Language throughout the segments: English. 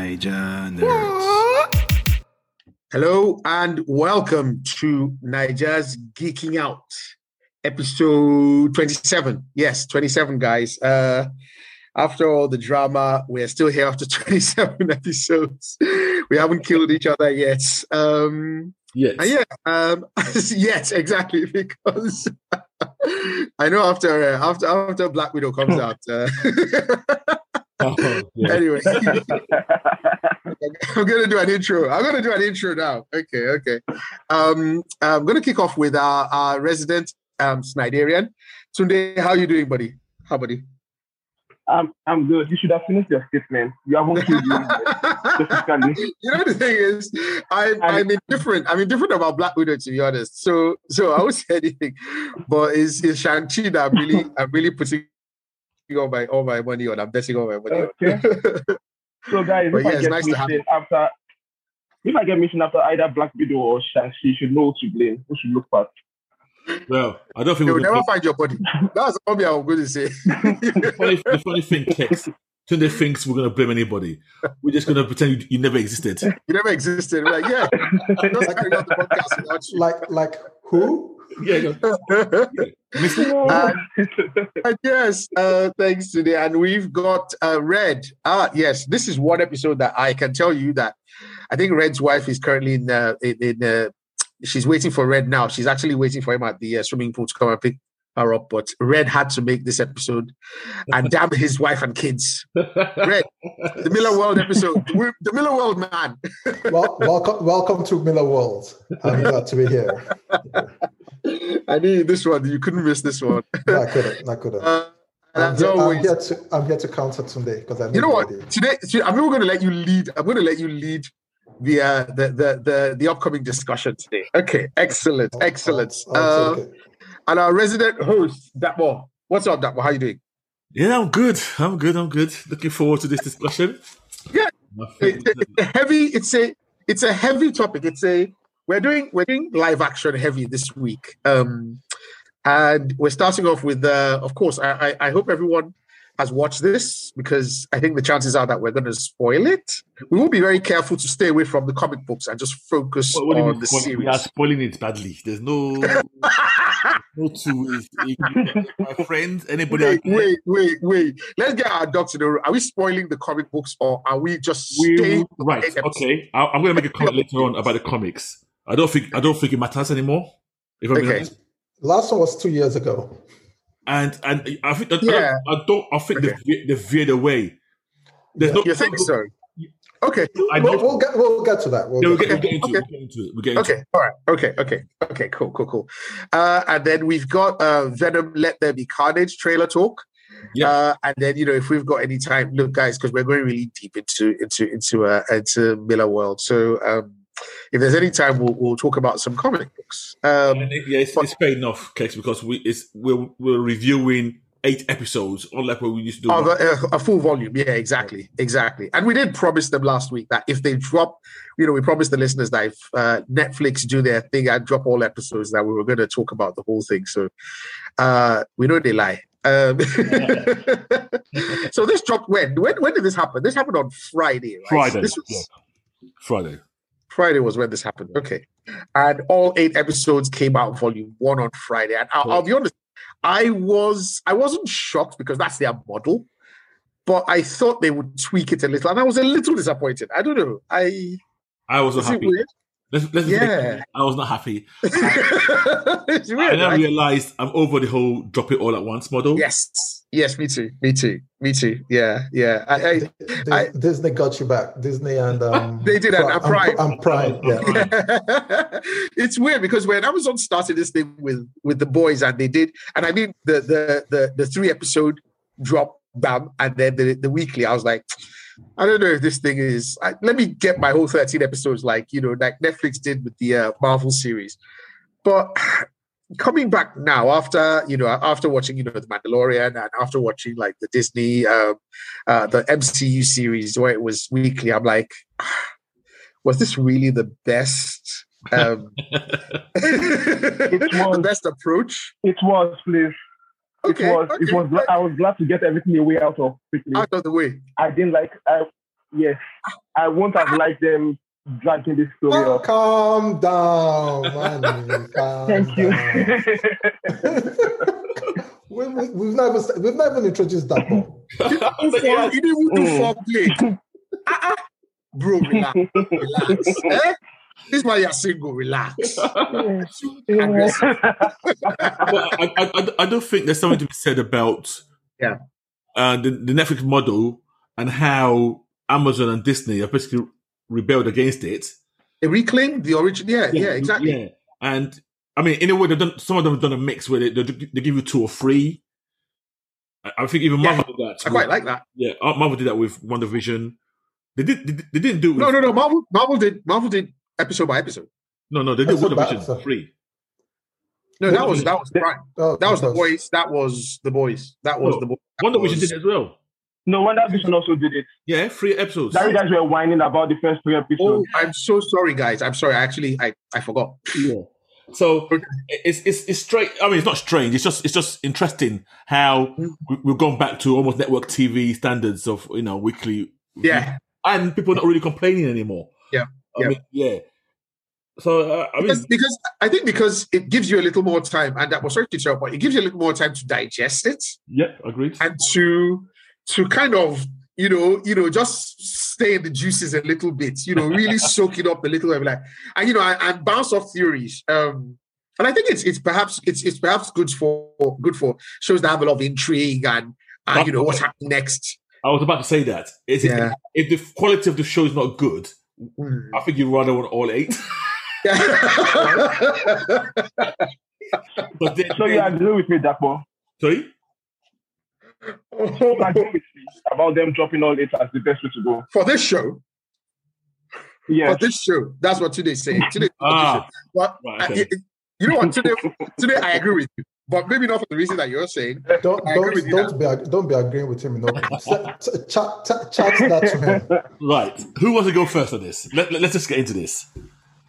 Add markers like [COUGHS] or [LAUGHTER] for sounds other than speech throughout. Niger nerds. Hello and welcome to Niger's Geeking Out, episode 27. Yes, 27, guys. Uh, after all the drama, we're still here after [LAUGHS] 27 episodes. We haven't killed each other yet. Um, Yes. and yeah, um, [LAUGHS] yes, exactly. Because [LAUGHS] I know after uh, after after Black Widow comes out, uh, [LAUGHS] [LAUGHS] Oh, yeah. anyway, I'm gonna do an intro. I'm gonna do an intro now. Okay, okay. Um, I'm gonna kick off with our, our resident um Snyderian. Tunde, how you doing, buddy? How buddy? [LAUGHS] [LAUGHS] I'm I'm good. You should have finished your statement. You haven't killed me. yet. Basically, you know the thing is, I, I'm indifferent. I'm indifferent about Black Widow to be honest. So so I won't say anything. But it's, it's Shang Chi that I'm really I'm really putting all my all my money on. I'm betting all my money. Okay. [LAUGHS] on. So guys, But if yeah, I it's get nice to have mentioned after if I get mentioned after either Black Widow or Shang Chi, you should know who to blame. Who should look past? Well, I don't think They we will can. never find your body. That's all I'm going to say. The funny, the funny thing, Tex, [LAUGHS] Tunde thinks we're going to blame anybody. We're just going to pretend you, you never existed. You never existed. We're like, yeah, just carry on the podcast without you. Like like who? Yeah, go- Miss- [LAUGHS] And yes, uh, thanks today. And we've got uh, Red. Ah, yes, this is one episode that I can tell you that I think Red's wife is currently in uh, in, in uh, she's waiting for Red now. She's actually waiting for him at the uh, swimming pool to come and pick her up. But Red had to make this episode, and damn his wife and kids. Red, the Miller World episode, We're- the Miller World man. Well, welcome welcome to Miller World. I'm glad to be here. I knew this one. You couldn't miss this one. No, I couldn't. I couldn't. Uh, I'm as here, I'm always. here to I'm here to counter today because I you know need what the idea. today, today i'm going to let you lead i'm going to let you lead the uh the, the the the upcoming discussion today okay excellent I'll- excellent I'll- I'll uh, take it. and our resident host Dapmo. what's up Dapmo? how you doing yeah, I'm good. I'm good. I'm good. Looking forward to this discussion. uh, Yeah. I [LAUGHS] think- It- it- it's a heavy it's a it's a heavy topic it's a we're doing we're doing live action heavy this week um and we're starting off with uh of course i i, I hope everyone has watched this because I think the chances are that we're going to spoil it. We will be very careful to stay away from the comic books and just focus What, what do you on mean? Oh, the spoil- series. we are spoiling it badly. There's [LAUGHS] no, no two ways. My friends, anybody out wait, there, wait, wait, wait. Let's get our ducks in a row. Are we spoiling the comic books or are we just We, staying? right. Eight episodes. Okay. I, I'm going to make a comment later on about the comics. I don't think I don't think it matters anymore. If I'm being Okay. honest. Last one was two years ago. And and I think that, Yeah. I, don't, I don't. I think Okay. they've, ve- they've veered away. There's no. You think [LAUGHS] so? Okay, I We'll, don't. we'll get we'll get to that. We'll yeah, we'll, get get, to we'll get okay. into it. We'll get into it. We'll get into okay, all right, okay, okay, okay, cool, cool, cool. Uh, and then we've got uh, Venom Let There Be Carnage trailer talk. Yeah. Uh, and then you know if we've got any time, look guys, because we're going really deep into into into uh, into Miller World. So um, if there's any time, we'll, we'll talk about some comic books. Um, it. And it- yeah, it's, it's fair enough, Kex, because we it's we're, we're reviewing eight episodes, unlike what we used to do. Of Oh, uh, a, a full volume, yeah, exactly, exactly. And we did promise them last week that if they drop, you know, we promised the listeners that if uh, Netflix do their thing and drop all episodes, that we were going to talk about the whole thing. So uh, we know they lie. Um, [LAUGHS] so this dropped when? When when did this happen? This happened on Friday. Right? Friday. This was- yeah. Friday. Friday was when this happened. Okay. And all eight episodes came out volume one on Friday. And I'll, I'll be honest, I was I wasn't shocked because that's their model, but I thought they would tweak it a little, and I was a little disappointed. I don't know. I is I was not it happy. weird? [LAUGHS] Let's, let's Yeah. I was not happy. it's I weird. now right? realized I'm over the whole drop it all at once model. Yes. Yes. Me too. Me too. Me too. Yeah. Yeah. I, I, it. Di- Di- I- Disney got you back. Disney and um, They did, and- and Prime. I'm Prime. Yeah. [LAUGHS] it's weird because when Amazon started this thing with with the boys and they did, and I mean the the the, the three episode drop bam, and then the, the weekly, I was like, I don't know if this thing is. I, let me get my whole thirteen episodes, like you know, like Netflix did with the uh, Marvel series. But coming back now after you know after watching you know the Mandalorian and after watching like the Disney um, uh, the MCU series where it was weekly, I'm like, [SIGHS] was this really the best um the [LAUGHS] was. best approach It was, please. okay, it was. It okay, was. I was glad to get everything away out of quickly. out of the way I didn't like. I Yes, I won't have liked them dragging this story Oh, up. [LAUGHS] calm down, man. calm Thank you. [LAUGHS] down. we, we, we've never we've never introduced that one. You didn't even do Mm. [LAUGHS] foreplay. Ah, ah. Bro, relax. Relax. eh? This man, you're single. Relax. Aggressive. [LAUGHS] But I, I, I, I don't think there's something to be said about Yeah. uh, the, the Netflix model and how Amazon and Disney have basically rebelled against it. They reclaimed the origin. Yeah, yeah, exactly. Yeah. And I mean, in a way, they've done, some of them have done a mix where they, they, they give you two or three. I, I think even Yeah. Marvel did that. I quite like that. Yeah, uh, Marvel did that with WandaVision. They did. They, did- they didn't do. It with, No, no, no. Marvel, Marvel did. Marvel did episode by episode. no, no. They did That's a bad WandaVision stuff. three. No, that was that was prime. Oh, That was Oh, the because- boys. That was the boys. That was No, the boys. That WandaVision was- did it as well. no wonder Vision also did it. Yeah, three episodes. That you guys were whining about the first three Oh, episodes. I'm so sorry, guys. I'm sorry. I actually, I, I forgot. Yeah. So it's it's it's straight. I mean, it's not strange. It's just it's just interesting how Hmm. we- we've gone back to almost network TV standards of you know weekly. Yeah, and people are not really complaining anymore. Yeah, I yeah. mean, yeah. So uh, I mean, because, because I think because it gives you a little more time, and that was certainly your point. It gives you a little more time to digest it yeah, agreed. and to to kind of you know you know just stay in the juices a little bit. You know, [LAUGHS] really soak it up a little. And like, and you know, and, and bounce off theories. Um, and I think it's it's perhaps it's it's perhaps good for good for shows that have a lot of intrigue and and you know what's happening next. I was about to say that. It's, Yeah. If the quality of the show is not good, Mm. I think you'd rather want all eight. [LAUGHS] but Oh, then, So you agree with me, Dapo? sorry. You [LAUGHS] agree with me about them dropping all eight as the best way to go? [LAUGHS] for this show, Yes. for this show, that's what today say. Today, [LAUGHS] Ah, but right, I- okay. Uh, you- you know what? [LAUGHS] Today, today I agree with you, but maybe not for the reason that you're saying. Don't I agree don't with you don't be ag- don't be agreeing with [LAUGHS] him. You know, chat chat chat that to him. right. Who wants to go first on this? Let, let, us just get into this.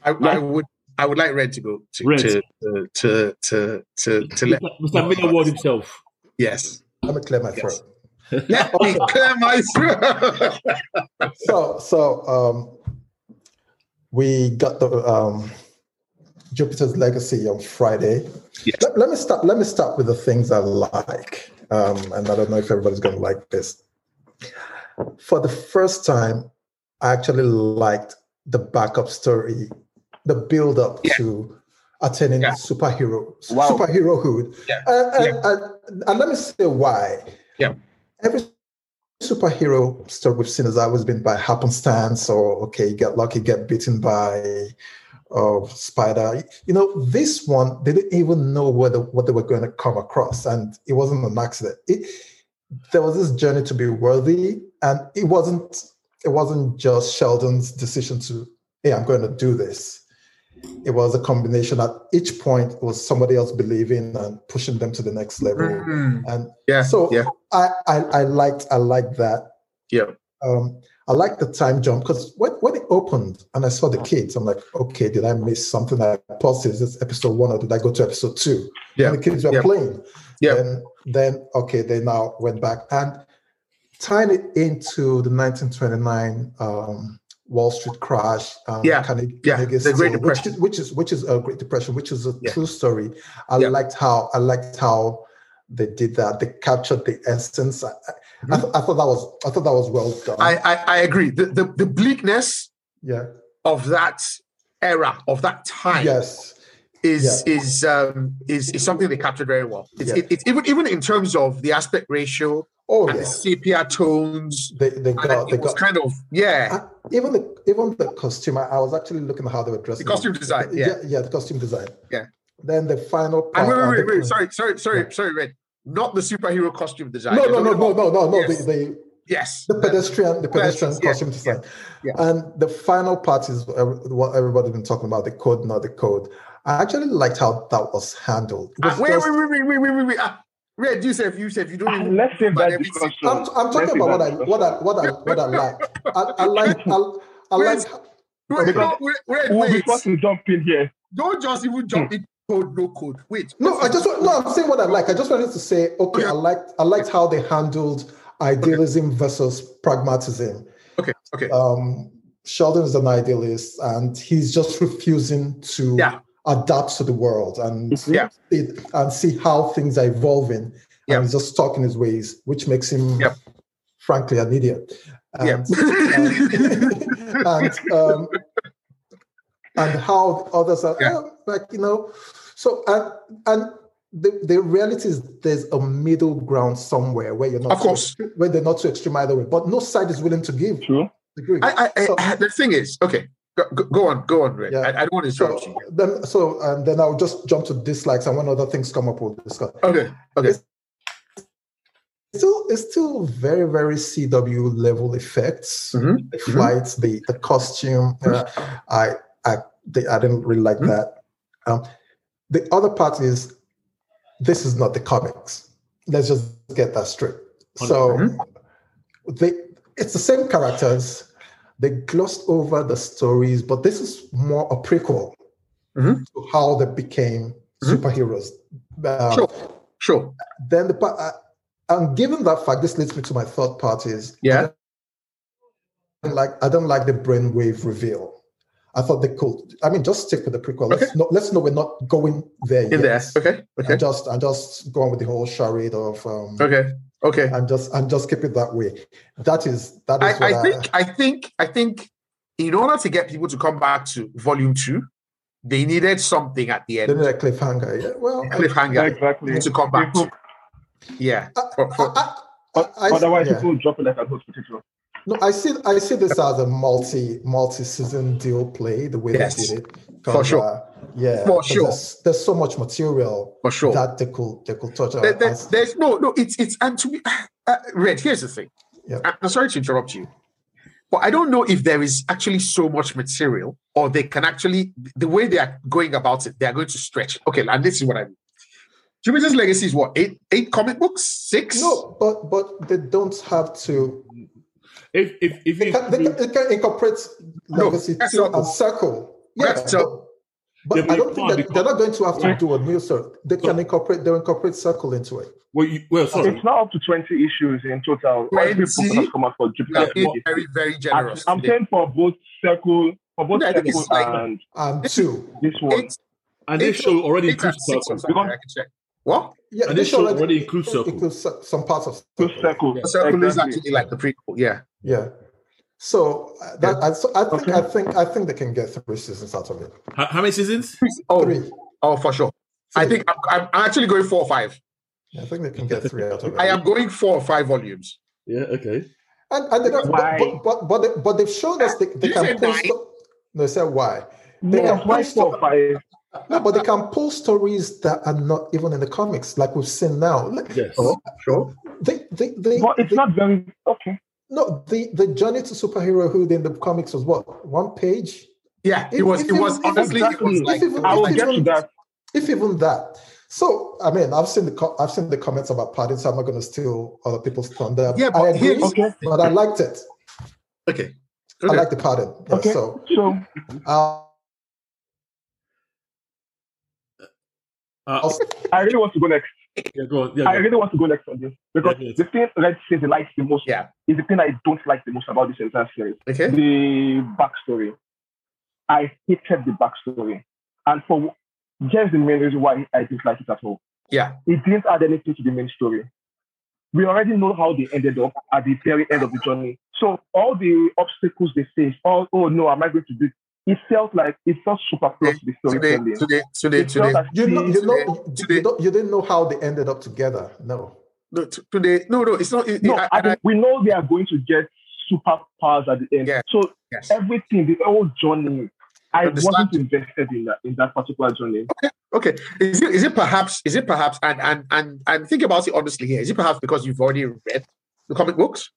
I, I Yeah. would, I would like Red to go to Red. to to to to, to, to let Mr. Mr. Miller Ward himself. [LAUGHS] yes, Let me clear my throat. Yes. let me clear my throat. so so um we got the um jupiter's legacy on friday Yes. let, let me start let me start with the things i like um and i don't know if everybody's gonna like this for the first time i actually liked the backup story the build up to attaining Yeah. superhero Wow. superherohood Yeah. and, and, Yeah. and- uh, and let me say why Yeah. every superhero story we've seen has always been by happenstance or okay you get lucky get beaten by uh, spider you know this one they didn't even know whether what they were going to come across and it wasn't an accident it, there was this journey to be worthy and it wasn't it wasn't just sheldon's decision to hey i'm going to do this it was a combination at each point it was somebody else believing and pushing them to the next level Mm. and Yeah, so yeah. I, I I liked I liked that. Yeah. Um, I liked the time jump because when, when it opened and I Mm. saw the kids, I'm like, okay, did I miss something? I paused it. Is this episode one or did I go to episode two? Yeah. And the kids were Yeah. playing. Yeah. Then, then okay, they now went back and tying it into the 1929 um, Wall Street crash. Um, Yeah. Carnegie, Yeah. Carnegie The Great Steel, which is, which is which is a Great Depression, which is a Yeah. true story. I Yeah. liked how I liked how they did that. They captured the essence. I, I- I, th- I thought that was I thought that was well done. Mm. I, I I agree. The, the the bleakness yeah. of that era of that time Yes. is is um is, is something they captured very well. It's, Yeah. it, it's even even in terms of the aspect ratio Oh and the yes. sepia tones. They they And got they it was got kind of yeah. I- even the even the costume. I, I was actually looking at how they were dressed. The costume design, yeah. yeah, the costume design. Yeah. Then the final. And part wait, on wait, wait, the- wait. Sorry, sorry, sorry, sorry, Red. Not the superhero costume design. No, You're no, no, talking no, about- no, no, no. Yes. The, the Yes. the pedestrian, the pedestrian yeah, costume design, yeah. and the final part is ev- what everybody's been talking about: the code, not the code. I actually liked how that was handled. It Ah, was wait, just- wait, wait, wait, wait, wait, wait, wait. Ah, Red, you said you said you don't. Ah, even- [LAUGHS] Let's save But that every- discussion. I'm, I'm Let's talking save about what I that what I what I what I like. I, I like I, I like Wait, okay. no, wait, Red, We'll be wait. forced to jump in here. Don't just even jump in code, no code. Wait. Hmm. no. I just want- no. I'm saying what I like. I just wanted to say okay. I liked I liked how they handled idealism versus pragmatism. Okay. Okay. Um, Sheldon is an idealist, and he's just refusing to Yeah. adapt to the world and Yeah. see, and see how things are evolving. Yeah. And he's just stuck in his ways, which makes him, Yeah. frankly, an idiot. And, Yeah. um, [LAUGHS] and um, and how others are Yeah. "Oh," like you know. So and and the, the reality is there's a middle ground somewhere where you're not Of course. too, where they're not too extreme either way, but no side is willing to give. True. Agree. I, I, So- I, the thing is, okay, go, go- go on, go on, Ray. Yeah. I, I don't want to interrupt so you. then so and then I'll just jump to dislikes and when other things come up we'll discuss. Okay, okay. It's still it's still very, very CW level effects. Mhm, The flights, the the costume. uh, I I the, I didn't really like Mhm. that. Um, the other part is this is not the comics. Let's just get that straight. So Mhm. they it's the same characters. They glossed over the stories, but this is more a prequel Mhm. to how they became Mhm. superheroes. Um, Sure. Sure. Then the part, uh, and given that fact, this leads me to my third part is Yeah. I don't like I don't like the brainwave reveal. I thought they could. I mean, just stick with the prequel. Let's know. Let's know we're not going there In there. Okay. And Okay. just and just go on with the whole charade of um, Okay. Okay. and just and just keep it that way. That is that is I, what I think I think I think in order to get people to come back to volume two, they needed something at the they end. need a cliffhanger. Yeah, well, Yeah, Cliffhanger exactly. to come back to. People- Yeah. I, For- for- I- I- o- I- I- Otherwise, yeah. people will drop it like a hot potato. No, I see. I see this as a multi multi season deal play. The way Yes. they did it, For 'Cause, sure. uh, yeah, For 'cause sure. There's, there's so much material For sure. that they could they could touch on. There- there- as- there's no no it's it's and to be [SIGHS] uh, red here's the thing Yeah. I- i'm sorry to interrupt you but i don't know if there is actually so much material or they can actually the way they are going about it they are going to stretch okay and this is what i mean jupiter's legacy is what eight eight comic books six no, but but they don't have to. If if if They you can, they can, they can incorporate No, legacy that's two all. and circle. Yeah, That's but- all. but, Yeah, but I you don't think can't that they're not going to have to Right. do a new circle. They So- can incorporate. They will incorporate circle into it. well, you, well sorry. It's now up to 20 issues in total. All the 20? people that come out for You are Jupiter. being Legacy. very very I- generous I'm today. saying for both circle, for both Yeah, I think circle it's like- and And This two, this one. eight, And this show already eight and includes six or circles. something i can check what yeah, And they this show should already includes circle. includes so- some parts of Two circle. circle. Yeah. circle is Exactly. actually like the prequel yeah Yeah. So uh, that I, so I think Okay. I think I think they can get three seasons out of it. How, how many seasons? oh Three. oh for sure i think I'm, I'm actually going four or five I think they can get three out of it. i am going four or five volumes Yeah. Okay. And, and they don't, Why? but but but, they, but they've shown us they, they You can said pull. why? Sto- no, they said why. They Yes, can why pull four, sto- five? no, but they can pull stories that are not even in the comics, like we've seen now. Like, Yes. Oh, sure. They they they, But it's they- not very okay. no the the journey to superherohood in the comics was what one page. Yeah, it If- was. if It you- was if- honestly. It exactly. was If like. you- it I was will like- get to that. if even that. So I mean, I've seen the co- I've seen the comments about Paddington. So I'm not going to steal other people's thunder. Yeah, I but agree, here's- Okay. but I liked it. Okay. I Okay. like the pattern. Yeah, Okay. So So I'll, Uh, I'll I really want to go next. oh, yeah. Go on. Yeah. Go I on. really want to go next on this because Yeah, yes. the thing Red says he likes the most Yeah. is the thing I don't like the most about this entire series. Okay. The backstory. I hated the backstory. And for here's the main reason why I dislike it at all. Yeah. It didn't add anything to the main story. We already know how they ended up at the very end of the journey. So all the obstacles they faced, all oh no, am I going to do it? It felt like it felt super close to the Today. storytelling. Today. Today. It Today. felt as you know, you if- know, Today- you, don't, you didn't know how they ended up together. No. No. t- Today. No. No. It's not. It, no, I, I mean, we know they are going to get superpowers at the end. Yeah. So yes. everything, the whole journey, I Understand. wasn't invested in that in that particular journey. Okay. Is it? Is it perhaps? Is it perhaps? And and and and think about it honestly here. Is it perhaps because you've already read the comic books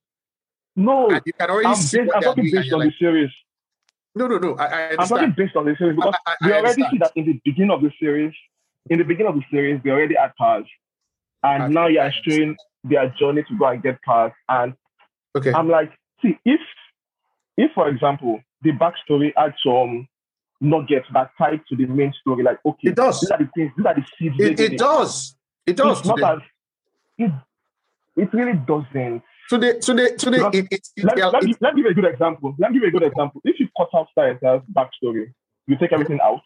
No, and you can already I'm, see based, what I'm they're talking doing? And based you're on like, the series. no, no, no. I, I I'm talking understand. based on the series I, because I, I we already see understand. that in the beginning of the series. In the beginning of the series, they already had powers, and I- now you I are showing their journey to go and get powers. And Okay. I'm like, see, if if for example the backstory had some nuggets that tied to the main story, like okay, It does. these are the things, these are the seeds. they It, did it does. It does. It's not Today. as it, it really doesn't. So they, so they, so they. Because It, it, it, Let, yeah, let, me, it- let me give you a good example. Let me give you a good example. If you cut out Star Exile's backstory, you take everything out,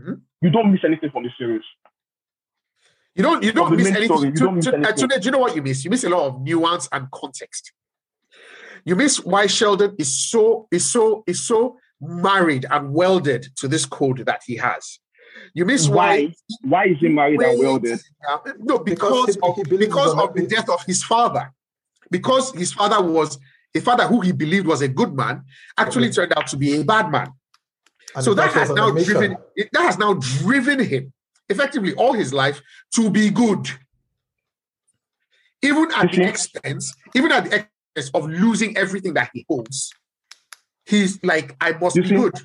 Mm-hmm. Mhm. you don't miss anything from the series. you don't, you don't the miss main anything. story, you To- don't miss to- and anything. today, do you know what you miss? You miss a lot of nuance and context. You miss why Sheldon is so is so is so married and welded to this code that he has. You miss why Why? Why is he married and Wait. welded? Yeah, no, Because because he- of, he believes because in of the it. death of his father. Because his father was a father who he believed was a good man, actually turned out to be a bad man. And so that was has an now admission. driven it, that has now driven him effectively all his life to be good, even at You the see? expense, even at the expense of losing everything that he holds. He's like, I must You be see? good. [LAUGHS]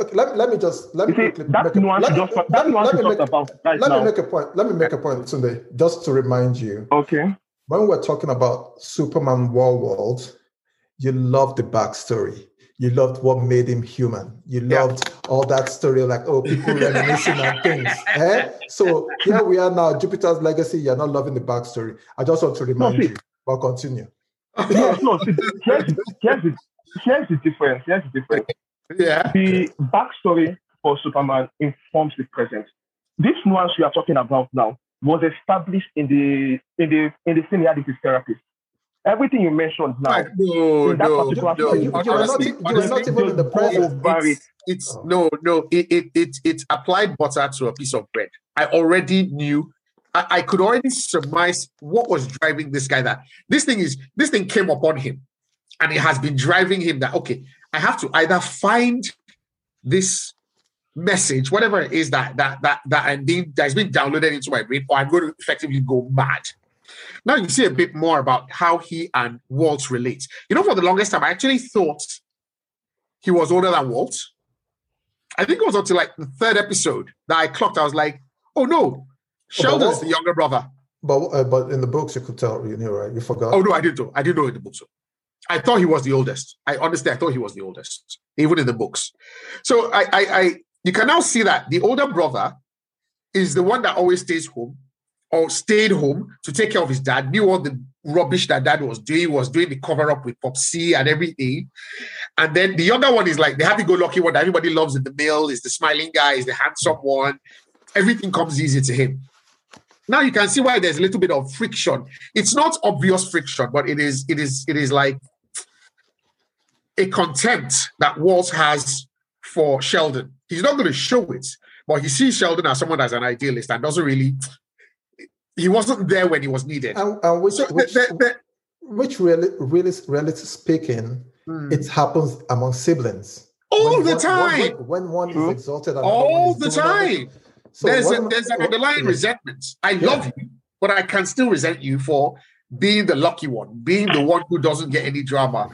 Okay, let, let me just let You me see, quickly that make a- nuance let, you just let- that nuance let you me just make about right let me now. make a point. Let me make a point Sunday, just to remind you. Okay. When we're talking about Superman War World, you loved the backstory. You loved what made him human. You Yeah. loved all that story, like oh, people reminiscing and things. Eh? So here we are now, Jupiter's legacy. You're not loving the backstory. I just want to remind see- you. But continue. No, no. See, here's the, here's the, here's the difference. Here's the difference. Yeah. The backstory for Superman informs the present. This nuance you are talking about now was established in the in the in the seniority therapist. Everything you mentioned now, Right. Oh, No, In that no, You, particular no. you, you, you are not, Honestly, you are honestly, not even in the go present. over it. it's it's no no it, it it it's applied butter to a piece of bread i already knew I, I could already surmise what was driving this guy that this thing is this thing came upon him and it has been driving him that okay i have to either find this message whatever it is that that that that i'm being that's been downloaded into my brain or i'm going to effectively go mad now you see a bit more about how he and walt relate you know for the longest time i actually thought he was older than walt I think it was until like the third episode that I clocked. I was like, oh no, Sheldon's what- the younger brother. But uh, but in the books, you could tell. You knew, right? You forgot. Oh no, I didn't know. I didn't know in the books. I thought he was the oldest. I honestly, I thought he was the oldest, even in the books. So I, I, I you can now see that the older brother is the one that always stays home or stayed home to take care of his dad, knew all the rubbish that dad was doing, was doing the cover up with Popsy and everything. And then the younger one is like the happy go lucky one that everybody loves in the mill, is the smiling guy, is the handsome one. Everything comes easy to him. Now you can see why there's a little bit of friction. It's not obvious friction, but it is it is it is like a contempt that Walt has for Sheldon. He's not going to show it, but he sees Sheldon as someone that's an idealist and doesn't really he wasn't there when he was needed. And, and which, So which, the- the- which really, really, reality speaking, the- Hmm. it happens among siblings all the one- time. When, when one True. is exalted, and another one all is the doing all time. So there's what a, am I- there's an what- underlying yeah. resentment. I Yeah. love you, but I can still resent you for being the lucky one, being the one who doesn't get any drama.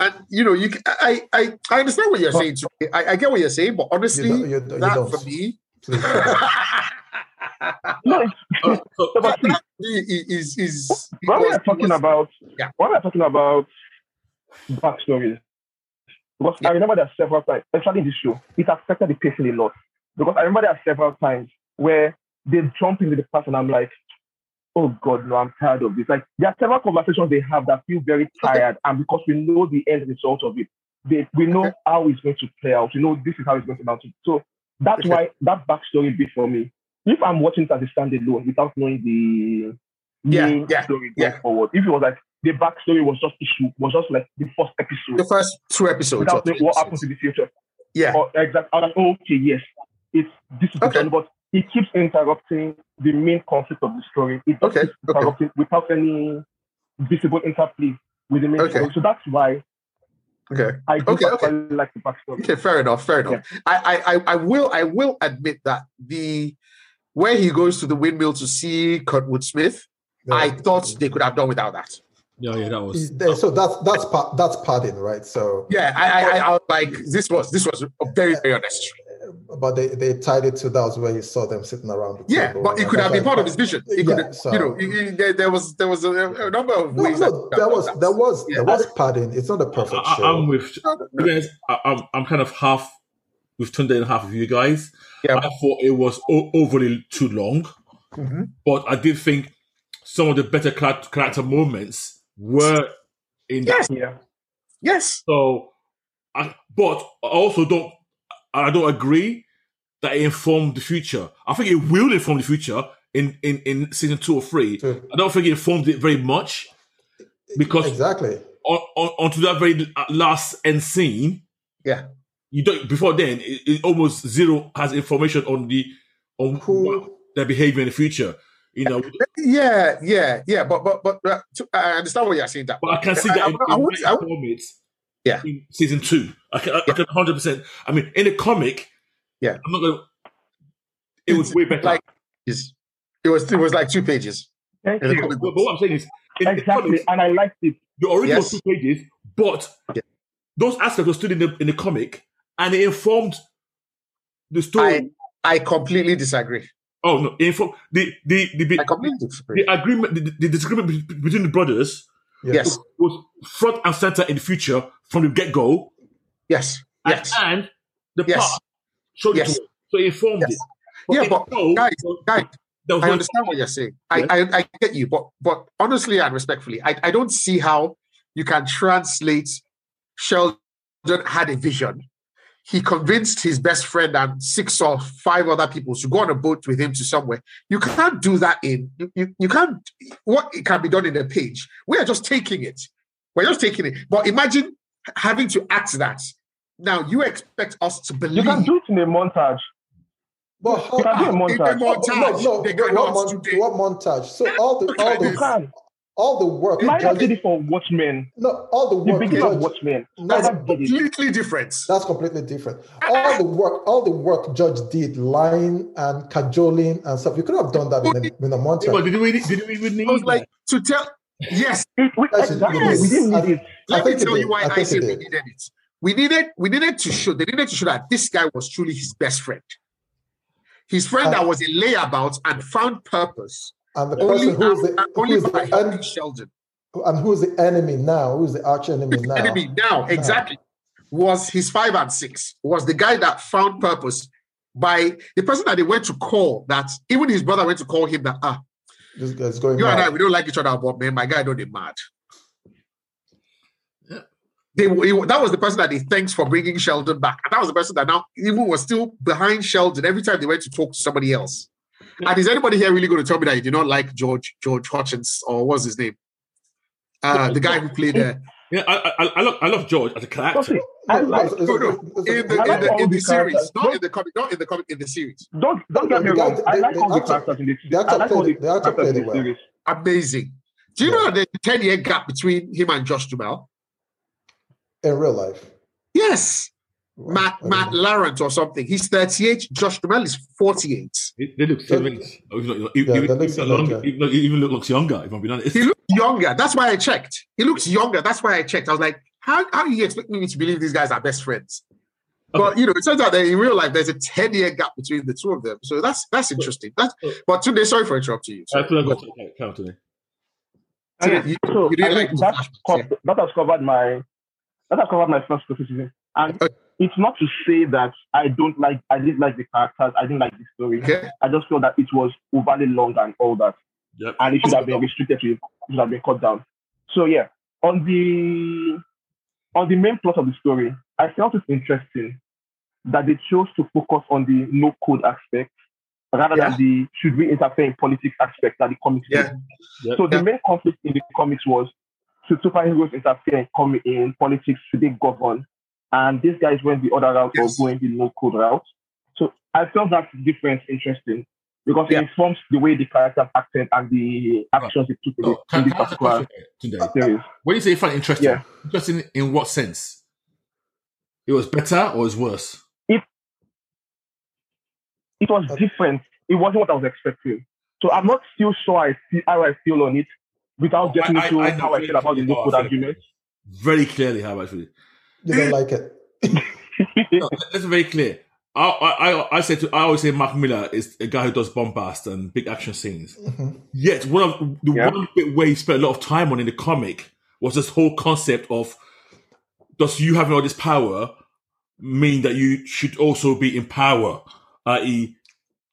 And you know, you ca- I I, I understand what you're But- saying. Tunde. I, I get what you're saying, but honestly, don't- you don't- you that don't. for [LAUGHS] me, [LAUGHS] Please. No, it's, Uh, so, no, but see, that for me i- is is it when we was- are it talking was- about Yeah. when we are talking about backstories, because Yeah. I remember that several times, especially in this show, it affected the pacing a lot. Because I remember there are several times where they jump into the past and I'm like, oh God, no, I'm tired of this. Like there are several conversations they have that feel very tired, and because we know the end result of it, they, we know Okay. how it's going to play out. We know this is how it's going to play out. So that's Okay. why that backstory bit for me. If I'm watching it as a standalone without knowing the Yeah, main yeah, story yeah. going forward, if it was like the backstory was just issue, was just like the first the episode first two episodes. or without three knowing what episodes. happens in the future, Yeah, or exactly, I'm like, okay, yes, it's this is the Okay. story, but it keeps interrupting the main conflict of the story. It just Okay, keeps okay. interrupting without any visible interplay with the main Okay. story. So that's why okay. I do Okay, okay. particularly like the backstory. Okay, fair enough, fair enough. I, I, I, I will, I will admit that the where he goes to the windmill to see Kurtwood Smith, I Yeah. thought they could have done without that. yeah, yeah, that was. Yeah, So that's that's part that's padding, right? So Yeah, I, I, I, I was like, this was, this was very, very unnecessary. but they, they tied it to that was where you saw them sitting around the Yeah, table. but it could have been part of his vision. It could, Yeah, have so- you know, it- it- there, there was, there was a, a number of No, ways. that no, there was there was Yeah. there was padding. It's not a I, perfect I, I'm show. with. No, no, to no. be honest, I, I'm I'm kind of half with Tunde and half of you guys. Yeah. I thought it was o- overly too long, Mhm. but I did think some of the better charac- character moments were in Yes. Yeah. Yes. So, I, but I also don't. I don't agree that it informed the future. I think it will inform the future in in, in season two or three. True. I don't think it informed it very much because exactly. on, on, onto that very last end scene. Yeah. You don't before then. It, it almost zero has information on the on what, Who? their behavior in the future. You know, Yeah. Yeah. Yeah. But but but uh, to, I understand what you're saying. That But I can see I- that I- in, I in would- Mike's I would- comics, Yeah. in season two. I can, I can hundred percent. I mean, in a comic, Yeah. I'm not gonna. It was way better. Like is it was it was like two pages. Thank in the you. comic but, but books. what I'm saying is, in the Exactly. comics, And I liked it. the original Yes. two pages, but Yeah. those aspects were still in the in the comic, and it informed the story. I I completely disagree. oh no, it informed the the the, I the, completely the disagree. agreement, the, the disagreement be- between the brothers Yes. was front and center in the future from the get go. Yes. And- Yes. And, the Yes. past showed Yes. it to us. So it informed Yes. it. Yeah, it but showed- guys, guys, there was I no- understand what you're saying. I, Yeah. I, I get you, but but honestly and respectfully, I, I don't see how you can translate Sheldon had a vision. He convinced his best friend and six or five other people to go on a boat with him to somewhere. You can't do that in you, you, you can't what it can be done in a page. We are just taking it. We're just taking it. But imagine having to act that. Now you expect us to believe You can do it in a montage. But You can do a how? in a montage. montage. no, no, they what, cannot mon- today. what montage? So all the all You the can. all the work. Maya did Judge, it for Watchmen. no, all the The work. beginning of Judge- Watchmen. no, Maya That's did it. completely different. That's completely different. All the work, all the work Judge did, lying and cajoling and stuff. You could have done that in a, in a Yeah, but montage. did we did we even need I was that? like, to tell, yes, It- we- Actually, exactly. it We is. didn't need it. let I me think it tell did. you why I I, think say it we did. needed it. We needed, we needed to show, they needed to show that this guy was truly his best friend. His friend And- that was a layabout and found purpose And the only, person who is af- the who only is by the helping en- Sheldon. and who is the enemy now? Who is the arch enemy now? Enemy now, exactly, was his five and six, was the guy that found purpose by the person that they went to call, that even his brother went to call him that, ah, This guy's going you and I, mad. we don't like each other, but man, my guy, don't they mad. Yeah. They, he- that was the person that he thanks for bringing Sheldon back, and that was the person that now even was still behind Sheldon every time they went to talk to somebody else. And is anybody here really going to tell me that you did not like George George Hutchins or what's his name, uh, the guy who played uh, Yeah, I, I, I love I love George as a Just character. it. I No, no, like. it's- no, no, it's- it's- in the I in like the, all in the the characters. series, not in the comic, not in the comic, in the series. Don't don't get me The guy- wrong. I the- like the all the actor- characters in the series. the actor I like all the played- the actor characters in played the it well. series. Amazing. Do you Yeah. know the ten year gap between him and Josh Duhamel? in real life. Yes, Wow, Matt I Matt didn't- Lawrence or something. He's thirty eight. Josh Duhamel is forty eight. They they look same age. Oh, even, even, Yeah, even, that looks even, like longer, that. even, though he even looks younger. If I'm being honest, He looks younger. That's why I checked. He looks younger. That's why I checked. I was like, how, how do you expect me to believe these guys are best friends? But you know, it turns out that in real life there's a 10 year gap between the two of them. So that's that's interesting. That's but today, sorry for interrupting you. I Sorry. feel like But I'm going to count today. Tunde, And you, so you I didn't like think that yeah. co- that has covered my that has covered my first criticism. And Okay. it's not to say that I don't like I didn't like the characters. I didn't like the story. Okay. I just felt that it was overly long and all that, Yep. and it should have been restricted to it should have been cut down. So yeah, on the on the main plot of the story, I felt it's interesting that they chose to focus on the no code aspect rather Yeah. than the should we interfere in politics aspect that the comics Yeah. did. So the Yeah. main conflict in the comics was should superheroes interfere in, com- in politics? Should they govern? And these guys went the other route Yes. or going the no code route. So I felt that difference interesting because Yeah. it informs the way the characters acted and the actions they took in, No, the, in can, this can I ask a particular question here today? series. When you say you find it interesting, Yeah. interesting in what sense? It was better or is worse? It was Okay. different. It wasn't what I was expecting. So I'm not still sure I see how I feel on it without getting I- I- into I know how I very feel about the clearly no how I code feel argument. Very clearly, how actually. You don't like it. No, let- let's be very clear. I, I, I- I say to, I always say Mark Miller is a guy who does bombast and big action scenes. Mhm. Yet one of the Yeah. one bit where he spent a lot of time on in the comic was this whole concept of does you having all this power mean that you should also be in power, i.e.,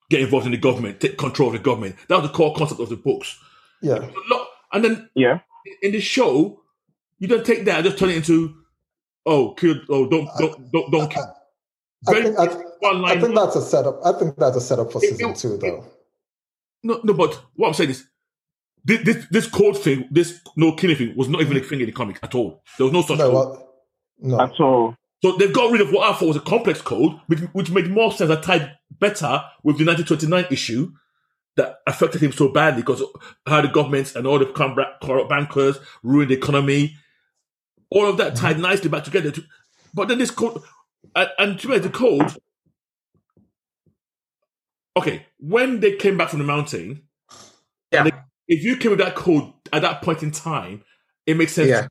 get involved in the government, take control of the government. That was the core concept of the books. Yeah. A lot- And then Yeah. in the show, You don't take that and just turn it into oh kill oh don't don't don't, don't kill. I think, I, one I line. think that's a setup. I think that's a setup for It- season it- two, though. no no but what I'm saying is this this, this cold thing, this no killing thing was not even a thing in the comic at all. There was no such No, code. well, no. at all. So they've got rid of what I thought was a complex code, which, which made more sense. I tied better with the 1929 issue that affected him so badly because how the governments and all the corrupt corrupt bankers ruined the economy. All of that tied nicely back together. To, but then this code, and, and to be honest, the code. Okay, when they came back from the mountain, Yeah. and if you came with that code at that point in time, it makes sense Yeah.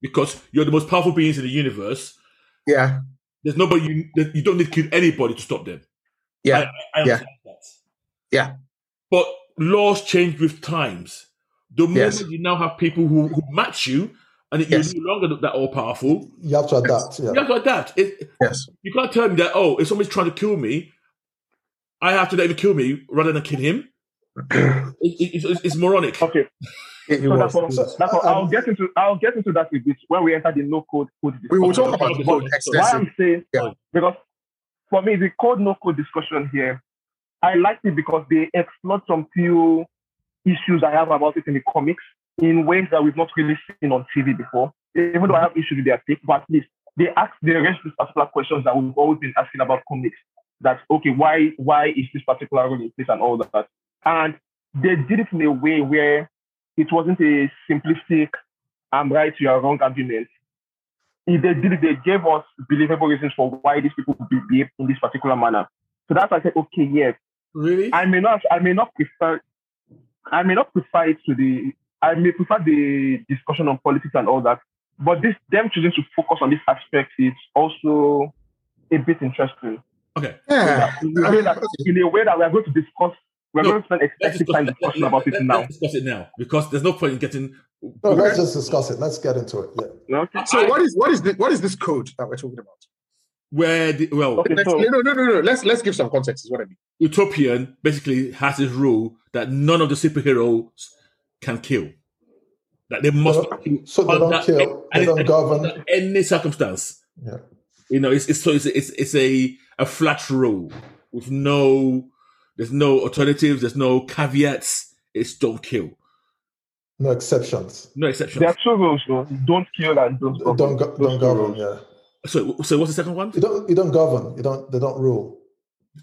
because you're the most powerful beings in the universe. Yeah. There's nobody you that- you don't need to kill anybody to stop them. Yeah. I Yeah. understand that. Yeah. But laws change with times. The moment Yes. you now have people who, who match you and Yes. you're no longer that all powerful, You have to adapt. Yeah. you have to adapt. It, Yes. you can't tell me that, oh, if somebody's trying to kill me, I have to let him kill me rather than [CLEARS THROAT] kill him. It- it- it's, it's moronic. Okay, It, it so was. that's what, was- that's what I'll um, get into. I'll get into that with this when we enter the no code code We discussion. will talk about the book Why extensively. I'm saying Yeah. because for me the code no code discussion here, I liked it because they explored some few issues I have about it in the comics in ways that we've not really seen on TV before. Even though I have issues with their take, but at least they asked they raised these particular questions that we've always been asking about comics. That's okay, why why is this particular role in place and all that? And they did it in a way where it wasn't a simplistic I'm right, you are wrong argument. If they did it, they gave us believable reasons for why these people behave in this particular manner. So that's why I said, okay, yes, Really? I may not, I may not prefer, I may not prefer it to the, I may prefer the discussion on politics and all that. But this them choosing to focus on this aspect is also a bit interesting. okay. Yeah. In a way that, in a way that we are going to discuss, we are No, going to spend Let's extensive discuss, time let- discussing let- about it let- now. let's discuss it now because there's no point in getting. Oh, No, let's just discuss it. Let's get into it. Yeah. Okay. So what is what is the, what is this code that we're talking about? Where the, well, Okay, Let's, so- no, no, no, no. Let's let's give some context. Is what I mean. Utopian basically has this rule that none of the superheroes can kill. That they must Well, kill So they under don't kill. any- They don't govern. under any circumstance. Yeah. You know, it's, it's so it's it's, it's a, a flat rule with no there's no alternatives, there's no caveats. It's don't kill, No exceptions. no exceptions. There are two rules though. Don't kill and don't govern. Don't go- Those don't two govern. rules. Yeah. So so what's the second one? You don't you don't govern. You don't they don't rule.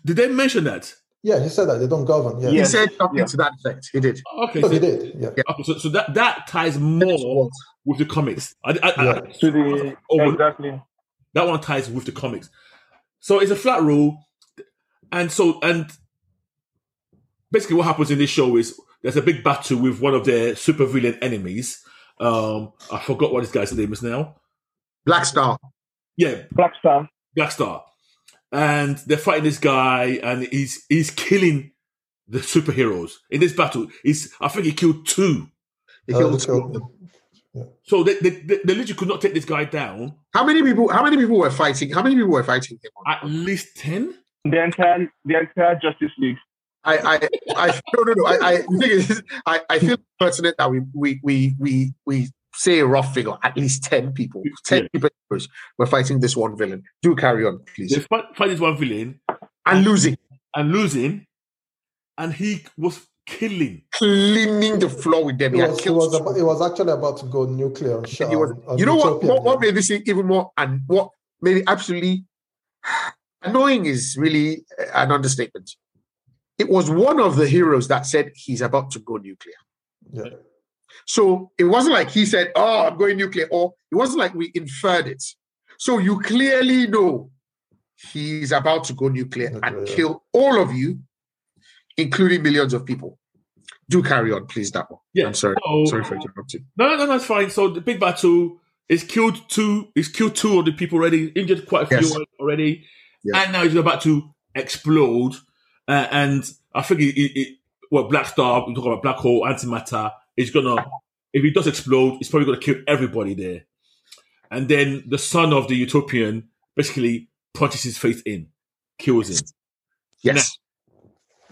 Did they mention that? Yeah, he said that they don't govern. Yeah. He Yes, said something yeah. to that effect. He did. Okay, So he so, Oh, did. Yeah. okay, so, so that that ties more with the comics. I, I, oh, I, Yeah. To the Over- exactly. That one ties with the comics. So it's a flat rule. And so, and basically what happens in this show is there's a big battle with one of their supervillain enemies. Um, I forgot what this guy's name is now. Black Star. Yeah, Black Star. Black Star. And they're fighting this guy and he's, he's killing the superheroes in this battle. He's, I think he killed two. He Uh, killed he two of killed them. them. So they, they, they, they literally could not take this guy down. How many people? How many people were fighting? How many people were fighting him? At least 10? The entire the entire Justice League. I, I, I, no, no, no. I, I, the thing is, I, I feel pertinent that we, we, we, we, we say a rough figure, at least ten people, ten people were fighting this one villain. Do carry on, They please. fight, fight this one villain And losing, and losing. And he was killing cleaning the floor with them. He It had was, it, killed was some- about, it was actually about to go nuclear on, and he was- on- on you know what, Utopia, what? What yeah. made this thing even more and what made it absolutely [SIGHS] annoying is really uh, an understatement. It was one of the heroes that said he's about to go nuclear. Yeah. So it wasn't like he said, Oh, I'm going nuclear, or it wasn't like we inferred it. So you clearly know he's about to go nuclear Nuclear. and kill all of you, including millions of people. Do carry on, please, that one. Yeah. I'm sorry. So- Sorry for interrupting. No, no, no, that's fine. So the big battle is killed two. It's killed two of the people already. Injured quite a few Yes. already, Yeah. and now he's about to explode. Uh, and I think it, it, it, well, Black Star. We talk about black hole, antimatter. It's gonna if it does explode, it's probably gonna kill everybody there. And then the son of the utopian basically punches his face in, kills him. Yes.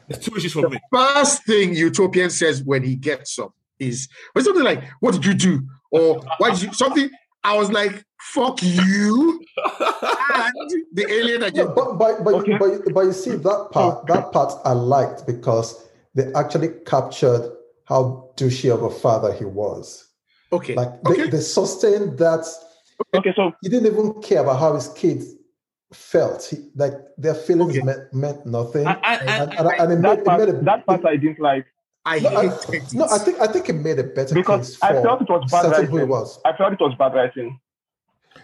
There's two issues for me. First thing Utopian says when he gets up is or something like what did you do or why did you something i was like fuck you [LAUGHS] and the alien Yeah, agenda but but but, Okay. Oh. but, but you see that part that part I liked because they actually captured how douchey of a father he was. okay Like they, okay they sustained that Okay, so he didn't even care about how his kids felt. He, like their feelings Okay. meant, meant nothing. I- I- I- and, and, and it made, that it made a, part, that part I didn't like i no, I, hated it no, I think I think it made a better because case I for felt it was bad certain who it writing. was. I felt it was bad writing.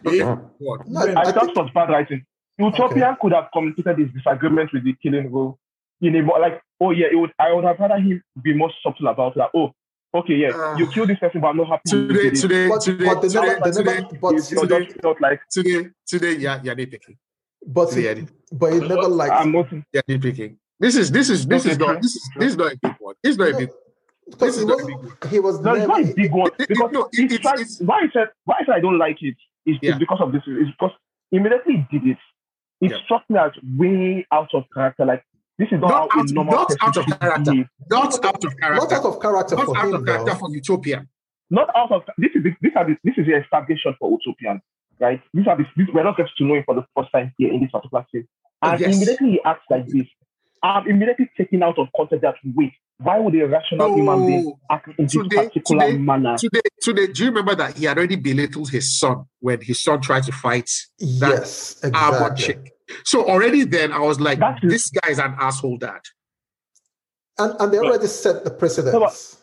Yeah. God. No, I, I felt think, it was bad writing. Utopia could have communicated his disagreement with the killing rule in a more like, oh yeah, it would. I would have rather him be more subtle about that. Oh, okay, yeah, Ah. you killed this person, but I'm not happy. today you did it. today but, today but they today, never, they today, never, but, You- you today- just felt like today today yeah yeah they picking but, today yeah, they- he, but he never liked. I'm not. yeah they picking this is this is this Okay, is not true, this is true. this is not a big one it's not a No, big this because he is not was a big he was No, it's never not a [LAUGHS] big one It- it- because no, it- it's, it's- like- it's- why I said why I said I don't like it is Yeah. it's because of this. It's because immediately it did it. It Yeah. struck me as way out of character. Like this is not, Not how out- a normal not person out of should character. behave. not out of not character out of character not for out him of character though. for utopia Not out of this is the, this are the, this is the established shot for utopian, right? These are the, this, we're not getting to know him for the first time here in this particular scene. Oh, And yes. immediately he acts like this. I'm immediately taken out of context that wait, why would a rational No. human being act in this Oh, Today- particular today- manner? today today do you remember that he had already belittled his son when his son tried to fight That- Yes, Arbor exactly. chick so already then i was like That is- this guy is an asshole dad And and they But- already set the precedence.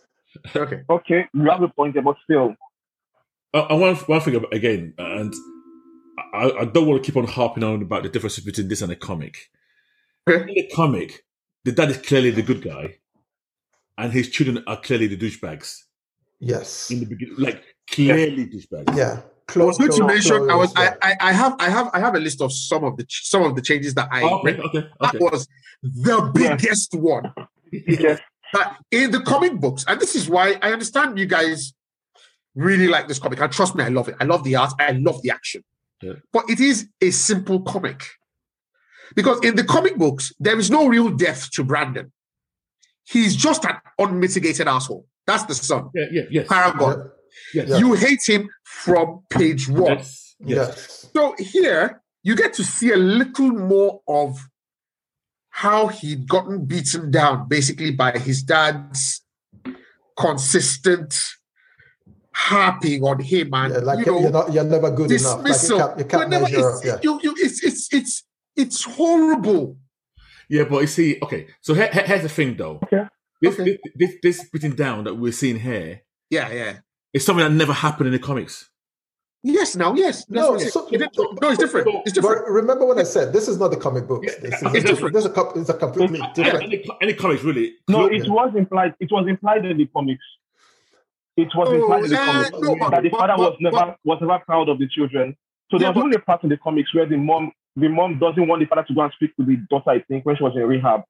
okay Okay, you have a point there, but still. Uh, and one one thing ab- again, and I, I don't want to keep on harping on about the difference between this and a comic. Okay. In the comic, the dad is clearly the good guy, and his children are clearly the douchebags Yes. in the beginning, like clearly douchebags. Yeah. I was Close, going to close, mention I was close, I, yeah. I I have I have I have a list of some of the ch- some of the changes that I Oh, okay, read. okay, That okay. was the Yeah. biggest one. Yes. But in the comic books, and this is why I understand you guys really like this comic. And trust me, I love it. I love the art. I love the action. Yeah. But it is a simple comic. Because in the comic books, there is no real death to Brandon. He's just an unmitigated asshole. That's the son. Yeah, yeah, yes, Paragon. yes, Yeah. You hate him from page one. yes, Yeah. yes. Yes. So here you get to see a little more of how he'd gotten beaten down basically by his dad's consistent harping on him and Yeah, like you you know are not, you're never good enough. Like you dismissal. can't, you can't Whenever measure up. it's, Yeah. you, you, it's it's it's it's horrible. Yeah, but you see, okay. So here, here- here's the thing, though. Okay. This, Okay. this this this beating down that we're seeing here Yeah, yeah. is something that never happened in the comics. Yes, now yes. That's No, what I'm so- saying. It- no, it's different. It's different. But remember when I said this is not the comic books. Yeah, it's This is a, different. This is a, co- it's a completely Yeah, different. any, any comics really? No, Clo- it was implied. It was implied in the comics. It was Oh, implied in the eh, comics no, but- that the but- father was but- never was never proud of the children. So Yeah, there was but- even a part in the comics where the mom the mom doesn't want the father to go and speak to the daughter. I think when she was in rehab,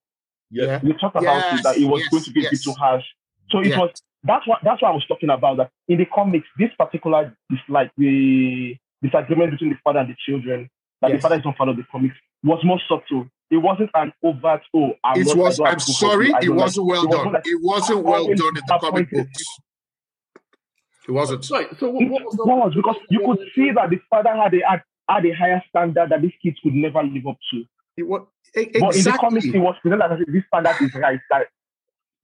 yeah, we talked about Yes, it that it was yes, going to be a bit yes. too harsh. So it Yeah. was that's what that's what I was talking about. That in the comics, this particular dislike, the disagreement between the father and the children, that Yes. the father is not part of the comics, was more subtle. It wasn't an overt. Oh, I'm It not. was. I don't I'm have proof of sorry. I It don't like wasn't well it was done. not- It wasn't well always done in the comic disappointed. books. It wasn't. Right. So what, It what was the was because you could see that the father had a had, had a higher standard that these kids could never live up to. It was e- But in the comics, it exactly. was presented as if this standard is right. That,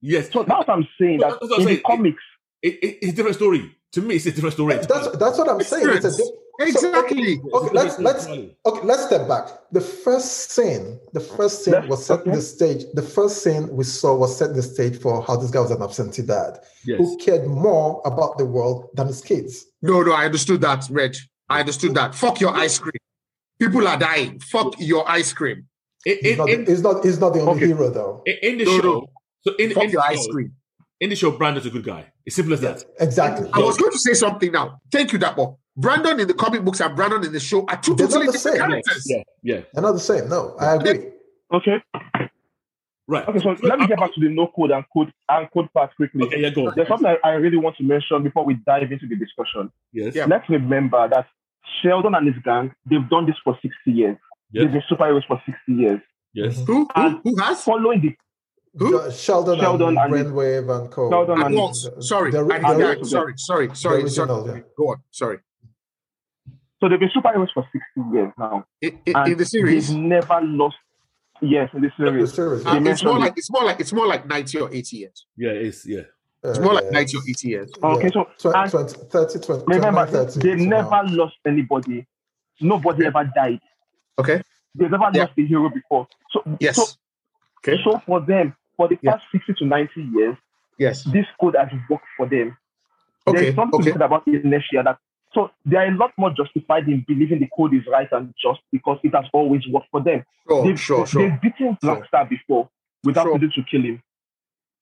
Yes. so that's what I'm saying. No, That that's what I'm in saying. the comics, It, it, it's a different story. To me, it's a different story. That's that's what I'm saying. It's a Difference. di- so, okay, Exactly. okay, let's let's okay, let's step back. The first scene, the first scene Let's- was setting okay. the stage. The first scene we saw was setting the stage for how this guy was an absentee dad Yes. who cared more about the world than his kids. No, no, I understood that, Red. I understood that. Fuck your ice cream. People are dying. Fuck your ice cream. In, He's in, not, in, he's not he's not the only Okay. hero though. in- in the No, show, no. so in, in Fuck your the ice show, cream. in the show, Brandon's a good guy. It's simple as that. Exactly. I was going to say something now. Thank you, Dapo. Brandon in the comic books and Brandon in the show are two They're not totally the different same. characters. Yeah. Yeah. They're not the same. No, I agree. okay, Right. okay. So let me get back to the no code and code and code part quickly. Okay. Yeah. Go. on. There's something I, I really want to mention before we dive into the discussion. Yes. Yeah. Let's remember that Sheldon and his gang, they've done this for 60 years. Yeah. They've been superheroes for 60 years. Yes. Who, who, who has? following the Who? Uh, Sheldon, Sheldon and and- Brainwave and Co. Sheldon And And- Waltz. Sorry. the- I did the- that. Sorry, sorry, sorry, original, sorry. yeah. Go on. Sorry. So they've been superheroes for 60 years now. In, in, And in the series, They've never lost. Yes, in the the series. series. uh, they it's more mentioned like it's more like it's more like ninety or eighty years. Yeah, it's yeah. It's more like Uh, ninety or eighty years. Okay, so Twen- and- 20, 30, 20, Remember, 30, they so never now. lost anybody. Nobody ever died. Okay. They've never Yeah. lost a hero before. So, Yes. so, Okay. so for them, for the Yeah. past 60 to 90 years, Yes. this code has worked for them. Okay. There's something Okay. said about inertia that so they are a lot more justified in believing the code is right and just because it has always worked for them. Sure. they've, Oh, Sure. Sure. they've beaten Black Sure. Star before without Sure. the need to kill him.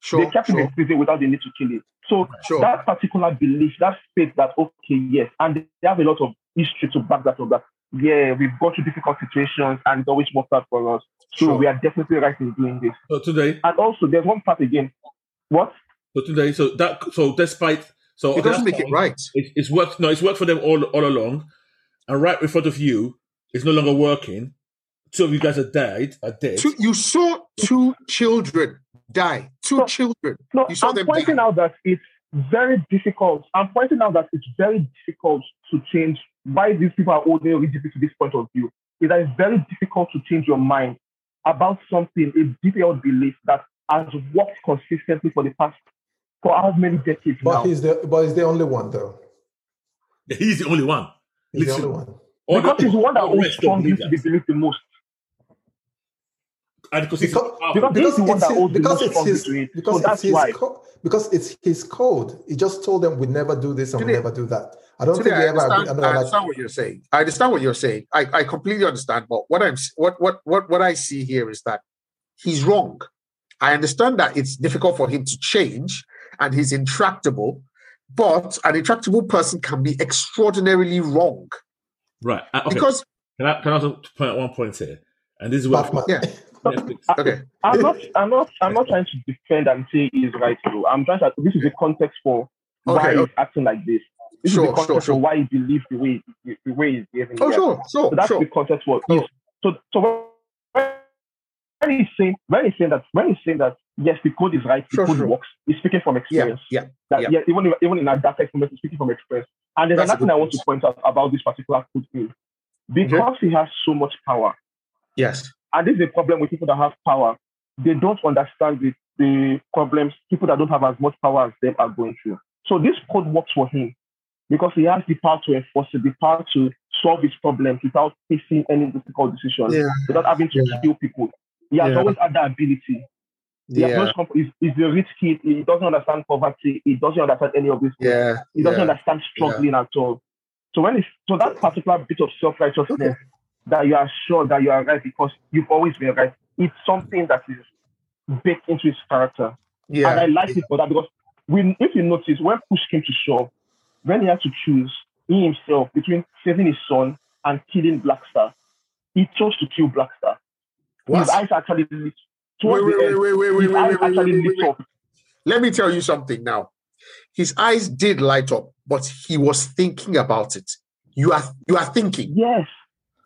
they Sure. kept him Sure. in prison without the need to kill him. So Sure. that particular belief, that faith that okay, yes, and they have a lot of history to back that up. That yeah, we've gone through difficult situations and it always worked out for us. So Sure. we are definitely right in doing this. So today, And also, there's one part again. What? so today, so that, so despite, so okay, It doesn't that's make it fine. right. It, it's worked. No, it's worked for them all all along, and right in front of you, it's no longer working. Two of you guys are died. Are dead. Two, you saw two children die. Two No. children. No, You saw I'm them pointing die. out that it's very difficult. I'm pointing out that it's very difficult to change why these people are holding LGBT to this point of view. It is very difficult to change your mind about something, a detailed belief that has worked consistently for the past for how many decades But now. he's the but he's the only one though. [LAUGHS] He's the only one. He's Listen. the only one. All because the- he's the one that all the holds rest don't strongly believe to that. the belief the most. And because, he's Because- powerful. Because, he's the one it's that his, holds the because most it's strongly his to it. because So it's that's his why. co- because it's his code. He just told them we never do this and we Today- never do that. I don't Today, think I they ever agree. understand. And I they're like, understand what you're saying. I understand what you're saying. I, I completely understand. But what I'm s- what what what what I see here is that he's wrong. I understand that it's difficult for him to change, and he's intractable. But an intractable person can be extraordinarily wrong Right. Uh, okay. because can I can I also point out one point here? And this is what Batman. [LAUGHS] yeah. Netflix. okay, I'm not I'm not I'm not trying to defend and say he's right though. I'm trying to this is the context for why Okay, he's okay. acting like this. This Sure, is the sure, context sure. for why he believes the way he, the way he's behaving. Oh here. sure, sure, So that's sure. Oh. the context for Sure. so so when- when he's saying when he's saying that when he's saying that yes the code is right, the Sure, code sure. works, he's speaking from Yeah, experience. yeah. That yeah. yeah, even if- even in a dark experience, he's speaking from experience. And there's That's a another thing good I want to point out about this particular code is because he has so much power, Yes, and this is the problem with people that have power. They don't understand the, the problems people that don't have as much power as them are going through. So this code works for him because he has the power to enforce it, the power to solve his problems without facing any difficult decision, Yeah. without having to Yeah. kill people. He has Yeah. always had that ability. He has yeah, always come, he's, he's a rich kid. He doesn't understand poverty. He doesn't understand any of this. yeah, He doesn't yeah. understand struggling at all. So when it's, so that particular bit of self righteousness that you are sure that you are right because you've always been right, it's something that is baked into his character. yeah. and I like it for that because when, if you notice, when push came to shove, when he had to choose he himself between saving his son and killing Black Star, he chose to kill Black Star. What? His eyes actually Wait, lit. Towards wait, the end, wait, wait, wait, wait, his wait, eyes wait, wait, actually wait, wait, lit wait. up. Let me tell you something now. His eyes did light up, but he was thinking about it. You are you are thinking. Yes.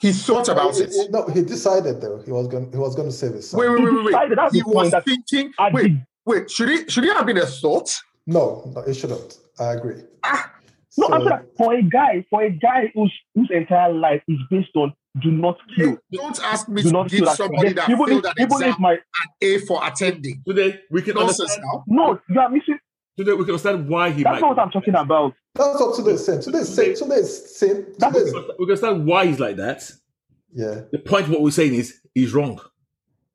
He thought about it. No, he decided though he was going he was going to save his son. Wait, wait, wait, wait, decided wait. at He the point was that thinking. at Wait, the- wait. Should it should it have been a thought? No, no, it shouldn't. I agree. Ah, No, So- I'm sorry. For a guy, for a guy whose whose entire life is based on do not kill, Don't ask me do to not kill. give That's somebody right. that even failed if, an even exam if my an A for attending. Today we can Nonsense understand. now. no, you are missing. Today we can understand why he That's might. not what I'm talking about. That's up to the sin. Today's sin. Today's sin. Today's We can understand why he's like that. yeah. The point of what we're saying is he's wrong.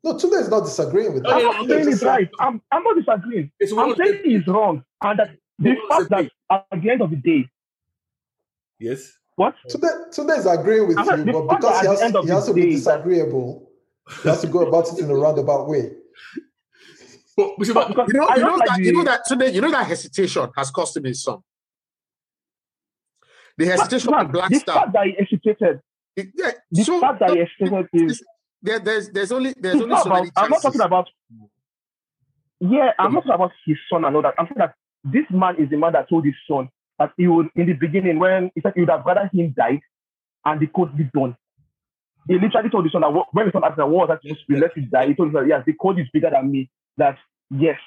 No, today is not disagreeing with Oh, I'm yeah, that. not okay, saying Just it's saying- right. I'm I'm not disagreeing. It's I'm one saying of the- he's wrong, and that the What was fact the that at the end of the day, Yes. what Today, today is agreeing with I'm not- you, the but fact that because he at the has, end of he has the to be day- disagreeable, he has to go about it in a roundabout way. But which is what, but because You know, I you don't know like that the you know that today, you know that hesitation has cost him his son. The hesitation Man, on Black the Star. fact that he hesitated, It- yeah, the so- fact that he hesitated is This- there, there's there's only there's it's only not so about. many I'm not chances. talking about. Yeah, I'm not talking about his son and all that. I'm talking that this man is the man that told his son that he would, in the beginning, when he said he would have rather him die and the code be done. He literally told his son that wh- when his son asked him, "What was that supposed to be? Let him die." He told his son, "Yes, the code is bigger than me. that yes.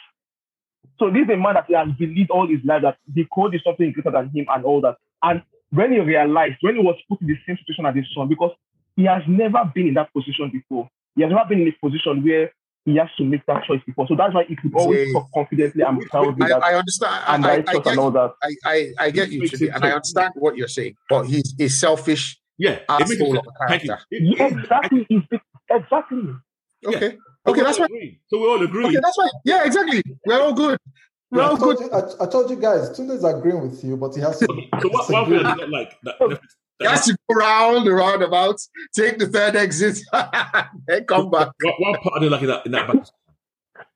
So this is a man that has believed all his life that the code is something greater than him and all that. And when he realized, when he was put in the same situation as his son, because he has never been in that position before. He has never been in a position where he has to make that choice before. So that's why he could always Yeah. talk confidently and proudly I, that I understand. I, and I, I, I, thought get, and all that. I, I, I get you, Chibi, and I understand what you're saying, but he's a selfish Yeah, it makes asshole it, of a thank you. character. It- Yeah, it- exactly. It's the- exactly. Yeah. Okay. so Okay, we that's all why. agree. So we all agree. Okay, that's why. Yeah, exactly. We're all good. We're I all good. [LAUGHS] told, you, I, I told you guys, Tunde is agreeing with you, but he has to So what, one thing I disagree. did not like that Oh. Netflix, that You have to go round the roundabout, take the third exit, [LAUGHS] then come back. One, one part I didn't like in that, in that battle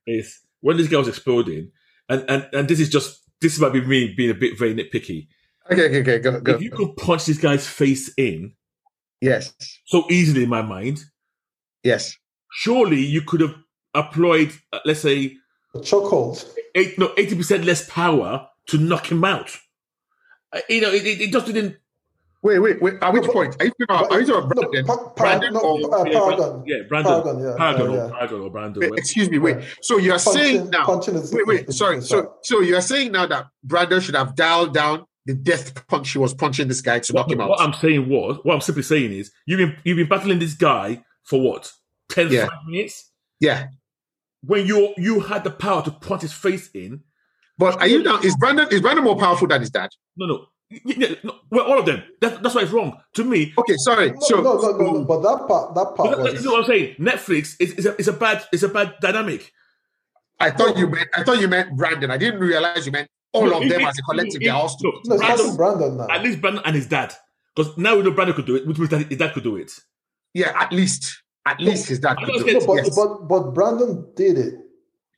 is when this guy was exploding, and, and, and this is just this might be me being a bit very nitpicky. Okay, okay, okay. Go, go. If you could punch this guy's face in Yes, so easily, in my mind, yes. surely you could have applied, uh, let's say, Chokehold. eight, no, eighty percent less power to knock him out. Uh, you know, it, it, it just didn't. Wait, wait, wait. At which but- point? Are you talking about, are you talking about No, Brandon? pa- pa- Brandon no, or- uh, Yeah, Paragon. Yeah, Brandon, Paragon, yeah. Paragon, yeah, or yeah. Paragon, or Brandon. Wait, whatever. Excuse me, wait. Yeah. So you're saying Punching, now, punching is wait, wait, is- sorry. is So, out. so you're saying now that Brandon should have dialed down the death punch she was punching this guy to knock him out. What I'm saying was, what I'm simply saying is, you've been you've been battling this guy for what 10, Yeah. 5 minutes. yeah, When you you had the power to punch his face in, but are you now? Is Brandon is Brandon more powerful than his dad? no, no, Y- yeah, no, well, all of them. That, that's why it's wrong to me. Okay, sorry. No, So, no, no, no, no, but that part, that But part that- that- this was. is what I'm saying. Netflix is, is, a, is a bad is a bad dynamic. I thought you meant I thought you meant Brandon. I didn't realize you meant all No, of it- them it- as a collective. it- They're all no, stupid. No, it's not Brandon- just Brandon now. At least Brandon and his dad, because now we know Brandon could do it, which means that his dad could do it. Yeah, at least at least his dad. I Could do was No, it. Yes, but, Yes. but but Brandon did it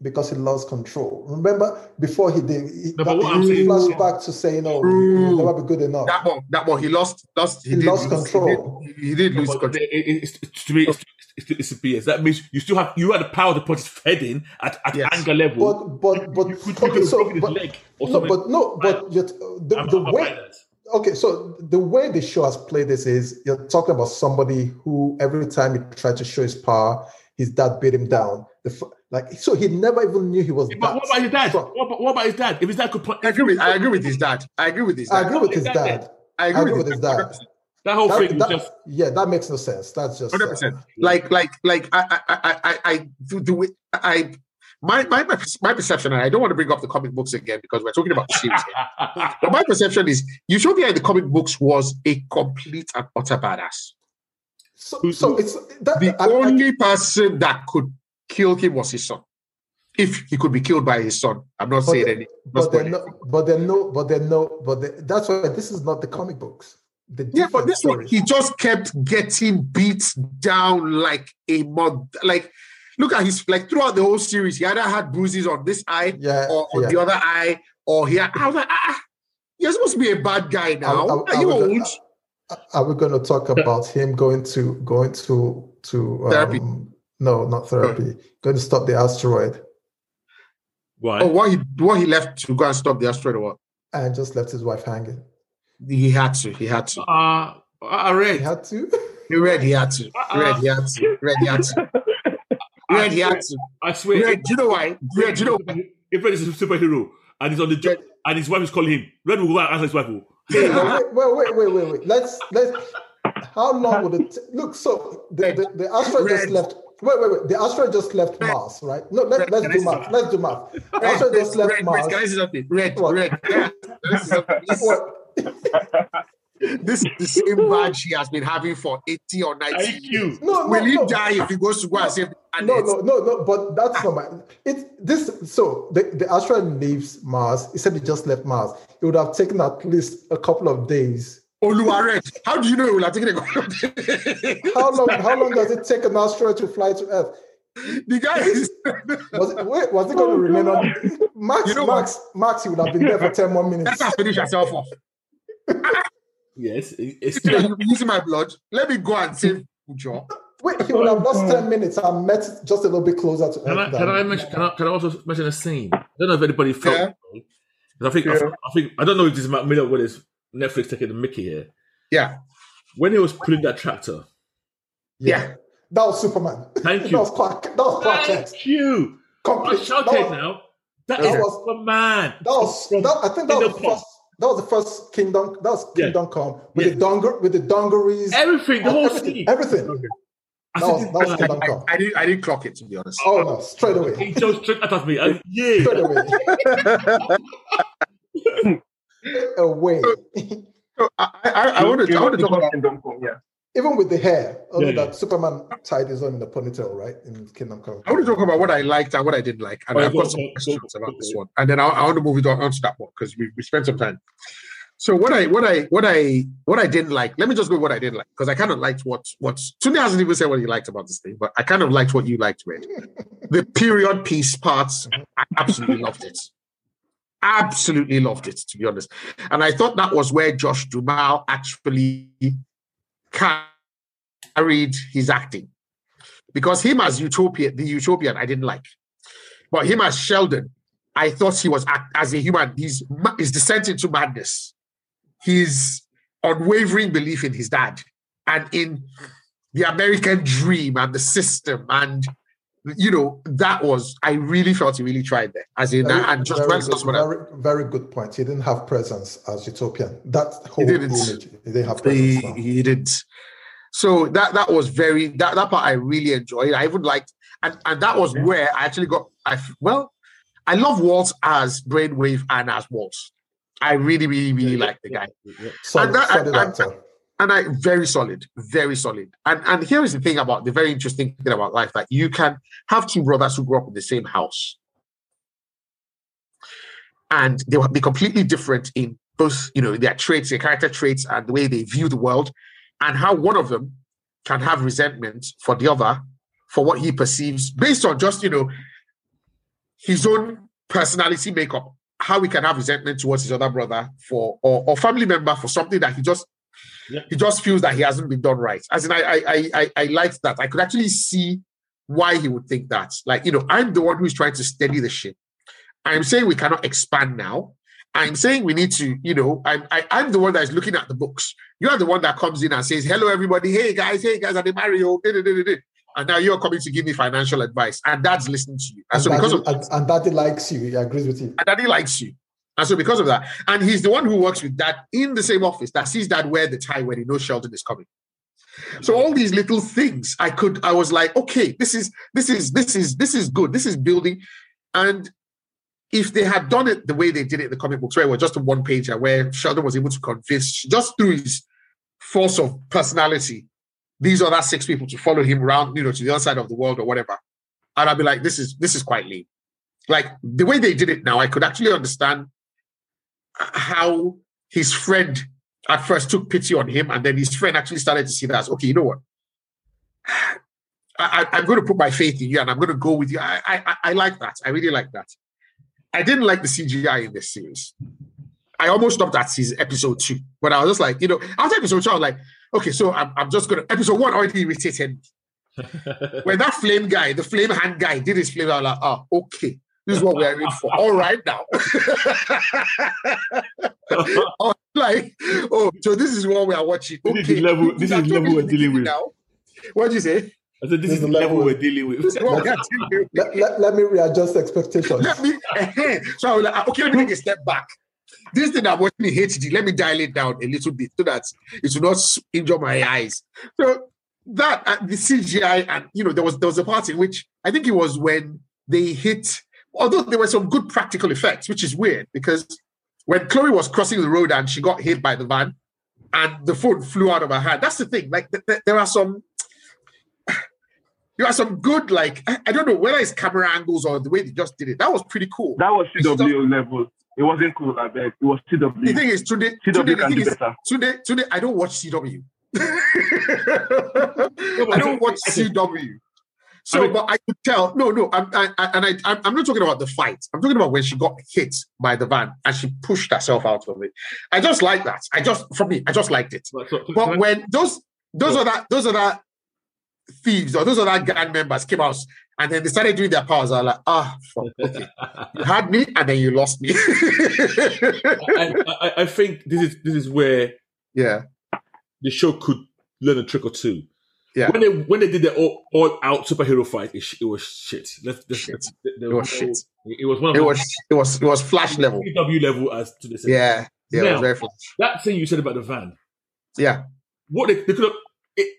because he lost control. Remember, before he did, he, No, but what he I'm saying- flashback to saying, "Oh, you- you'll True. never be good enough." That one, that one, he lost, lost, he, He did lost lose- control. He did, he did lose But control. it- it- it's- it's- to me, it's, it's, it's, BS. That means you still have you had the power to put his head in at, at Yes. anger level. But but but you could, you could okay, have so broken his but leg or no, something. but no, but yet, uh, the, I'm- the I'm not way buying that. okay, so the way the show has played this is you're talking about somebody who every time he tried to show his power, his dad beat him down. The f- like so he never even knew he was. But that what about his dad? strong. What about, what about his dad? If his dad could punch, I agree with, I agree with his dad. I agree with his I dad. agree with his Exactly. dad. I I agree with his dad. dad. that whole That, thing was that- just yeah, that makes no sense. That's just hundred uh, percent. Yeah. Like, like, like, I, I, I, I, I do, do it. I, my, my, my, my perception, and I don't want to bring up the comic books again because we're talking about the [LAUGHS] series. here. but my perception is, Utopia in the comic books was a complete and utter badass. so. So it's that The I- I- only person that could kill him was his son. If he could be killed by his son, I'm not saying the- any. not but they're spoiling. no, but they're no, but they're no, but they that's why this is not the comic books. The Yeah, but different this one, stories. he just kept getting beat down like a mud. Like, look at his like throughout the whole series, he either had bruises on this eye yeah, or on yeah. the other eye or here. I was like, ah, you're supposed to be a bad guy now. Are- are- Are you are we old? go- Are we going to talk about him going to going to to um, Therapy. No, not therapy. Going to stop the asteroid why. Oh, Or what he what he left to go and stop the asteroid? Or what? and just left his wife hanging. He had to. He had to. Uh, I He read. had to. He read. He had to. He read. He had to. He Read. He had to. He Read. He had to. I He swear. Read. Do you know why? He Read. Do you know why? If Red is a superhero and he's on the job and his wife is calling him, Red will go out and answer his wife. will. Wait, [LAUGHS] wait, wait, wait, wait, wait, wait. Let's let's. How long would it t- look? So the, the, the asteroid just Red. left. Wait, wait, wait. The asteroid just left Mars, right? No, let, Red, let's can I do say math. Let's do math. The Red. asteroid just left Red. Red. Can I Mars. say something? Red. What? [LAUGHS] Red. Can I say something? This- What? This is the same man she has been having for 80 or 90 years. IQ. No, no, Will he no. die if he goes to go and save the No, planet? no, no, no. But Ah. that's not my. It's this. So the, the asteroid leaves Mars. He said it just left Mars. It would have taken at least a couple of days. Oluwared. How do you know he will have taken a [LAUGHS] the How long? How long does it take an asteroid to fly to Earth? guy is Was it, wait, was it going to remain on? Max, Oh, You know Max, Max, you would have been there for 10 more let minutes. her finish herself off. Yes, it- it's You true. will be using my blood. Let me go and save Ujo. Wait, he would have Oh, lost 10 minutes and met just a little bit closer to Can I Earth. can I than- mention can I, can I also mention a scene? I don't know if anybody felt. Yeah. it, though. 'Cause I think I, think- I think I don't know if this is Mac Miller whether it's Netflix taking the Mickey here. Yeah. When he was pulling that tractor, Yeah. That was Superman. Thank [LAUGHS] that you. was Clark. That was Clark Kent. Thank you. I Complete. That shouted was, now. That That is was- the man. that was- From that- I think that Kingdom was the Come. first. That was the first Kingdom. That was Yeah. Kingdom Come with Yeah. the donger with the dungarees. Everything, the and whole everything, thing. everything. I That was, said, that was this guy, Kingdom I, Come. I didn't I didn't clock it to be honest. Oh no! Straight away. he jumped straight out at me. And [LAUGHS] yeah, Straight away. away. [LAUGHS] So Oh, I, I, I want to I want to talk about Kingdom Come, yeah. Even with the hair, only Yeah, yeah. that Superman tied his own in the ponytail, right? In Kingdom Come. I want to talk about what I liked and what I didn't like, and Oh, I've go- got some go- go- questions about go- this one, and then I, I want to move it on, on to that one because we, we spent some time. So what I what I what I what I didn't like. Let me just go with what I didn't like because I kind of liked what what Tunde hasn't even said what he liked about this thing, but I kind of liked what you liked Red. The period piece parts, I absolutely loved it. Absolutely loved it, to be honest. And I thought that was where Josh Dumal actually carried his acting because him as Utopia, the Utopian, I didn't like, but him as Sheldon, I thought he was act- as a human. He's ma- his descent into madness, his unwavering belief in his dad and in the American dream and the system and you know that was I really felt he really tried there as in Very, and just very, well good, very, very good point. He didn't have presence as Utopian. That whole didn't. image, he didn't have presence. he, no. he didn't. So that that was very that, that part I really enjoyed. I even liked and and that was where I actually got I f- well, I love Waltz as Brainwave and as Waltz. I really really really like the guy, Solid, and that- and- solid and- actor. and I very solid, very solid. And and here is the thing about the very interesting thing about life that you can have two brothers who grew up in the same house, and they will be completely different in both you know their traits their character traits and the way they view the world and how one of them can have resentment for the other for what he perceives based on just you know his own personality makeup how he can have resentment towards his other brother for or, or family member for something that he just Yeah. he just feels that he hasn't been done right as in i i i i, I liked that i could actually see why he would think that like you know i'm the one who's trying to steady the ship I'm saying we cannot expand now. I'm saying we need to, you know, I'm I, I'm the one that is looking at the books. You are the one that comes in and says, "Hello, everybody. Hey guys, hey guys, are they Mario?" Da, da, da, da, da. And now you're coming to give me financial advice, and Dad's listening to you. And, And, so because daddy, of and, and daddy likes you. He agrees with you. and Daddy likes you, and so because of that, and he's the one who works with Dad in the same office that sees Dad wear the tie when he knows Sheldon is coming. So all these little things, I could, I was like, okay, this is this is this is this is good. This is building, and if they had done it the way they did it in the comic books, where it was just a one pager where Sheldon was able to convince just through his force of personality, these other six people to follow him around, you know, to the other side of the world or whatever. And I'd be like, this is this is quite lame. Like the way they did it now, I could actually understand how his friend at first took pity on him, and then his friend actually started to see that as okay, you know what? I, I, I'm going to put my faith in you, and I'm going to go with you. I, I, I- I like that. I really like that. I didn't like the CGI in this series. I almost stopped at season episode two, but I was just like, you know, after episode two, I was like, okay, so I'm, I'm just gonna episode one already irritated me. [LAUGHS] when that flame guy, the flame hand guy, did his flame, I was like, oh, okay, this is what we're in for. All right [LAUGHS] now. [LAUGHS] like, oh, so this is what we are watching. This Okay. is the level- this is the actually level we're dealing with. Now. What'd you say? I said, this is the level we're dealing with. This [LAUGHS] is what we are dealing with. Let, let, let me readjust expectations. Let me. eh, so I was like, okay, let me take a step back. This thing I'm watching in HD, let me dial it down a little bit so that it will not s- injure my eyes. So that uh, the CGI and you know there was there was a part in which I think it was when they hit. Although there were some good practical effects, which is weird because when Chloe was crossing the road and she got hit by the van, and the phone flew out of her hand. That's the thing. Like th- th- there are some [SIGHS] there are some good like I, I don't know whether it's camera angles or the way they just did it. That was pretty cool. That was CW level. It wasn't cool, I bet. It was CW. the thing is today today CW the can thing do is better. today today I don't watch [LAUGHS] CW. I don't watch CW. So, I mean- but I could tell. No, no, I'm, I, I, and I, I'm- I'm not talking about the fight. I'm talking about when she got hit by the van and she pushed herself out of it. I just like that. I just, for me, I just liked it. But so- so But can I- when those those Go. are that those are that thieves or those are that gang members came out and then they started doing their powers, I was like, ah, [LAUGHS] fuck, okay, you had me and then you lost me. [LAUGHS] I, I, I think this is this is where yeah, the show could learn a trick or two. Yeah. When they when they did the all, all out superhero fight, it, sh- it was shit. Let's, let's, Shit. there- there It was no- shit. It was one of It the was it was it was flash level. CW level as to this. Yeah. Yeah, it Now- was very flash. That thing you said about the van. Yeah. What they, they could have. It,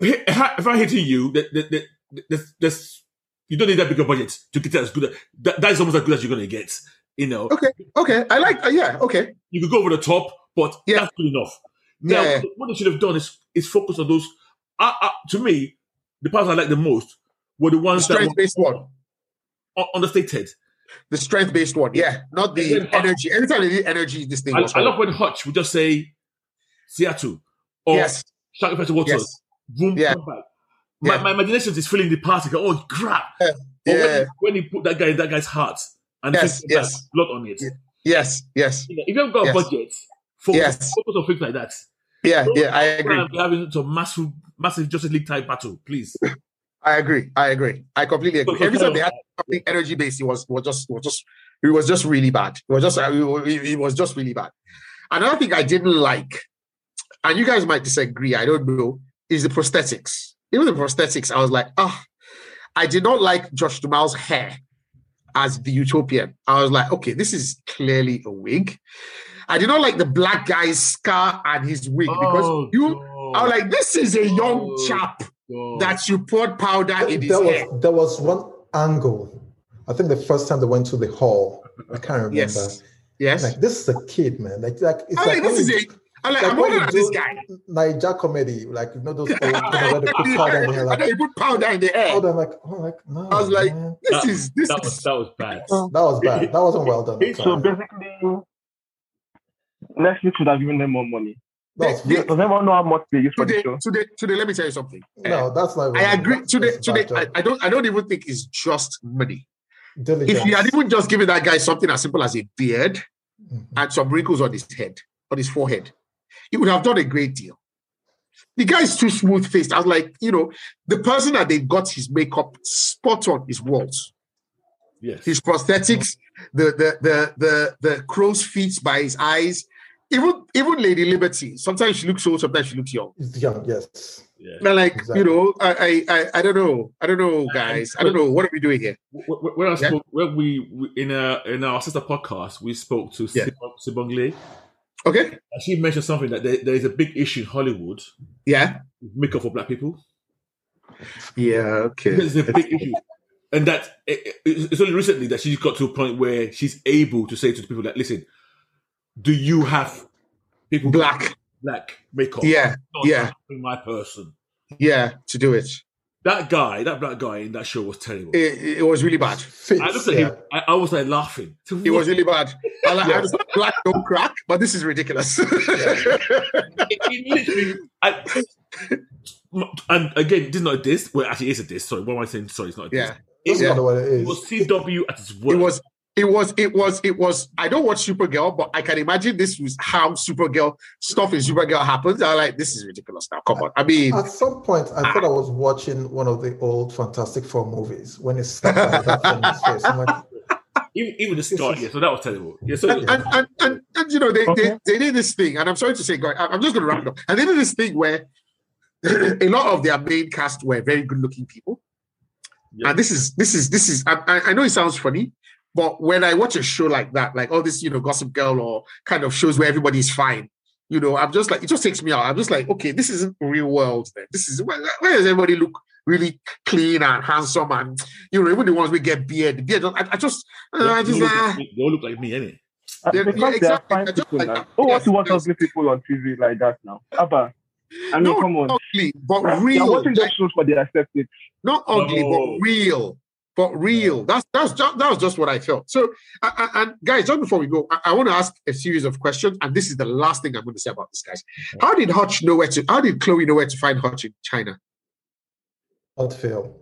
if I hit you, that that that that's, that's you don't need that big a budget to get that as good. a- That, that is almost as good as you're gonna get. You know, Okay. I like uh, yeah, okay. you could go over the top, but Yeah. that's good enough. Now, Yeah. what they should have done is is focus on those. I, I, to me, the parts I liked the most were the ones that Strength based one. were un- understated. The strength based one, yeah. Not Yeah, the yeah. energy. Anytime they did energy, this thing I, was I love when Hutch would just say Seattle or yes, Sacrifice Waters. yes. Boom, Yeah. come back. My, Yeah. my imagination is filling the party. go, Oh crap! But Yeah. when, he, when he put that guy in that guy's heart and Yes, things like yes. that, blood on it. Yeah. Yes, yes. You know, if you haven't got Yes. a budget, focus, Yes. focus on things like that. Yeah, yeah, I agree. We're having some massive, massive Justice League type battle, please. I agree. I agree. I completely agree. So- so Every time kind they of- had something energy based, it was was just was just it was just really bad. It was just uh, it was- it was just really bad. Another thing I didn't like, and you guys might disagree. I don't know. Is the prosthetics? Even the prosthetics, I was like, ah, I did not like Josh Duhamel's hair as the Utopian. I was like, okay, this is clearly a wig. I did not like the black guy's scar and his wig because you. I was like, this is a young Oh, chap God. that you poured powder in his there was hair. there was one angle. I think the first time they went to the hall, I can't remember. Yes. Yes. Like this is a kid, man. Like like it's I mean, like this when is you- it. I'm like, like I'm when looking you at this do guy. Niger comedy, like you [LAUGHS] know those old people where they put powder in their hair, I like know [LAUGHS] you put powder in the air. oh, they're like oh, like no. I was like, man. This That- is this that was is that was [LAUGHS] bad. that was bad. That wasn't well done. It's That So was basically, Netflix should have given them more money. really- Does anyone know how much they use for the today. show? Today, today. Let me tell you something. Uh, no, that's not. I well- agree. that's- Today, that's a today. bad I, job. I don't. I don't even think it's just money. Diligence. If you had even just given that guy something as simple as a beard Mhm. and some wrinkles on his head, on his forehead, he would have done a great deal. The guy is too smooth faced. I was like, you know, the person that they got his makeup spot on is Waltz. Yes. his prosthetics, the the the the the crow's feet by his eyes. Even even Lady Liberty, sometimes she looks old, sometimes she looks young. It's young, yes. yeah. And like Exactly. you know, I, I I I don't know, I don't know, guys, I don't know. What are we doing here? Wh- wh- When I Yeah. spoke, when we we- in our in our sister podcast, we spoke to Yeah. Sibong- Sibong Lee, Okay, and she mentioned something that there, there is a big issue in Hollywood yeah, with makeup for black people. [LAUGHS] yeah, okay, There's a big issue, and that it, it- it's it's only recently that she's got to a point where she's able to say to the people that, "Listen, do you have people black, black makeup? yeah, Not yeah. my person." yeah, to do it. That guy, that black guy in that show was terrible. It, it was really bad. Fits, I looked at yeah. him. I, I was like laughing. So It what- was really bad. I like, I just like, black don't crack, but this is ridiculous. it, it literally. I, and again, this is not a diss. Well, actually, it's a diss. Sorry, what am I saying? Sorry, it's not a [LAUGHS] diss. yeah. Doesn't Yeah. matter what it It is. was CW at its worst. It was, it was, it was, it was. I don't watch Supergirl, but I can imagine this was how Supergirl stuff in Supergirl happens. I'm like, this is ridiculous now. Come on. I mean, At some point, I thought I was watching one of the old Fantastic Four movies when it slapped like that thing in his face. I'm like, even, even the start. is- Yeah, so that was terrible. Yeah, so and, and, and, and, and, you know, they, Okay. they, they did this thing, and I'm sorry to say, God, I'm I'm just going to wrap it up. And they did this thing where [CLEARS THROAT] a lot of their main cast were very good looking people. Yeah. And this is, this is, this is, I- I, I know it sounds funny, but when I watch a show like that, like all this, you know, Gossip Girl or kind of shows where everybody's fine, you know, I'm just like, it just takes me out. I'm just like, okay, this isn't real world. Then. This is, where, where does everybody look really clean and handsome? And, you know, even the ones we get beard, beard, I, I just, I they, just, all look ah. like me- they all look like me, innit? Uh, Yeah, because yeah, they are exactly. fine I just people like now. Oh, that. Yes, Who wants to watch yes. ugly people on TV like that now? Abba, I mean, no, come on. not ugly, but They are real. watching those Like, shows for their aesthetics. not ugly, No. but real. But real. That's that's just that was just what I felt. So, I, I- and guys, just before we go, I, want to ask a series of questions, and this is the last thing I'm going to say about this, guys. How did Hutch know where to? How did Chloe know where to find Hutch in China? plot fail.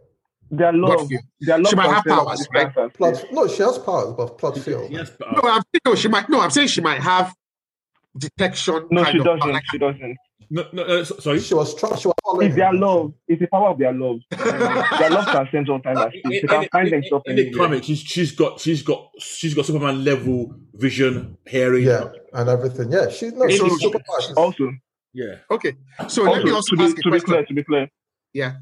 Their love, Godfield. their love She might have concern of powers, this right? character. Plot, no, she has powers, but plot fail. Yes, but uh, No, I'm no, she might. No, I'm saying she might have detection. No, she kind of- doesn't. [LAUGHS] She doesn't. no, no, no, so- sorry. She was trying. She was following It's their him. love. It's the power of their love. their love transcends all time and In, space. They in- can find in- themselves in the anywhere. comic, she's, she's got she's got she's got Superman level vision, hearing. Yeah, and everything. Yeah, she no, In she's the- super. She's, Also, yeah. Okay, so let me also also to, be, ask a to be question. clear, to be clear, Yeah.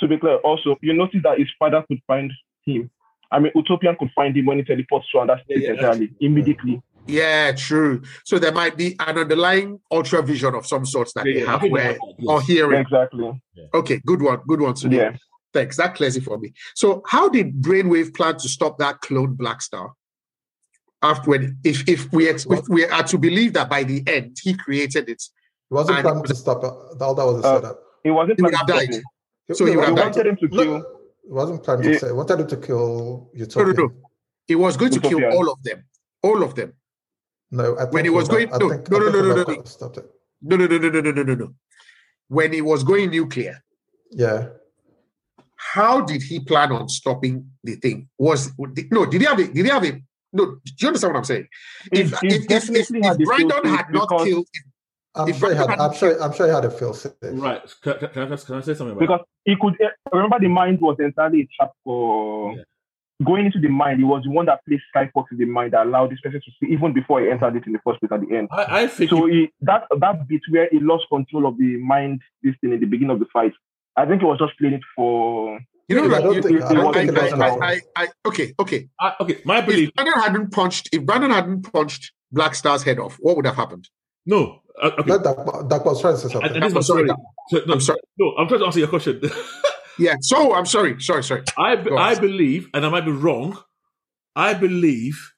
To be clear, also, you notice that his father could find him. I mean, Utopian could find him when he teleports to another state Yeah, yeah, entirely, immediately. Yeah, true. So there might be an underlying ultra vision of some sorts that Yeah, they yeah, I have think where oh, that's what it or is. hearing. Exactly. Okay, good one. Good one, Sunil. Yeah. Thanks. That clears it for me. So how did Brainwave plan to stop that clone black star? After when if if we ex- if we are to believe that by the end he created it. It Oh, wasn't And- planned to stop. it. That, that was a Uh, setup. It wasn't He would planned have to died. stop him. so you It would have wa- died. wanted him to no, kill. It wasn't planned to Yeah. say. It wanted him to kill Utopian. no. He was going to kill Utopian. all of them. All of them. No, I think he was Oda- going- I no, think, no, I no, think no, no, Oda no, could no. have stopped it. No, no, no, no, no, no, no, no, no. When he was going nuclear, Yeah, how did he plan on stopping the thing? Was no? Did he have a? Did he have a? No. Do you understand what I'm saying? It- it definitely had a Brandon fail-safe had not because- killed, I'm If sure he had. Brandon I'm hadn't sure. I'm sure he had a fail safe. Right. Can, can, can I, can I say something about because he could eh, remember the mind was entirely a trap for Yeah. going into the mind. It was the one that placed Skyfox in the mind that allowed this person to see even before he entered it in the first place at the end. that? I, I think So he, that that bit where he lost control of the mind, this thing in the beginning of the fight, I think he was just playing it for. You know, I don't you- think- I don't think it I, was I, now. I, I, I, okay, okay. I, okay. My belief. If Brandon hadn't punched, if Brandon hadn't punched Black Star's head off, what would have happened? No. Uh, okay. Not that. That was trying to say And- something. and this is my I'm sorry. story. So, no, I'm sorry. No, I'm trying to answer your question. Yeah. So I'm sorry, sorry, sorry. I Go on. I believe, and I might be wrong. I believe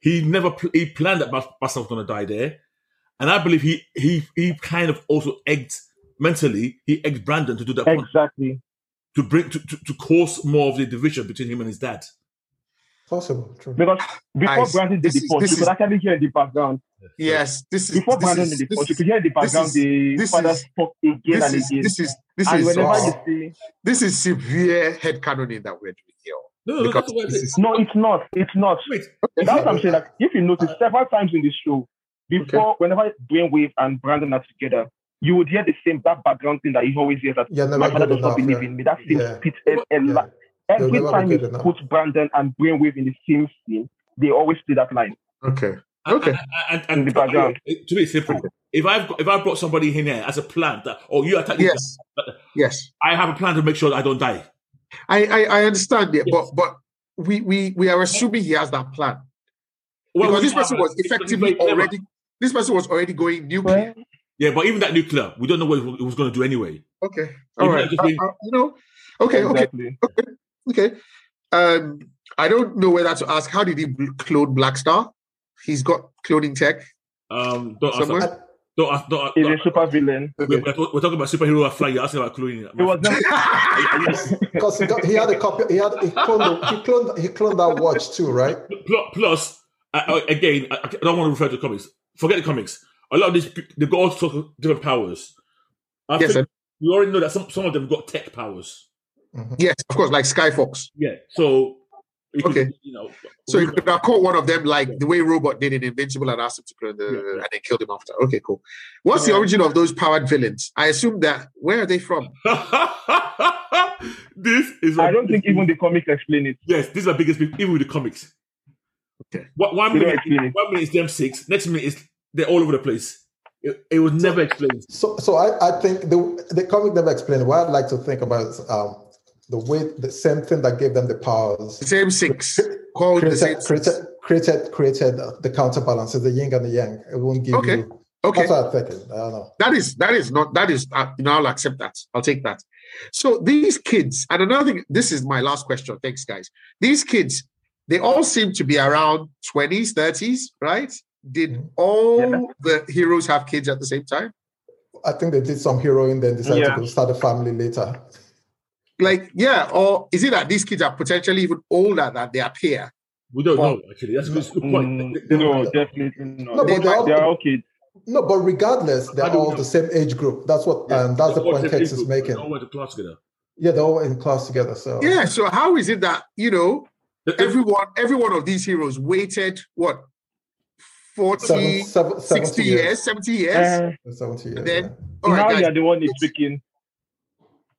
he never pl- he planned that Bas- Bastard was going to die there, and I believe he he he kind of also egged mentally. He egged Brandon to do that punch, Exactly. to bring to, to to cause more of the division between him and his dad. Possible. True. Because before Guys, Brandon did this the is- punch, this you could is- actually hear in the background. Yes, this is Before this Brandon is did the this punch, you is could hear in the background is- the this father is- spoke again this and is again. this is this and is oh. whenever wow. you this- see, this is severe head cannoning that we're doing here. No, no, that's Because what I this said. is no, it's not. It's not. Wait, That's what I'm saying. Like, if you notice, Uh, several times in this show, before whenever Brainwave and Brandon are together, you would hear the same that background thing that he always hears. That Yeah, never my father good does not enough, believe yeah. in me. That same Yeah. pit and, and [LAUGHS] Yeah. They'll every never be time you good enough. put Brandon and Brainwave in the same scene, they always play that line. okay. And- Okay. And, and, and, In the background. to be simple, if I've got, if I brought somebody in here as a plan that oh you attack this Yes. Yes. guy, I have a plan to make sure that I don't die. I I, I understand it, Yes. but but we we we are assuming he has that plan. Well, because we this person have- was it's effectively very clever. already this person was already going nuclear. Yeah, but even that nuclear, we don't know what it was going to do anyway. Okay. All If right. not, Uh, we- uh, you know. Okay. Okay. Exactly. Okay. Um, I don't know whether to ask. How did he bl- clone Black Star? He's got cloning tech. Um, don't ask, Someone- [LAUGHS] that. don't ask, don't ask. He's Don't a ask. super villain. We're, we're talk- we're talking about superhero flying. You're asking about cloning. It was never Because he, got- he had a copy. He had he cloned. He cloned. He cloned that watch too, right? Pl- Plus, I, I- again, I, I don't want to refer to comics. Forget the comics. A lot of these, pe- they got all sorts of different powers. I Yes, think we already know that some, some of them got tech powers. Mhm. Yes, of course, like Skyfox. Yeah. So, we could, Okay. you know, So we- you could have caught one of them, like the way Robot did in Invincible, and asked him to clone the, Yeah, yeah. and then killed him after. Okay, cool. What's the Yeah. origin of those powered villains? I assume that where are they from? [LAUGHS] this is. [LAUGHS] I don't think even the comics explain it. Yes, these are biggest people, even with the comics. Okay. One, one They don't minute, explain it. one minute is them six. Next minute is they're all over the place. It, it was never explained. So, so I, I think the the comic never explained. What I'd like to think about is um, the way the same thing that gave them the powers The same six called the same. created created Six. created created uh, the counterbalances, the yin and the yang. It won't give Okay. you. Okay. That's what I'm thinking. I don't know. That is that is not that is uh, you know I'll accept that I'll take that. So these kids and another thing this is my last question thanks guys. These kids they all seem to be around 20s 30s right? Did Mhm. all Mm. Yeah. the heroes have kids at the same time? I think they did some heroin, then decided Yeah. to go start a family later. Like yeah or is it that these kids are potentially even older than they appear? We don't Well, know actually. That's a good good point. Mm, They- they- no, definitely No, not. but they They are all, all kids. no, but regardless, I they're don't all know. the same age group. That's what, yeah, and that's the they all point said Kex they is do, They all making. went to class together. Yeah, they're all in class together. So Yeah, so how is it that you know They- they- everyone every one of these heroes waited what 40 seven, seven, 60 70 years, years. 70 years? Eh, 70 years. Then- yeah. all right now guys. you're the one that's speaking.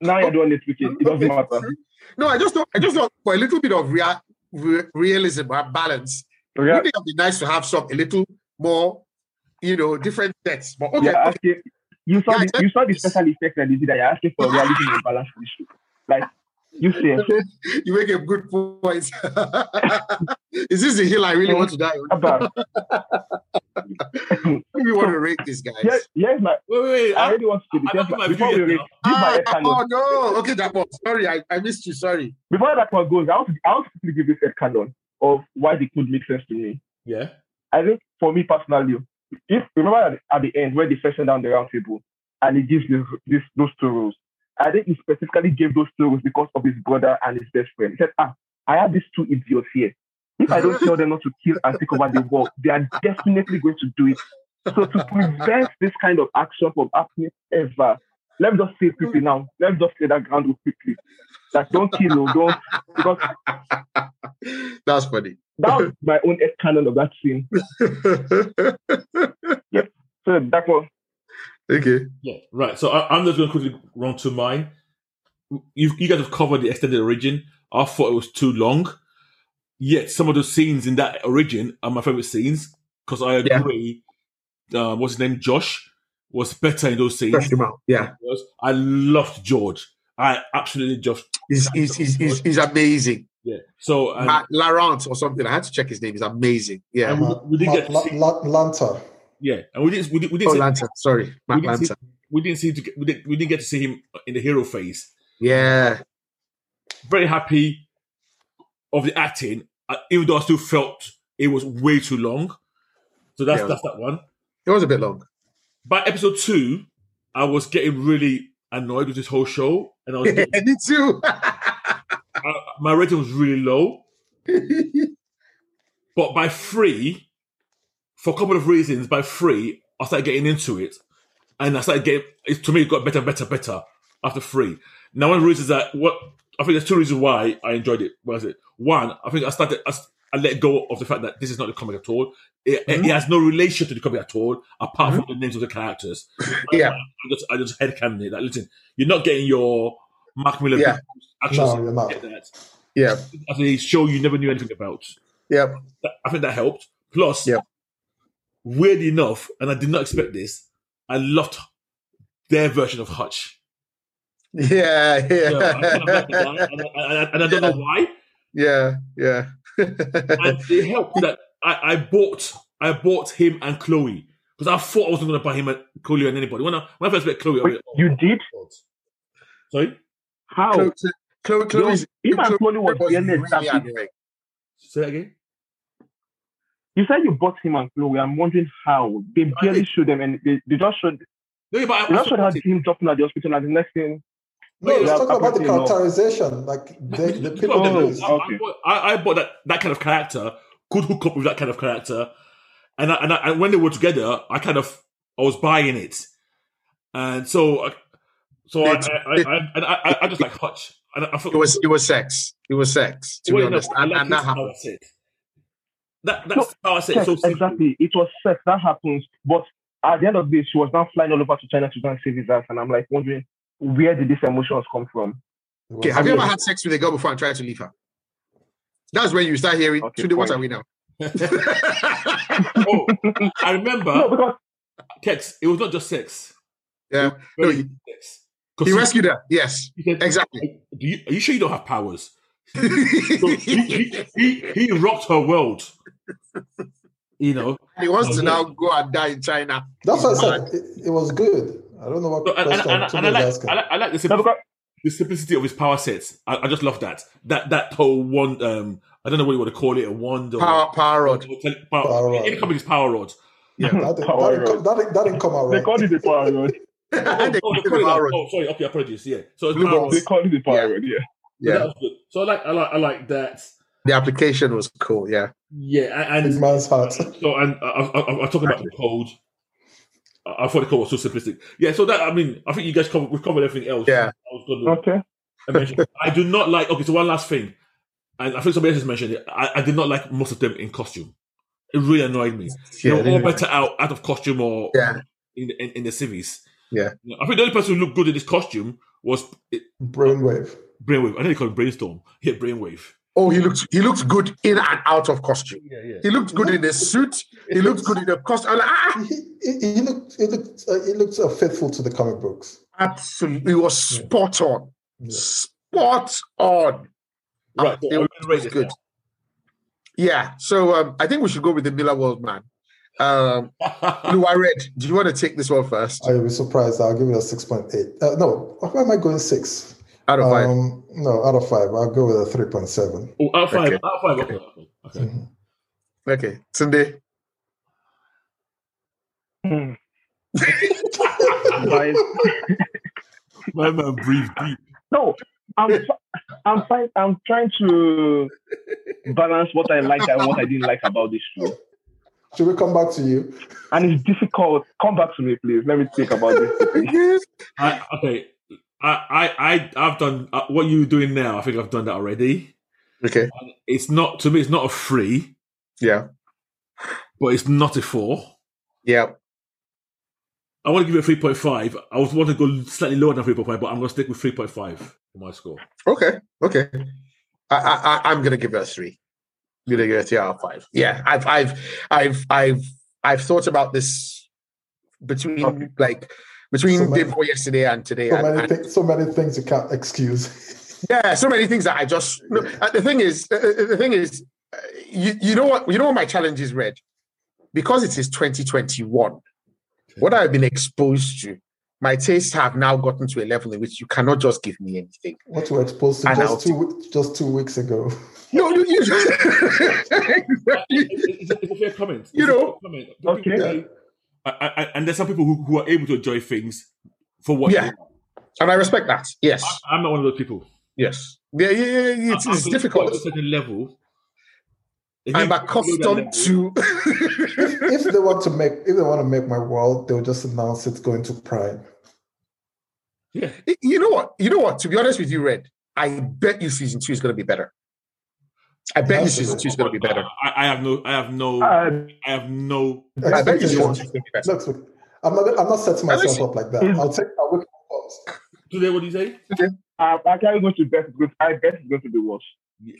Now you're the one that's speaking. It doesn't matter. No, I just don't. I just don't. For a little bit of rea- re- realism and balance, Yeah, wouldn't it be nice to have some a little more, you know, different sets? But okay, yeah, okay. okay. You saw Yeah, the, you saw the special effect that they did. That you're asking for reality and balance for the show. Like you eh, said, you make a good point. [LAUGHS] Is this the hill I really want to die on? [LAUGHS] about We want to rate this, guys. here, here's my. Wait, wait, wait. I I, already want to I- I because got my before we view read, now. give my Ah, head canon. oh no! Okay, that was sorry. I, I missed you. Sorry. [LAUGHS] Before that one goes, I want to, I want to give this head canon of why they could make sense to me. yeah. I think for me personally, if remember at, at the end where they first sent down the round table and he gives this, this those two rules, I think he specifically gave those two rules because of his brother and his best friend. He said, Ah, I have these two idiots here. If I don't tell them not to kill and take over the world, they are definitely going to do it. So to prevent this kind of action from happening ever, let me just say it quickly now. Let me just say that ground rule quickly. That don't kill, oh, don't because That's funny. [LAUGHS] that was my own canon of that scene. So that was okay. Yeah, right. So I, I'm just going to quickly run to mine. You, you guys have covered the extended origin. I thought it was too long. Yet some of the scenes in that origin are my favorite scenes because I Yeah. agree. Uh, what's his name? Josh was better in those scenes. Fresh him out. Yeah. I loved George. I absolutely just He's, he's, he's, he's, he's amazing. yeah. So um, Ma- Laurent or something. I had to check his name. He's amazing. Yeah. And we- Uh, we did La- get to La- see- La- Lanta. yeah, and we didn't we didn't, we didn't, Oh, see, Lanta. Sorry. we Matt didn't see Lanta. we didn't see to get, we didn't we didn't get to see him in the hero phase. Yeah. very happy of the acting, uh, even though I still felt it was way too long. So that's Yeah. that's that one. It was a bit long. By episode two, I was getting really annoyed with this whole show, [LAUGHS] and I was Me getting, too. I, my rating was really low. But by three, for a couple of reasons, by three, I started getting into it, and I started getting it, to me it got better, better, better after three. Now one of the reasons that what I think there's two reasons why I enjoyed it. What is it? One, I think I started I, s- I let go of the fact that this is not the comic at all. It, it- Mm-hmm. it has no relation to the comic at all, apart from the names of the [COUGHS] characters. Yeah. I, I just I just headcanon it. Like, listen, you're not getting your Mark Miller Yeah. actions. No, you're not. Get that. yeah. As a show you never knew anything about. Yeah. That- I think that helped. Plus, Yeah. weird enough, and I did not expect this, I loved their version of Hutch. Yeah. Yeah, I kind of liked the Yeah. guy, and, I, and I- and I don't know why. [LAUGHS] Yeah. Yeah. And it helped that I, I bought I bought him and Chloe because I thought I wasn't going to buy him and Chloe and anybody. When I, when I first met Chloe, I was Wait, like, oh, you did God. sorry, how? [LAUGHS] Chloe, Chloe, Yo, Chloe's- him and Chloe Chloe oh, was was really really established. annoying. say that again. You said you bought him and Chloe. I'm wondering how. They barely did. showed them and they, they just showed No, yeah, but I, they I just showed thought had it- him dropping at the hospital and the next thing No, Wait, let's yeah, talk about the apparently not. characterization. Like I the, mean, [LAUGHS] the it's people about Oh, them. use. I, I okay. bought, I, I bought that, that kind of character could hook up with that kind of character, and I, and, I, and when they were together, I kind of I was buying it, and so I- so I It- I, I, I, and I, I- I just like Hutch, and I thought It was it was sex. It was sex. To be well, no, honest, I and, like and that his happened. outfit. That No, that's how I said it, sex, so simple. exactly. It was sex that happens. But at the end of this, she was now flying all over to China to go and save his ass. And I'm like wondering where did these emotions come from? Okay, have you Yeah. ever had sex with a girl before and tried to leave her? That's when you start hearing. Okay, today, what fine. are we now? Oh, [LAUGHS] I remember no, because Kex. It was not just sex. yeah, no, Very he, sex. 'Cause he he- rescued her. Yes, he said, exactly. "Do you, are you sure you don't have powers? [LAUGHS] So [LAUGHS] he, he, he, he rocked her world. You know, he wants to Okay. now go and die in China. That's what I said. It, it was good. I don't know what So, and, and, question and, and I Tobi was like, asking. I like, I like the, no, simpli- because the simplicity of his power sets. I, I just love that. That that whole one. Um, I don't know what you want to call it. A wand or Power, power rod. or tele- power, Power rod. Any company's power rod. That [LAUGHS] didn't, Power that, didn't come, Rod. that, didn't, that didn't come out they right. called it the power road. Oh, [LAUGHS] They oh, call they it call it power that. rod. oh sorry. Okay, apologies. Yeah. So it's Blue power balls. rod. They called it the power Yeah. road, yeah. So that Yeah, was good. So I like, I like, I like that. the application was cool. Yeah, Yeah, and, Big man's heart. [LAUGHS] So, and uh, I, I, I, I'm talking about the code. I, I thought the code was so simplistic. Yeah, so that I mean, I think you guys covered, we've covered everything else. Yeah. I was gonna Okay. mention. I do not like. Okay, so one last thing, and I think somebody else has mentioned it. I, I did not like most of them in costume. It really annoyed me. yeah, they were all really. better out out of costume or Yeah. in, in in the civies. Yeah. I think the only person who looked good in this costume was eh, Brainwave. Brainwave. I know they call him Brainstorm. Yeah, Brainwave. Oh, he looks he looks good in and out of costume. Yeah, yeah. He looked good in a suit. He looked good in a costume. I'm like, ah, He, he, he looked, he looked, uh, he looked uh, faithful to the comic books. absolutely, he was spot on, Yeah. spot on. Right. Oh, It so was I'm gonna rate this good. Yeah. So um, I think we should go with the Miller World man. Um, now. [LAUGHS] Lou, I read. Do you want to take this one first? Ah. I will be surprised. I'll give it a 6.8. Uh, no, why am I going 6? Out of five. Um, no, out of 5. I'll go with a 3.7. oh, out of five. Okay. Out of five. Okay. Okay. okay. Mhm. Okay, Sunday. Hmm. Guys, My man, breathe deep. no, [LAUGHS] I'm fi- I'm fine. I'm trying to balance what I liked and what I didn't like about this show, Should we come back to you? and it's difficult. Come back to me, please. Let me think about this. I, okay. I, I, I, I've done uh, what you're doing now. I think I've done that already. Okay. It's not to me. It's not a three, Yeah. but it's not a four. Yeah. I want to give it a three point five. I was want to go slightly lower than three point five, but I'm going to stick with three point five for my score. Okay. Okay. I, I, I I'm gonna give it a three. I'm gonna give it a three out of five. Yeah. I've I've I've I've I've thought about this between Okay. like between So day many- before yesterday and today. So and- many, and- things, so many things you can't excuse. [LAUGHS] yeah, so many things that I just. No, uh, the thing is, uh, uh, the thing is, uh, you you know what you know what my challenge is, Red, because it is 2021. What I've been exposed to, my tastes have now gotten to a level in which you cannot just give me anything. what you were exposed to And I'll just two, we- just two weeks ago. [LAUGHS] No, you, you, [LAUGHS] It's, it's a fair comment. You It's a know. fair comment. But Okay. people say- I, I, I- and there's some people who, who are able to enjoy things for what. Yeah. they are. and I respect that. Yes, I, I'm not one of those people. yes. Yeah, yeah, yeah, yeah, It's, I- I it's feel difficult. At a certain level, if you I'm go below that accustomed to. level- [LAUGHS] if they want to make, if they want to make my world, they'll just announce it's going to Pride. Yeah. you know what? You know what? To be honest with you, Red, I bet you season two is going to be better. I bet you season two is going to be better. I, I have no. I have no. Uh, I have no. I bet you Expectations. season two is going to be better. Next week. I'm not. I'm not setting Alex- myself up like that. I'll take. I'll wake up. [LAUGHS] Today, what do you say? I'm actually going to bet because I bet it's going to be worse.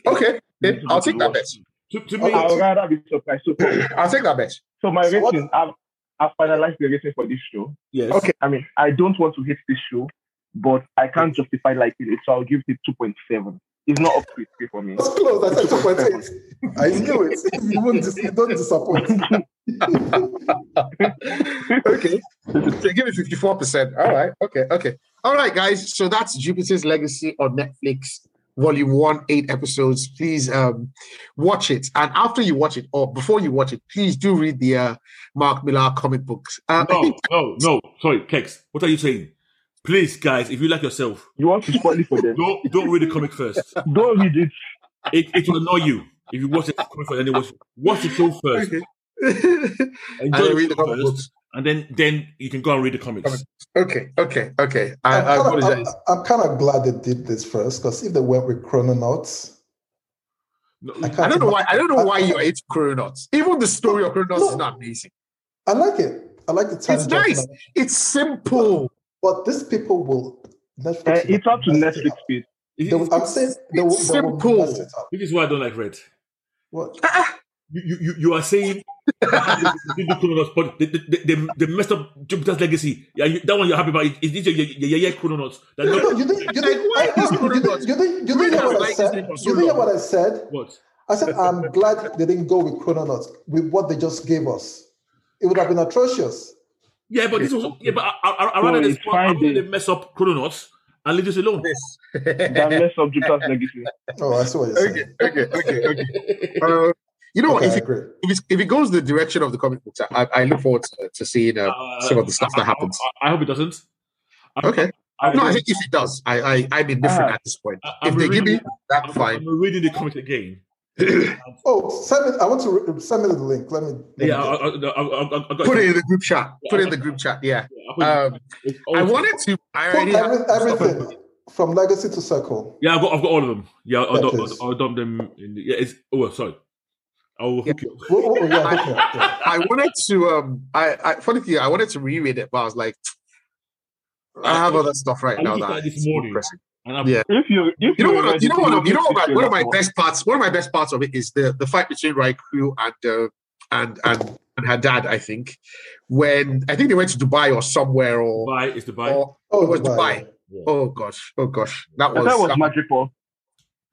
Okay, then I'll take that bet. Uh, To, to me, Okay. I would rather be surprised. So, I'll take that bet. so my So what- rating, I've, I've finalized the rating for this show. yes. Okay. I mean, I don't want to hate this show, but I can't justify liking it, so I'll give it 2.7. It's not up to it for me. It's close. I said two point [LAUGHS] eight. I knew it. [LAUGHS] You, won't dis- you don't disappoint. okay. So give me 54%. All right. Okay. Okay. All right, guys. So that's Jupiter's Legacy on Netflix, volume one, eight episodes. Please um, watch it. And after you watch it, or before you watch it, please do read the uh, Mark Millar comic books. Uh, I [LAUGHS] No, think no, no. Sorry, Kex. What are you saying? Please, guys, if you like yourself, You want to spoil it for them? don't don't read the comic first. Don't read it. It, it will annoy you if you watch the comic first. Then you watch watch the show first. Okay. and Enjoy then the read the show comic first, books. and then then you can go and read the comics. Okay. Okay. Okay. I, I'm I kinda- I'm, apologize. I'm kind of glad they did this first because if they went with Chrononauts, No, I I can't. don't know why. I don't know why I- you hate Chrononauts. Even the story of Chrononauts is No. not amazing. I like it. I like the time. It's jump. nice. It's simple. But these people will. Netflix Uh, will it's up to mess it Netflix, up. please. this They will- is- I'm saying they will, It's they will simple. mess it up. this is why I don't like red. What? [LAUGHS] You you, you- you are saying they, do Chrononauts, but they, they, they, they messed up Jupiter's legacy. Yeah, you, that one you're happy about. It- It's this your your your- your- your Chrononauts. [LAUGHS] That No, no, no, you didn't. You Like, didn't. why I- is you Chrononauts- didn't. You didn't. You Why didn't hear have what we I liked said. this thing for so You didn't hear long? what I said. what? I said I'm glad they didn't go with Chrononauts with what they just gave us. It would have been atrocious. Yeah, but this was yeah, but I, I, I So rather they it's spoil- I rather Friday. they mess up Chrononauts and leave this alone. This. [LAUGHS] That okay. mess up Jupiter's legacy. Oh, I see what you're Okay. saying. Okay. Okay. Uh, you know, what, Okay, if, I it, agree. if, it's, if it goes the direction of the comic books, I, I look forward to, to seeing uh, Uh, some of the stuff I- that happens. I, I hope it doesn't. I- Okay. I, No, I think if it does, I, I, I'm indifferent Ah. Uh-huh. at this point. I- If I'm they give me really- that, am fine. reading the comic again. Oh, send me. I want to re- send me the link. Let me. let me Yeah, I, get- I, I, I, I I got Put it in the group chat. Yeah, Put it in okay. the group chat. Yeah. I put it- um, it's all- I wanted to. I already Put every, have everything from legacy to circle. Yeah, I've got, I've got all of them. Yeah, I'll, Yeah, dump- please. I'll, I'll dump them. In the, yeah, it's, oh, well, sorry. I'll hook you up. Whoa, [LAUGHS] whoa, yeah, hook me up, yeah. I wanted to. Um, I, I funny thing, I wanted to reread it, but I was like, I have other stuff right Uh, I now looked that at it this is more morning. pressing. And I'm, Yeah. If you, if You know you're what? You know what? ready You to know go what? to One of my Singapore, best parts. One of my best parts of it is the the fight between Raikou and uh, and and and her dad. I think when I think they went to Dubai or somewhere or Dubai is Dubai. or Oh, it was Dubai. Dubai. Oh gosh, oh gosh, that I was. thought it was that- magical.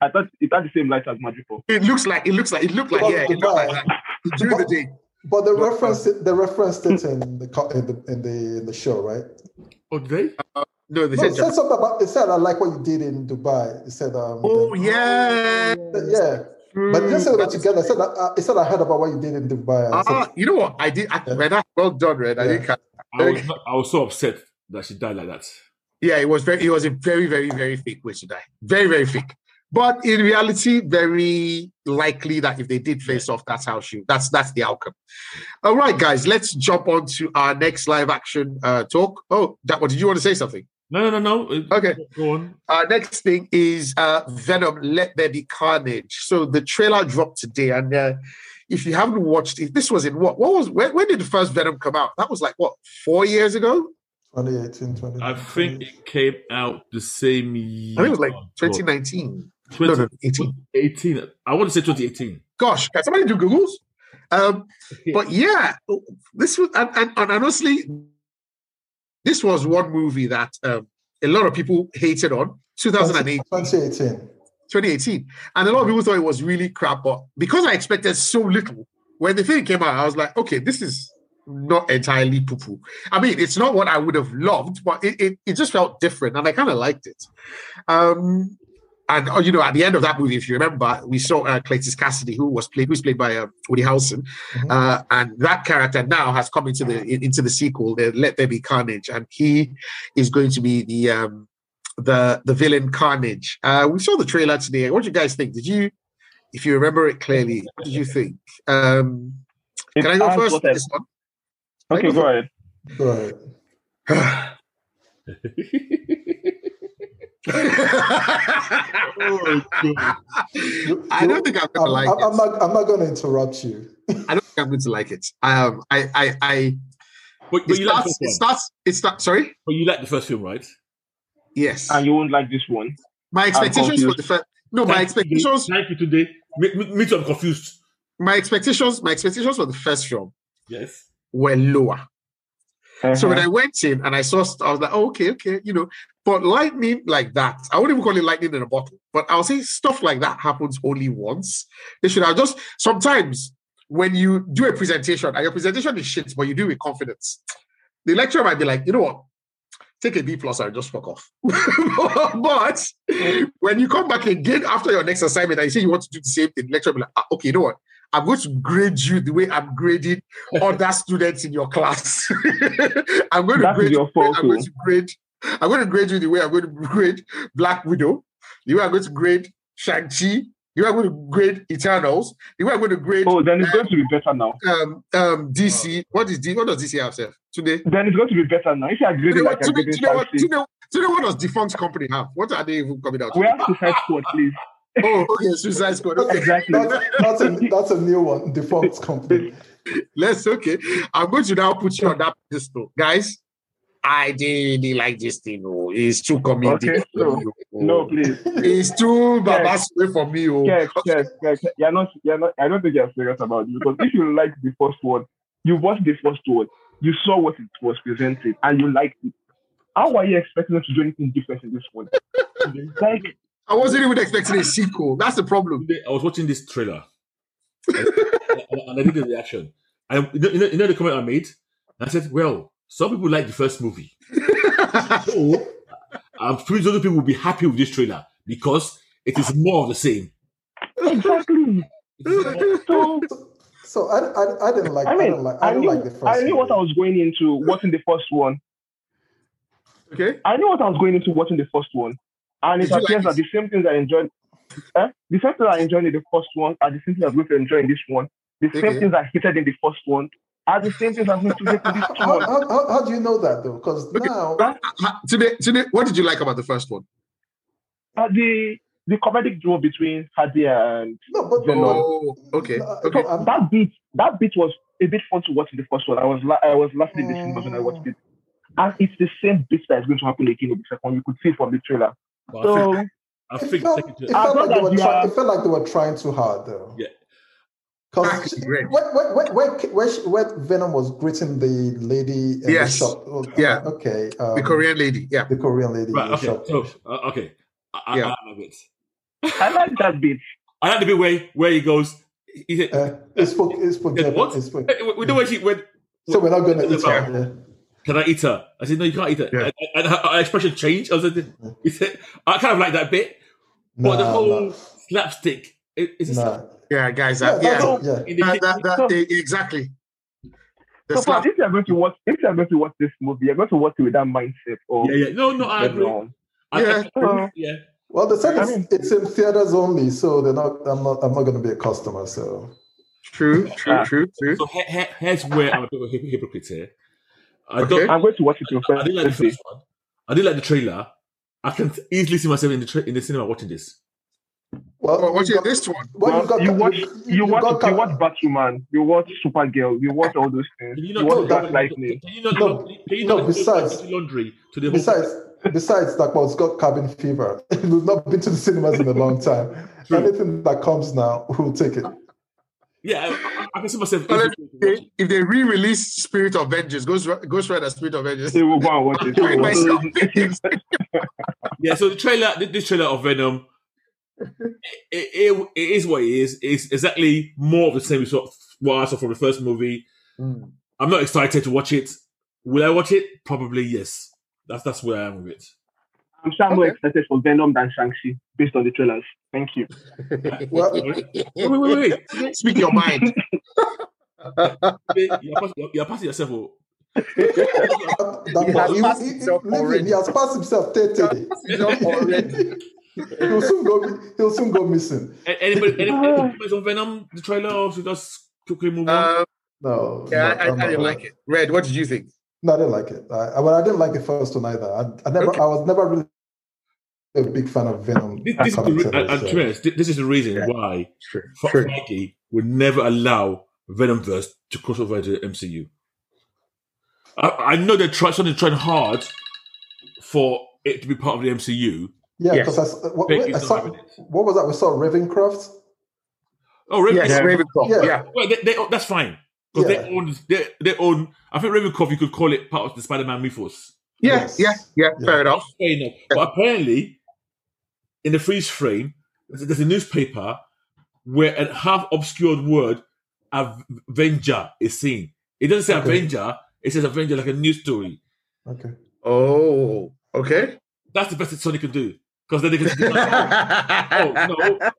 I thought it had the same light as magical. it looks like it looks like it looked like Well, yeah, it looked like Dubai. that during the day. But they But- referenced it. [LAUGHS] They referenced it in the co- in the in the, in the show, right? Oh, did they? No, they No, said it said something about. It said, "I like what you did in Dubai." It said, um, Oh the- yeah, yeah." But it didn't say that together. It said, uh, "It said I heard about what you did in Dubai." and Ah, so- you know what? I did. I, Red, that's well done, Red. I Yeah. did catch. I was, not- I was so upset that she died like that. Yeah, it was very. It was a very, very, very fake way to die. Very, very fake. But in reality, very likely that if they did face off, that's how she. That's that's the outcome. All right, guys, let's jump on to our next live action uh, talk. Oh, that one. Did you want to say something? No, no, no, no. Okay. Go on. Our next thing is uh, Venom: Let There Be Carnage. So the trailer dropped today, and uh, if you haven't watched it, this was in what? What was when, when did the first Venom come out? That was like what four years ago? 2018, 2019. I think it came out the same year. I think it was like Oh, God. 2019. No, no, 18. 2018. I want to say 2018. Gosh, can somebody do Googles? Um, but yeah, this was and, and, and honestly, this was one movie that um, a lot of people hated on. 2008. 2018. 2018. And a lot of people thought it was really crap, but because I expected so little, when the thing came out, I was like, okay, this is not entirely poo poo. I mean, it's not what I would have loved, but it, it, it just felt different and I kind of liked it. Um, and oh, you know, at the end of that movie, if you remember, we saw uh, Cletus Cassidy, who was played, who's played by uh, Woody Harrelson, Mhm. uh, and that character now has come into the in- into the sequel, the Let There Be Carnage, and he is going to be the um, the the villain Carnage. Uh, we saw the trailer today. What do you guys think? Did you, if you remember it clearly, what did you think? Um, It can I go has first? what on I- This one? I Okay, go go ahead. Go ahead. [LAUGHS] I don't think I'm I'm, gonna like I'm- it. I'm not. I'm not going to interrupt you. I don't think I'm going to like it. Um, I, I, I. But, It but you like the starts. first It one. starts. It starts. Sorry. But you like the first film, right? Yes. And Uh, you won't like this one. My expectations for confused. the first. No, Oh, my Thank you today. expectations. Thank you today. Me, me, me too, I'm confused. My expectations. My expectations for the first film Yes. were lower. So when Uh-huh. I went in and I saw, st- I was like, oh, okay, okay, you know. But lightning like that, I wouldn't even call it lightning in a bottle. But I'll say stuff like that happens only once. They should have just sometimes when you do a presentation and your presentation is shit, but you do it with confidence. The lecturer might be like, you know what? Take a B plus and just fuck off. [LAUGHS] but when you come back again after your next assignment and you say you want to do the same thing, lecturer will be like, "Ah, okay, you know what? I'm going to grade you the way I'm grading other students in your class. [LAUGHS] I'm going to That is grade your way fault. oh. I'm too. going to grade. I'm going to grade you the way I'm going to grade Black Widow. The way I'm going to grade Shang Chi. The way I'm going to grade Eternals. The way I'm going to grade Oh, then it's going to be better now. um, um, DC. What is D? What does DC have? Sir? Today. Then it's going to be better now. If you agree, Today, like what, I today, did today, what, today, today, what does defunct company have? What are they even coming out? we with? have Suicide Squad, [LAUGHS] please. Oh, okay, Suicide Squad. Okay, Exactly. That's, that's a that's a new one. Default company. let's okay. I'm going to now put you on that pedestal, guys. I didn't really like this thing. Oh, it's too comedic. Okay, for so- me, oh. No, please. [LAUGHS] It's too babaswe for me. Oh. Yes, yes, yes. You're not, you're not, I don't think you're serious about it because if you like the first one, you watched the first one, you saw what it was presented, and you liked it. How are you expecting us to do anything different in this [LAUGHS] one? like, I wasn't even expecting a sequel. That's the problem. Today, I was watching this trailer and, and- and I did the reaction. And you know, you know, you know the comment I made? I said, well, some people like the first [LAUGHS] movie. So, I'm sure those people will be happy with this trailer because it is more of the same. exactly. [LAUGHS] It is more- So So I, I, I didn't like. I, I mean, didn't like. I, I didn't knew, like the first. I knew what I movie. was going into watching the first one. okay. I knew what I was going into watching the first one, and it Did you like appears that it? the same things I enjoyed, eh? the same things I enjoyed in the first one are the same things I'm going to enjoy in this one. The same Okay. things I hated in the first one are the same things I'm going to hate in this How, [LAUGHS] one. how, how, how do you know that though? Because Okay, now Right, uh, uh, Today, today, what did you like about the first one? Uh, the the comedic duo between Hadi and no, but, but- Venom. Oh, okay, Uh, No, okay. no, I'm- that bit that bit was a bit fun to watch in the first one. I was la- I was laughing in the cinema when I watched it, and it's the same bit that is going to happen again in the second. You could see it from the trailer. But So I It think, I felt, think second gen- it felt I like thought they were that you try- are- it felt like they were trying too hard, though. Yeah. Because Actually, great. when, when, when, when, when, she- when Venom was greeting the lady in Yes. the shop, oh, Yeah. okay, um, the Korean lady. Yeah. the Korean lady right, in the okay, shop. so, uh, okay. I, I, Yeah. I love it. I like that bit. I like the bit where, where he goes, he said, Uh, it spoke, it spoke Yeah, Japanese. what? It spoke, Hey, with the way she went, so we're not going to eat Yeah. her. yeah. can I eat her? I said, no, you can't eat her. Yeah. And, and her, her expression changed. I was like, he said, I kind of like that bit, but the Nah, whole nah, slapstick, it, it's just nah. Yeah, guys. Yeah, That, yeah. that's- yeah. in the That, kitchen. that, that, they- exactly. The So fam, slap. if you're going to watch, if you're going to watch this movie, you're going to watch it with that mindset. Or Yeah, yeah. No, no, I agree. I, Yeah. I, um, I, yeah. Well, the second I mean- it's in theaters only, so they're not. I'm not. I'm not going to be a customer. So True, true, Ah. true, true. So he, he, here's where I'm a bit of a hypo- hypocrite here. I Okay. don't. I'm going to watch it in I didn't like the first first one. I didn't like the trailer. I can easily see myself in the tra- in the cinema watching this. well, Well, Oh, watch you it, got- this one. well, you got you watch, you, watch, got- you watch Batwoman, you watch Supergirl, you watch all those things. Can you You, not? watch that- Black can Lightning. you not? No, can you no, not? besides- laundry to the whole. Besides, besides, Dakwa's got cabin fever. [LAUGHS] We've not been to the cinemas in a long time. Anything that comes now, we'll take it. Yeah, I, I- I can see myself. Well, easily They- watching. If they re-release Spirit of Vengeance, Ghost, Ri- Ghost Rider Spirit of Vengeance. They will go and watch it. I So- myself. Yeah. So the trailer, th- this trailer of Venom, it, it, it is what it is. It's exactly more of the same. as what- What I saw from the first movie. Mm. I'm not excited to watch it. Will I watch it? Probably yes. That's that's where I am with it. I'm sure I'm more Okay. excited for Venom than Shang-Chi based on the trailers. Thank you. [LAUGHS] Well, Wait, wait, wait, wait. You're, Speak your [LAUGHS] mind. pass- you're- you're passing yourself. oh. Dakwa, He has passed he, himself leave him. already. He has passed [LAUGHS] himself totally. Himself already. he'll soon go. He'll soon go missing. A- Anybody, any, any comments on Venom the trailer, or should we just quickly move on? Um, No, yeah, no, I, I, I'm I not didn't gonna- like it. Red, what did you think? No, I didn't like it. I, I- well, I didn't like the first one either. I, I never. Okay. I was never really a big fan of Venom. this, this is the, comic re- uh, and- and series, so- to be honest, thi- this is the reason Yeah. why True, Fe- true. Feige would never allow Venomverse to cross over to the MCU. I, I know they're trying, trying, trying hard for it to be part of the MCU. Yeah, Yes. because I, s- what, Big wait, I is not saw, having it. what was that? We saw Ravencroft. Oh, really? Yes, Yeah. Ravenclaw. Yeah. Yeah. Well, they, they, that's fine. Because Yeah. they own, they, they own. I think Ravencroft, you could call it part of the Spider-Man mythos. Yeah, yeah, yeah, Yeah. fair enough. Fair enough. But apparently, in the freeze frame, there's, there's a newspaper where a half obscured word "Av- Avenger is seen. It doesn't say Okay. Avenger. It says Avenger like a news story. Okay. Oh, okay. That's the best that Sony can do because then they can. oh [LAUGHS] yeah, no!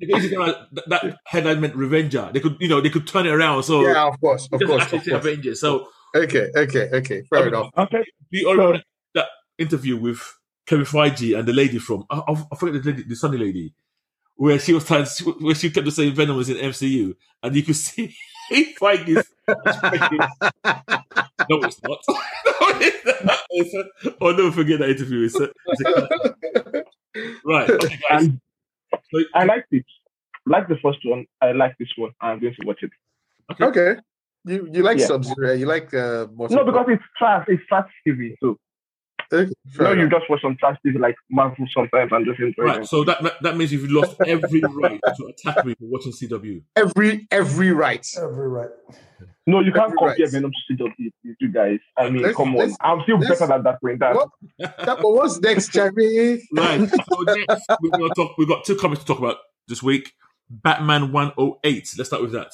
They can easily go like, that, that headline meant Revenger. They could, you know, they could turn it around. So of course, it of doesn't course, actually of say course. Avenger. So Okay, okay, okay, fair I mean, enough. Okay. the original that interview with Kevin Feige and the lady from I, I, I forget the lady, the Sunny lady, where she was trying, where she kept on saying Venom was in MCU, and you could [LAUGHS] see Feige's expression. No, it's not. [LAUGHS] no, it's not. It's- I'll never forget that interview. It's, a- it's a- right, okay, guys. And I liked it. Like the first one, I like this one. I'm going to watch it. okay. You you like Yeah. Sub Zero? You like uh, Mortal No, because it's trash. It's trash TV. So Okay, no, fair you enough. just watch some trash TV like Marvel sometimes and just enjoy Right, them. so that, that that means you've lost every right to attack me for watching CW. every every right. Every right. No, you can't Right. compare Venom to CW, you guys. I mean, Let's- come on. let's- I'm still let's- better than that point. That What? That, but what's next, Jerry? Right. So next, we're going to talk. We've got two comics to talk about this week. Batman 108. Let's start with that.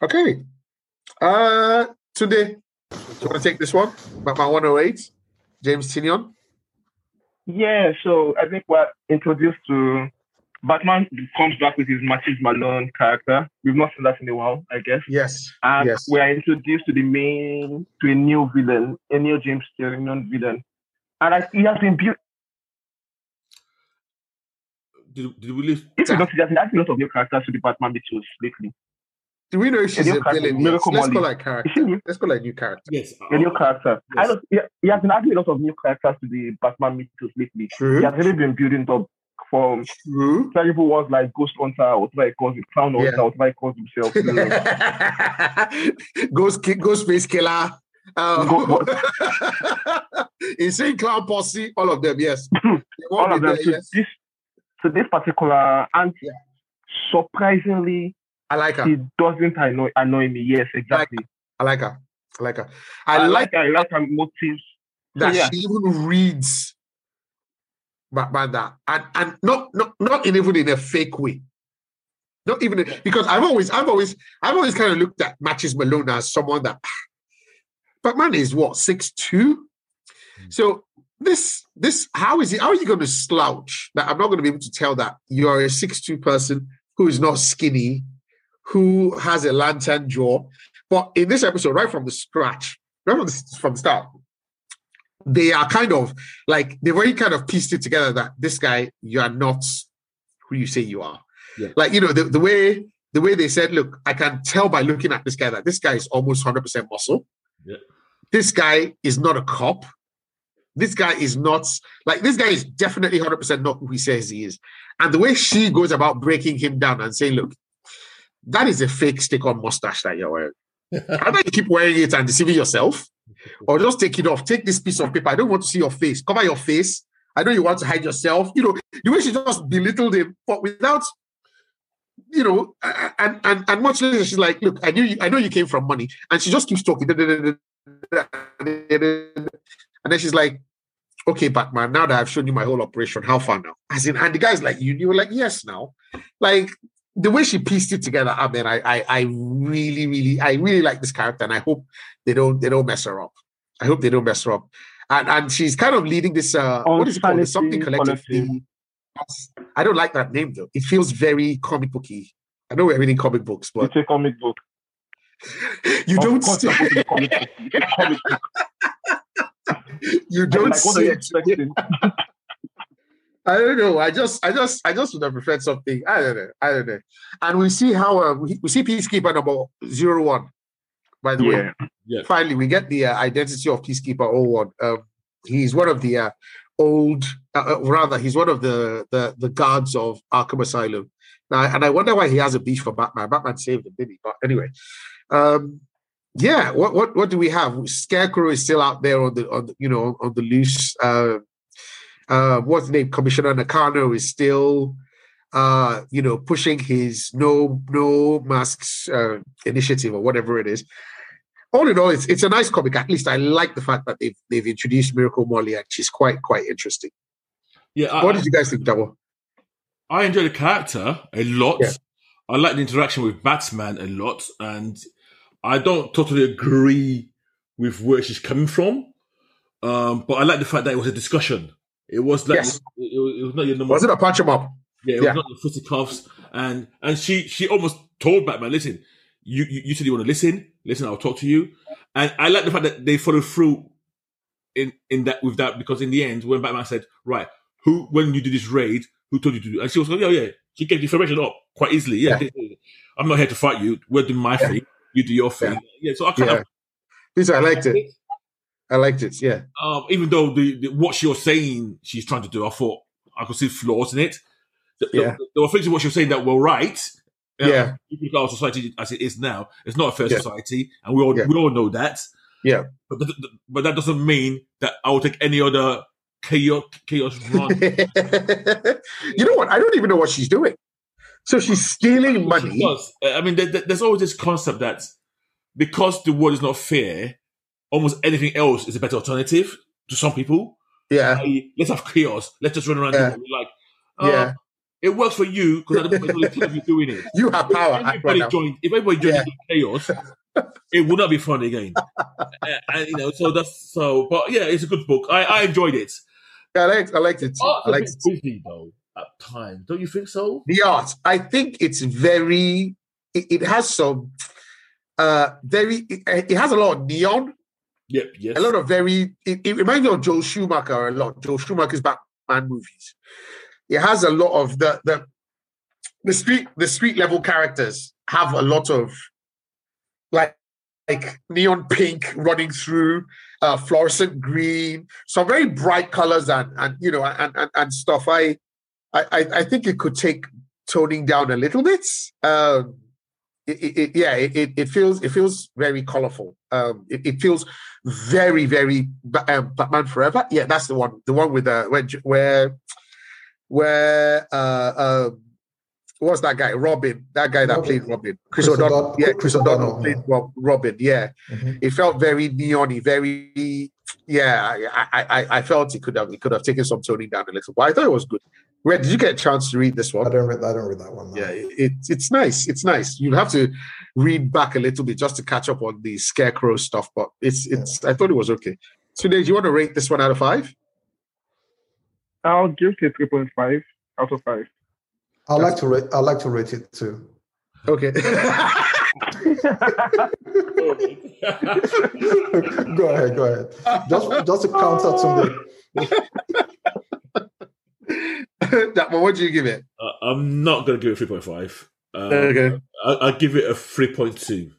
Okay. Uh, today, do you want to take this one? Batman 108, James Tinion. Yeah, so I think we're introduced to Batman comes back with his Matthew Malone character. We've not seen that in a while, I guess. Yes. And yes. we are introduced to the main to a new villain, a new James Tyrion villain. And I, he has been built Did, did we leave? if you notice, there's been actually a lot of new characters to the Batman mythos lately. Do we know if she's New a character, villain? yet? Miracle Let's call her a Molly. Is she character. new? Let's call her a new character. Yes. A Oh, new character. I Yes. don't, he, he has been adding a lot of new characters to the Batman mythos lately. He True. has really been building up from [LAUGHS] True. terrible ones like Ghost Hunter, or whatever he calls it, Crown Hunter, Yeah. [LAUGHS] or whatever he calls himself. you know. ghost, ki- ghost face killer. Um, [LAUGHS] Insane Clown Posse, all of them, [LAUGHS] yes. They won't all of be them. there, so, yes. this, so this particular and Yeah. surprisingly, I like her. it doesn't annoy annoy me. Yes, exactly. I like her. I like her. I, like I like her motives. that yeah. she even reads Banda and and not not not in even in a fake way. Not even because I've always I've always I've always kind of looked at Matches Malone as someone that [SIGHS] but man is what six two, so this this how is it how are you going to slouch that I'm not going to be able to tell that you're a six two person who is not skinny, who has a lantern jaw, but in this episode right from the scratch right from the, from the start they are kind of like they've already kind of pieced it together that this guy you are not who you say you are Yeah. like you know the, the way the way they said look i can tell by looking at this guy that this guy is almost 100% muscle Yeah. this guy is not a cop this guy is not like this guy is definitely 100% not who he says he is and the way she goes about breaking him down and saying look that is a fake stick on mustache that you're [LAUGHS] wearing either you keep wearing it and deceiving yourself or just take it off. Take this piece of paper. I don't want to see your face. Cover your face. I know you want to hide yourself. You know, the way she just belittled him, but without, you know, a- a- and and and much later she's like, look, I knew you, I know you came from money. And she just keeps talking. da- da- da- da- da- da- da- da- And then she's like, okay, Batman, now that I've shown you my whole operation, how far now? As in, and the guy's like, you knew, like, yes, now. Like the way she pieced it together, I mean, I I, I really, really, I really like this character, and I hope they don't they don't mess her up. I hope they don't mess her up. And and she's kind of leading this uh what is it called? There's something Unsanity collective. Collective. The- I don't like that name though. It feels very comic booky. I know we're reading comic books, but [LAUGHS] It's a comic book. you Of don't course say, it's a comic book. It's a comic book. [LAUGHS] you don't like, what are say you it. expecting? I don't know. I just, I just, I just would have preferred something. I don't know. I don't know. And we see how uh, we, we see peacekeeper number zero one. By the way, yeah. Yeah. finally we get the uh, identity of peacekeeper 01. Um, he's one of the uh, old, uh, uh, rather, he's one of the the, the guards of Arkham Asylum. Now, and I wonder why he has a beef for Batman. Batman saved him, didn't he? But anyway, um, yeah. What what what do we have? Scarecrow is still out there on the on the, you know on the loose. Uh, uh, what's his name? Commissioner Nakano is still, uh, you know, pushing his no no masks uh, initiative or whatever it is. All in all, it's it's a nice comic. At least I like the fact that they've they've introduced Miracle Molly, and she's quite quite interesting. Yeah, I, What did you guys think, Double? I enjoy the character a lot. Yeah. I like the interaction with Batman a lot, and I don't totally agree with where she's coming from. Um, but I like the fact that it was a discussion. It was like Yes. it, it was, it was not your normal. Was it a punch 'em up? Yeah, it Yeah. was not the footy cuffs, and and she she almost told Batman, "Listen, you, you you said you want to listen. Listen, I'll talk to you." And I like the fact that they followed through in in that with that because in the end, when Batman said, "Right, who when you did this raid, who told you to do?" and she was like, "Yeah, yeah," she gave the information up quite easily. Yeah, I'm not here to fight you. We're doing my thing. You do your thing. Yeah, so I [LAUGHS] kind Yeah, of Lisa, I liked it. I liked it. Yeah, um, even though the, the what she was saying she's trying to do, I thought I could see flaws in it. The, the- Yeah. there were things in what she was saying that were right. uh, yeah, yeah. you look at our society as it is now, it's not a fair Yeah. society, and we all Yeah. we all know that. Yeah. but th- th- but that doesn't mean that I will take any other chaos chaos run. you know what? I don't even know what she's doing. So she's stealing [LAUGHS] money. Because, uh, I mean, there, there- there's always this concept that because the world is not fair, almost anything else is a better alternative to some people. Yeah, i.e., let's have chaos. Let's just run around Yeah. the world like, uh, Yeah. It works for you because at the [LAUGHS] moment it's not you doing it. you have power. right If now. everybody joined, if everybody joined Yeah. in chaos, it would not be [LAUGHS] fun again. Uh, and you know, so that's so. But yeah, it's a good book. I, I enjoyed it. I liked, I liked it. Too. Art's I a liked bit it. busy though at times, don't you think so? the art i think it's very it, it has some uh very it, it has a lot of neon Yep. Yes. a lot of very it, it reminds me of joel schumacher a lot joel schumacher's batman movies it has a lot of the the the street the street level characters have a lot of like like neon pink running through uh fluorescent green some very bright colors and and you know and and, and stuff I, I I- i think it could take toning down a little bit um it, it, yeah, it, it- it feels it feels very colorful. Um, it, it feels very very Ba- um, Batman Forever. Yeah, that's the one. The one with uh, where J- where where uh, uh, what's that guy? Robin. That guy that Robin. played Robin. Chris, Chris O'Donnell. O'Don- Yeah, Chris Chris O'Donnell, O'Donnell, played yeah. Rob, Robin. Yeah, Mhm. it felt very neony, very yeah. I, I- I I felt it could have it could have taken some toning down a little, but I thought it was good. Where did you get a chance to read this one? I don't read. I don't read that one. no. yeah, it, it- it's nice. It's nice. You'll have to read back a little bit just to catch up on the scarecrow stuff, but it's it's. I thought it was okay. Today, do you want to rate this one out of five? I'll give it a 3.5 out of [LAUGHS] 5. I like to rate. I like to rate it too. [LAUGHS] Okay. [LAUGHS] go ahead. Go ahead. Just just to counter something. that one. What do you give it? [LAUGHS] Uh, I'm not going to give it 3.5. Uh, Okay. I, I'll give it a 3.2.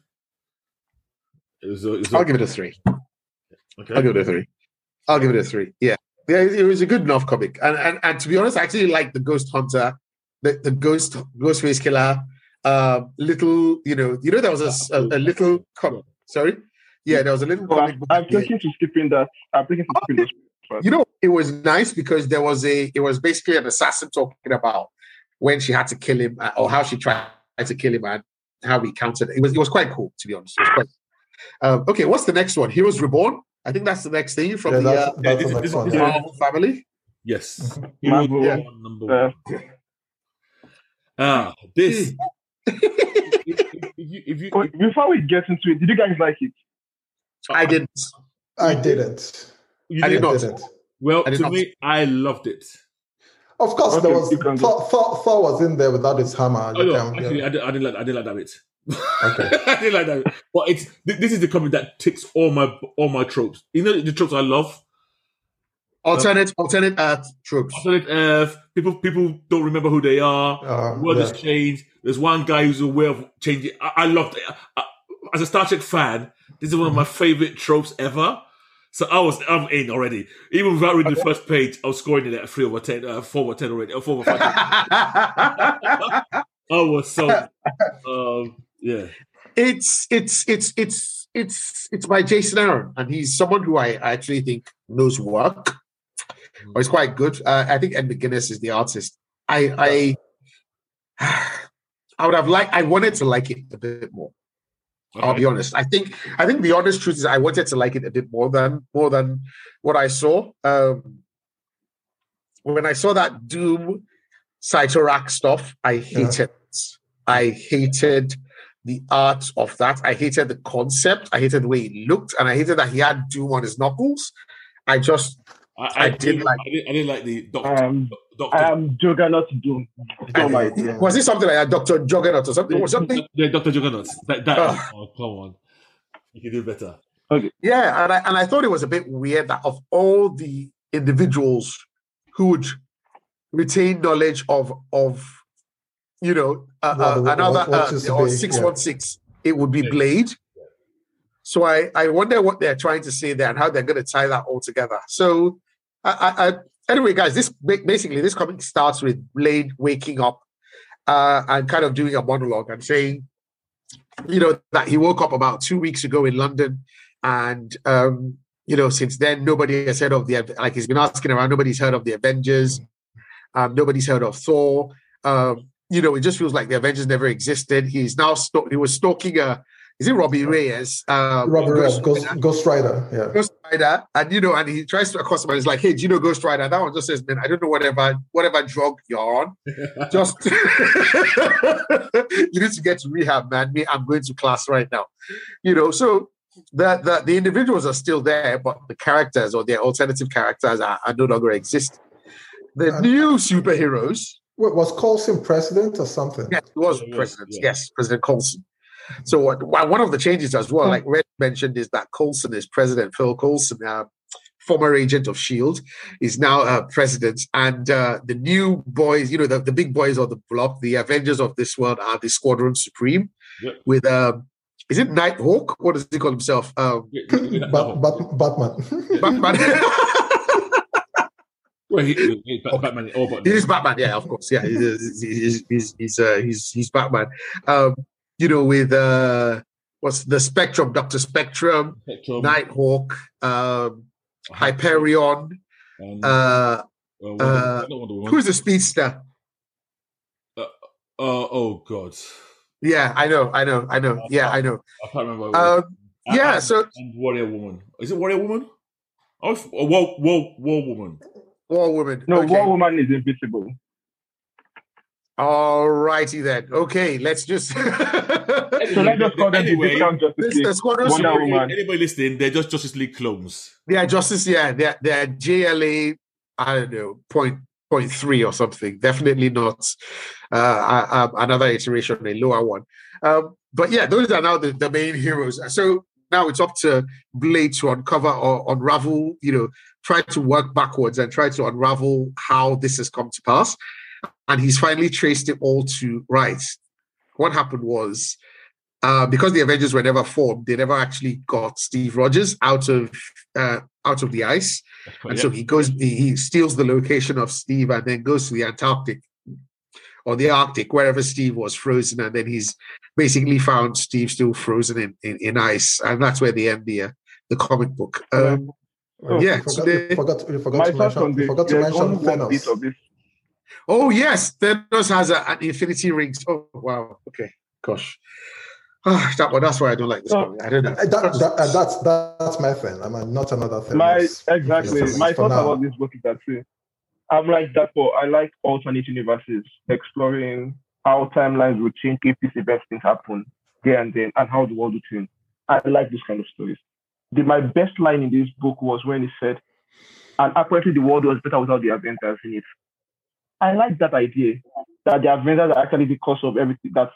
It was a, it was a- I'll give it a three. okay. I'll give it a three. I'll give it a three. Yeah. Yeah, it it was a good enough comic. And and, and to be honest, I actually like the Ghost Hunter, the, the Ghost Ghost Face Killer, uh, little, you know, you know, there was a, s- a, a little comic. Sorry? Yeah, there was a little comic. book I'm at the end. thinking to skipping that. I'm thinking to skipping this. you know it was nice because there was a it was basically an assassin talking about when she had to kill him uh, or how she tried to kill him and how he countered it. it was it was quite cool to be honest it was quite um, okay what's the next one heroes reborn i think that's the next thing from Yeah, the that's, uh, that's this- the this- next one. this- Yeah. Marvel family Yes. Marvel. Yeah. Number one. Uh, Ah, [LAUGHS] this. if, if you, if you, wait, before we get into it, did you guys like it? i didn't I didn't. you I did didn't- not. didn't. well, I did to not. me, I loved it. Of course, there Okay, was you can go. Thor, Thor, Thor was in there without his hammer. Oh, no, You can- actually, yeah. I, didn't, I didn't like. I didn't like that bit. [LAUGHS] I didn't like that. Bit. But it's th- this is the comic that ticks all my all my tropes. You know the tropes I love. alternate alternate earth [LAUGHS] troops Solid Earth. People people don't remember who they are. Uh, The world yeah. has changed. There's one guy who's aware of changing. I, I loved it. I, as a Star Trek fan, this is one of my favorite tropes ever. So I was I'm in already. Even without reading the first page, I was scoring it at three over ten, uh, four over ten already, uh, four over [LAUGHS] five. I was so um, yeah. it's it's it's it's it's it's by Jason Aaron, and he's someone who I actually think knows work. Or is quite good. Uh, I think Ed McGuinness is the artist. I I [SIGHS] I would have liked. I wanted to like it a bit more. I'll be honest. I think I think the honest truth is I wanted to like it a bit more than more than what I saw. Um, when I saw that Doom Cytorak stuff, I hated. it. I hated the art of that. I hated the concept. I hated the way it looked, and I hated that he had Doom on his knuckles. I just I, I did like- Uh, I didn't, I didn't like the doctor. Um, doctor. um, Juggernaut Doom. I Oh my didn't- God. was it something like that, Doctor Juggernaut or something? the, Or something? the Doctor Juggernaut. That, that Ah. oh, come on, you can do better. Yeah, and I and I thought it was a bit weird that of all the individuals who would retain knowledge of of you know uh, What- uh, what- another what used uh, to or be, six one six, it would be Blade. So I I wonder what they're trying to say there and how they're going to tie that all together. So I, I, I anyway, guys, this ba- basically this comic starts with Blade waking up uh, and kind of doing a monologue and saying, you know, that he woke up about two weeks ago in London, and um, you know, since then nobody has heard of the like he's been asking around, nobody's heard of the Avengers, um, nobody's heard of Thor. Um, you know, it just feels like the Avengers never existed. He's now stalk- he was stalking a is it Robbie Reyes? Um, Uh, Robert Ghost- Ghost, Ghost, Ghost Rider. Yeah. Ghost Rider, and you know, and he tries to accost him, and he's like, "Hey, do you know Ghost Rider?" And that one just says, "Man, I don't know whatever whatever drug you're on. Just [LAUGHS] you need to get to rehab, man. Me, I'm going to class right now." You know, so the the, the individuals are still there, but the characters or their alternative characters are, are no longer exist. The And- new superheroes Wait, was Coulson president or something? Yes, he was Yeah, yeah, president. yeah. Yes, President Colson. So what, wha- one of the changes as well, like Red mentioned, is that Colson is president. Phil Colson, uh, former agent of Shield, E is now uh, president. And uh, the new boys, you know, the, the big boys of the block, the Avengers of this world, are the Squadron Supreme. Yep. With um, is it Nighthawk? What does he call himself? Um, [LAUGHS] Yeah, yeah, yeah, that novel. Bat, Bat, Batman. [LAUGHS] Batman. Well, he, he, he, Bat- Batman. Oh, but He's Batman, yeah, of course, yeah. He's he's he's he's, uh, he's, he's Batman. Um, you know, with uh, what's the Spectrum, Doctor Spectrum, Spectrum, Nighthawk, um, Hyperion. uh-huh. and, Uh, Wonder- uh, Wonder Woman. who's the speedster? Uh, oh God, Yeah, I know, I know, I know. Yeah, I know. I can't remember. what it was. Um, yeah, and, so and Warrior Woman. Is it Warrior Woman? Oh, it's- oh, War, War, War Woman. War Woman. No, okay. War Woman is invisible. All righty then. Okay, let's just. [LAUGHS] So let's just call them Anyway, the discount Justice This League. the Squadron Wonder Supreme- Woman. Anybody listening? They're just Justice League clones. They are justice, yeah. They're they're JLA, I don't know, point point three or something. Definitely not uh, uh, um, another iteration, a lower one. Um, but yeah, those are now the, the main heroes. So now it's up to Blade to uncover or unravel, you know, try to work backwards and try to unravel how this has come to pass. And he's finally traced it all to right. What happened was uh, because the Avengers were never formed, they never actually got Steve Rogers out of uh, out of the ice, and so he goes, he, he steals the location of Steve, and then goes to the Antarctic or the Arctic, wherever Steve was frozen, and then he's basically found Steve still frozen in, in, in ice, and that's where they end the uh, the comic book. Um, Oh, Yeah, you forgot, today- you forgot, you forgot My to thoughts on mention, you this, forgot to there's mention only one bit Thanos. of this. oh yes, Thanos has a, an Infinity Rings. Oh wow, okay, gosh, Ah, that one. That's why I don't like this So- comic. I don't know. Uh, That, that, uh, that's, that's my thing. I'm uh, not another Thanos. My Infinity exactly. Rings My for thoughts now. about this book is that too. I'm like that for I like alternate universes, exploring how timelines would change if these events didn't happen there and then, and how the world would change. I like this kind of stories. The, my best line in this book was when he said, "And apparently the world was better without the Avengers in it." I like that idea that the Avengers are actually the cause of everything. That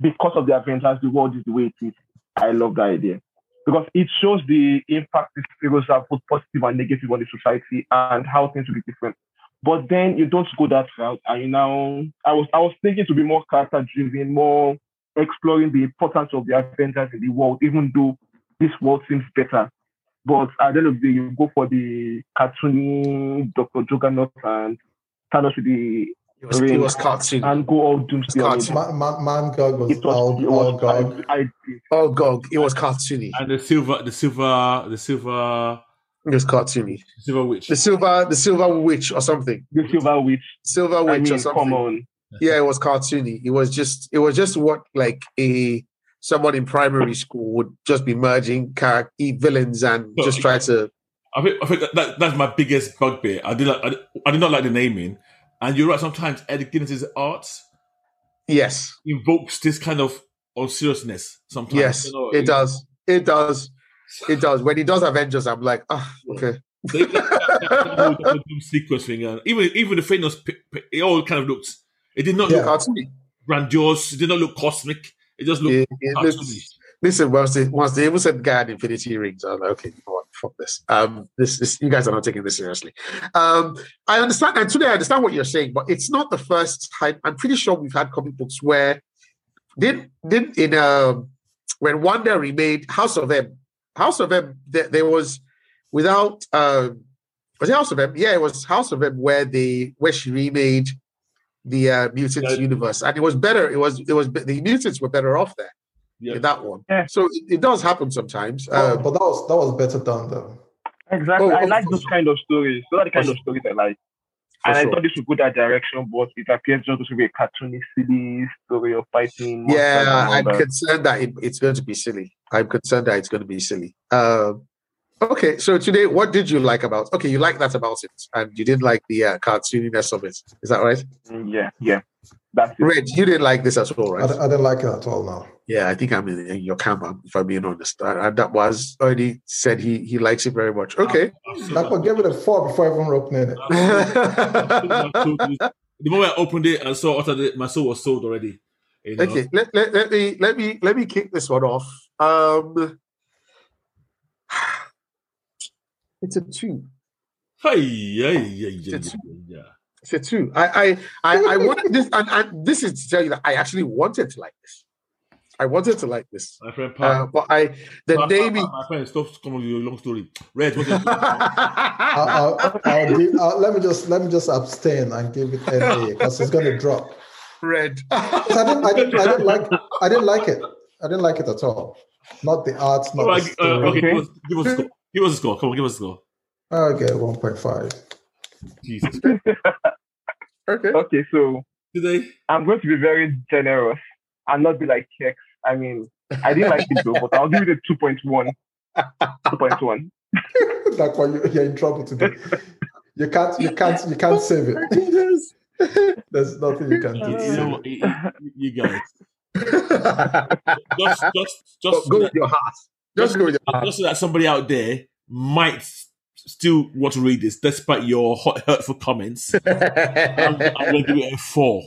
because of the Avengers, the world is the way it is. I love that idea because it shows the impact these heroes have, both positive and negative, on the society and how things will be different. But then you don't go that route, and you now I was I was thinking to be more character driven, more exploring the importance of the Avengers in the world, even though this world seems better. But at the end of the day, you go for the cartoony Doctor Juggernaut and Thanos with the It was, it was cartoon. and go all doomsday on Cartoon. it. Man, man, man Gog was, It was, all, it all was Gog. I, I did. Oh god, it was cartoony. And the silver, the silver, the silver, It was cartoony. silver witch. The silver, the silver witch or something. the Silver Witch. Silver witch I mean, or something. come on. Yeah, it was cartoony. It was just, it was just what like a someone in primary school would just be merging character villains and So- just try to. I think, I think that, that that's my biggest bugbear. I did like, I, did- I did not like the naming, and you're right. Sometimes Ed Guinness's art Yes, invokes this kind of unseriousness. Sometimes, yes, Oh, You know, it does. It does. [LAUGHS] It does. When he does Avengers, I'm like, ah, okay. So it- that, that, [LAUGHS] that [LAUGHS] whole Doctor Doom sequence thing, and even even the Thanos, pi- pi- it all kind of looked. It did not Yeah. look Cartoony. grandiose. It did not look cosmic. It just looked It- it looks- cartoonish. Listen, once they once they even said guy had Infinity Rings, I was like, okay, you know what, fuck this. Um, this, this you guys are not taking this seriously. Um, I understand, and today I understand what you're saying, but it's not the first time. I'm pretty sure we've had comic books where did did in um when Wanda remade House of M, House of M, there, there was without um was it House of M? Yeah, it was House of M where they where she remade the uh, mutant Yeah. universe, and it was better. It was it was the mutants were better off there Yeah. in that one. Yeah. Oh, So it, it does happen sometimes. But, Um, Uh, but that was that was better done though. Exactly. Oh, I oh, like for those sure. kind of stories. Those are the kind For of stories I like. for and I sure. thought this would go that direction, but it appears just to be a cartoony, silly story of fighting. monsters and Yeah, all I'm that. concerned that it, it's going to be silly. I'm concerned that it's going to be silly. Um, okay, so today, what did you like about? Okay, you like that about it, and you didn't like the uh, cartooniness of it. Is that right? Mm, Yeah, yeah. That's it. Red, you didn't like this at all, I, right? d- I didn't like it at all now. Yeah, I think I'm in, in your camp. um, If I'm being honest, Uh, and that was already said. He he likes it very much. Ah, Okay. I could give it a four before I even opening [LAUGHS] it. [LAUGHS] the moment I opened it and saw Otter, my soul was sold already. You know? Okay, let, let, let me let me let me kick this one off. Um it's a two. Hey, yeah, yeah, yeah, yeah, yeah. It's a two. I I I, I wanted this and, and this is to tell you that I actually wanted to like this. I wanted to like this. My friend Uh, Pat. but I the Pat, Pat, [LAUGHS] naming Pat, my friend, stop coming with your long story. Red, what's [LAUGHS] I'll, Uh-uh. I'll, I'll give, I'll, let me just let me just abstain and give it an A because it's gonna drop. red. 'Cause I didn't, I didn't, I didn't like I didn't like it. I didn't like it at all. Not the art, not Alright, the uh, story. okay, okay. give us, give us a score. Give us a score. Come on, give us a score. [LAUGHS] 1.5. Jesus. Okay. Okay, so Today, I'm going to be very generous and not be like Kex. I mean, I didn't like it though, but I'll give it a [LAUGHS] 2.1. 2.1. That's why you- you're in trouble today. You can't, you can't, you can't save it. Yes. [LAUGHS] There's nothing you can do. you, to you know, save it. what, you, you- you guys, just, just, [LAUGHS] But just, go so with that, your heart. Just go with your heart. just so that somebody out there might s- still want to read this, despite your hot, [LAUGHS] hurtful comments. I'm, I'm going to give it a four.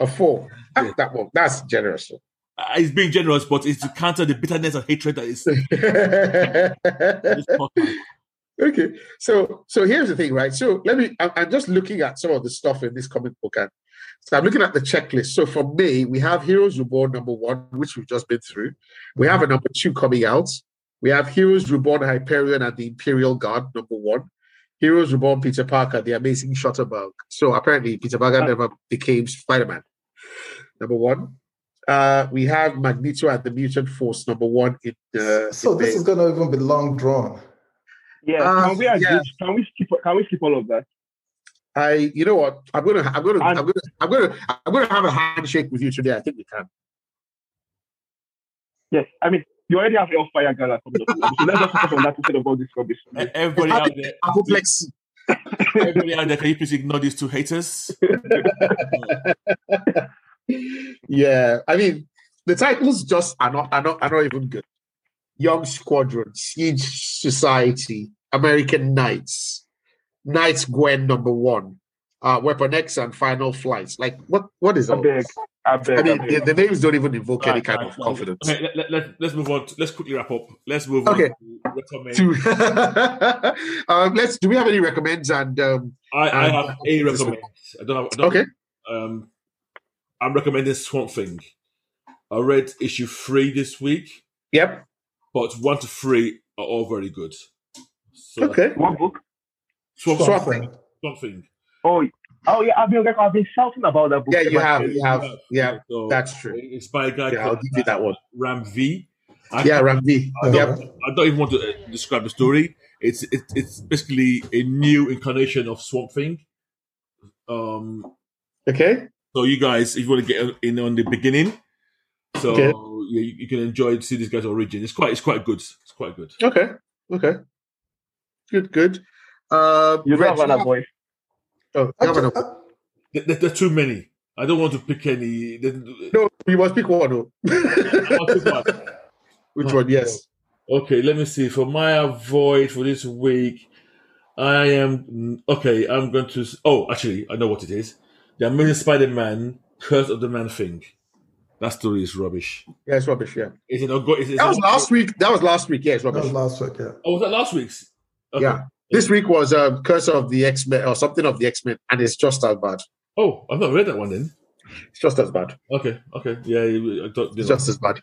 a four. Ah, That one. That's generous. [LAUGHS] Uh, It's being generous, but it's to counter the bitterness and hatred that is this okay. podcast. So so here's the thing, right? So let me. I'm, I'm just looking at some of the stuff in this comic book, and so I'm looking at the checklist. So for me, we have Heroes Reborn number one, which we've just been through. We have a number two coming out. We have Heroes Reborn Hyperion and the Imperial Guard number one. Heroes Reborn Peter Parker, the amazing Shutterbug. So apparently, Peter Parker never became Spider Man. Number one. Uh, we have Magneto and the Mutant Force number one in the. So in this the- is going to even be long drawn. Yeah, Uh, can we agree? yeah. Can we skip? Can we skip all of that? I, you know what? I'm gonna, I'm gonna, I'm And- gonna, I'm gonna, I'm gonna have a handshake with you today. I think we can. Yes, I mean you already have Hellfire Gala coming up, so let's just focus on that instead of all this [LAUGHS] rubbish. E- Everybody out there, Apoplex. everybody out there, can you please ignore these two haters? Yeah, I mean, the titles just are not, are not, are not even good. Young Squadron, Siege Society, American Knights, Knights Gwen number one, uh, Weapon X, and Final Flights. Like, what, what is I all beg, this? I I beg, I mean, the, beg. the names don't even evoke any Right, kind right, of right. confidence. Okay, let, let, us move on. To, let's quickly wrap up. Let's move Okay. on. To recommend. To [LAUGHS] um, let's, do we have any recommends and um, I, I Um, have a this- recommend. I don't have. I don't, okay. Um, I'm recommending Swamp Thing. I read issue three this week, Yep. but one to three are all very good. So Okay. What book? Swamp, Swamp Swamp, Something. Thing. Oh, oh yeah, I've been I've been shouting about that book. Yeah, you ever have, since. you have, yeah. So That's true. It's by a guy Yeah, I'll called give you that one. Ram V. I Yeah, Ramvi. Okay. Yep. I don't even want to uh, describe the story. It's it, it's basically a new incarnation of Swamp Thing. Um, Okay. so you guys, if you want to get in on the beginning, so Okay. you, you can enjoy see this guy's origin. It's quite it's quite good. It's quite good. Okay. Okay. Good. Good. Um, You Reg, don't have you another have- voice. oh, you have Actually, another- uh, There, there, there are too many. I don't want to pick any. there- no, you must pick one. oh. I'll pick one. [LAUGHS] Oh. Which one? Yes. [LAUGHS] Okay, let me see. For my avoid for this week, I am okay. I'm going to. s- Oh, actually, I know what it is. The Amazing Spider-Man: Curse of the Man Thing. That story is rubbish. Yeah, it's rubbish. Yeah. Is it not good? Is it, That was last week. That was last week. Yeah, it's that rubbish. was last week, yeah. Oh, was that last week's? Okay. Yeah. This week was um, Curse of the X Men or something of the X Men, and it's just as bad. Oh, I've not read that one then. It's just as bad. Okay, okay, yeah. I don't, It's just as bad.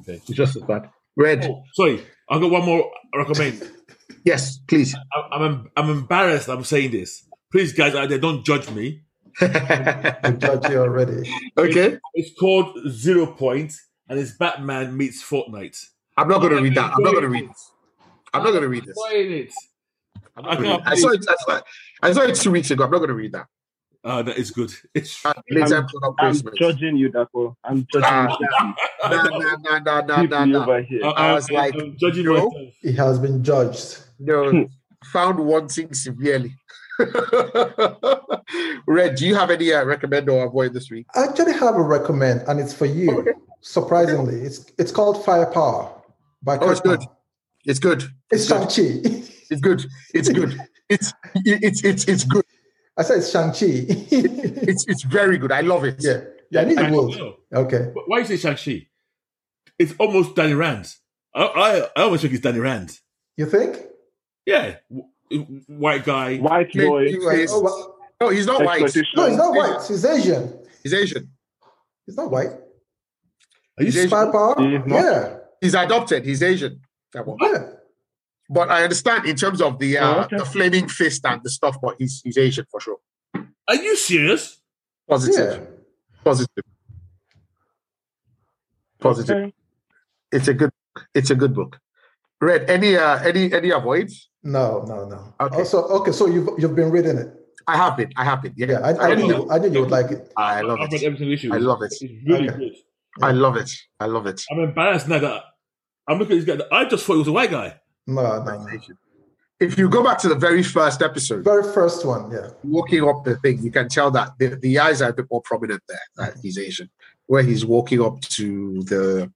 Okay. It's just as bad. Red. Oh, sorry, I've got one more I recommend. Yes, please. [LAUGHS] I- I'm I'm embarrassed. I'm saying this. Please, guys out there, don't judge me. I judge you already. okay. It's called Zero Point, and it's Batman meets Fortnite. I'm not going to read that. I'm not going to read this. I'm not going to read this. Enjoying it. I I, can't saw believe it. I saw, I saw it two weeks ago. I'm not going to read that. Ah, that is good. [LAUGHS] It's Uh, Later, I'm- product I'm placement. judging you, Dapo. I'm judging Ah, you. Nah, nah, nah, nah, nah, Deeply nah, nah. over here. I was like, am Uh, judging no. myself. He has been judged. No, found wanting severely. [LAUGHS] Red, do you have any uh, recommend or avoid this week? I actually have a recommend, and it's for you. Okay. Surprisingly, it's it's called Firepower by Oh, it's Kirkman. good. It's good. It's good. Shang-Chi. [LAUGHS] It's good. It's good. It's it- it's it's it's good. I said it's Shang-Chi. It's it's very good. I love it. [LAUGHS] yeah. Yeah, I need I the don't world. know. Okay. But Why is it Shang-Chi? It's almost Danny Rand. I, I, I almost think it's Danny Rand. You think? Yeah. W- w- White guy. White Make boy. you Like, face- oh, well, No, he's not white. exploitation. no, he's not white. He's Asian. He's Asian. He's not white. Are you He's Asian. Firepower? He's not. Yeah. He's adopted. He's Asian. That one. Yeah. But I understand in terms of the uh, Oh, okay. the flaming fist and the stuff, but he's he's Asian for sure. Are you serious? Positive, Yeah. positive. Positive. [LAUGHS] Okay. It's a good. It's a good book. Red. Any uh, any any avoids? No, no, no. Okay. Also, okay, so you've you've been reading it. I have it. I have it. Yeah, Yeah, I, I, knew, love it. you, I knew you would like it. I love I've read it. every single issue. I love it. It's really Okay. good. I love it. I love it. I'm embarrassed now that I'm looking at this guy. I just thought he was a white guy. No, no, no. If you go back to the very first episode, Very first one, yeah. walking up the thing, you can tell that the, the eyes are a bit more prominent there. That he's Asian, where he's walking up to the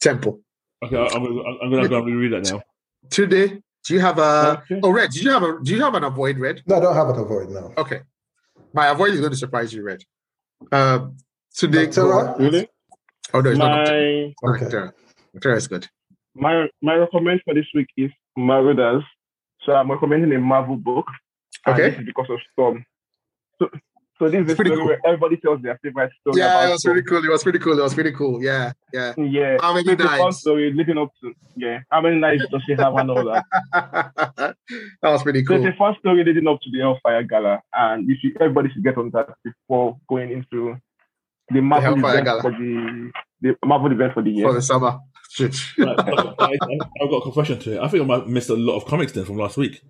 temple Okay, I- I'm gonna, I'm gonna go and reread that now. today. Do you have a? Okay. Oh, Red. Do you have a? Do you have an avoid, Red? No, I don't have an avoid now. Okay, my avoid is going to surprise you, Red. Um, today. Noctera? Really? Oh no, it's not. Noctera. My Okay. Noctera. Noctera is good. my my recommend for this week is Marauders. So I'm recommending a Marvel book. and Okay. this is because of Storm. So, so this is a Pretty story cool. where everybody tells their favorite story. Yeah, it about was pretty Storm. cool. It was pretty cool. It was pretty cool. Yeah, yeah. Yeah. How many It's a fun nights? story leading up to yeah. How many lives does she have and all that? [LAUGHS] that was pretty So cool. [LAUGHS] it's a fun story leading up to the Hellfire Gala, and you should everybody should get on that before going into the Marvel Hellfire event Gala. for the the Marvel event for the year. For the summer. Right, but I, I've got a confession to it. I think I might have missed a lot of comics then from last week.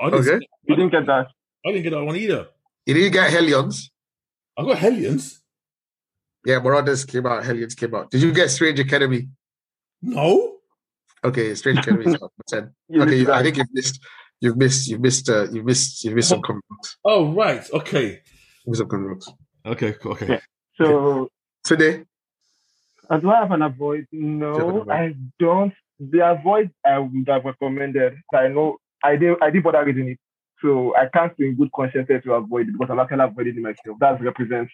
I, I didn't, Okay. you didn't get that. I didn't get that one either. you didn't get Hellions. I got Hellions. Yeah, Marauders came out. Hellions came out. Did you get Strange Academy? No. Okay, Strange Academy [LAUGHS] is top ten. You Okay, missed that. I think you've missed. You've missed. You've missed. Uh, you've missed. You've missed [LAUGHS] some comic books. Oh right. Okay. You've missed some comic books. Okay. cool, Okay. Yeah. so Today, Uh, Do I have an avoid? Do you have an No, avoid? I don't. The avoid I would have recommended. I know I did. I did bother reading it, so I can't in good conscience say to avoid it because I'm actually avoiding it myself. That represents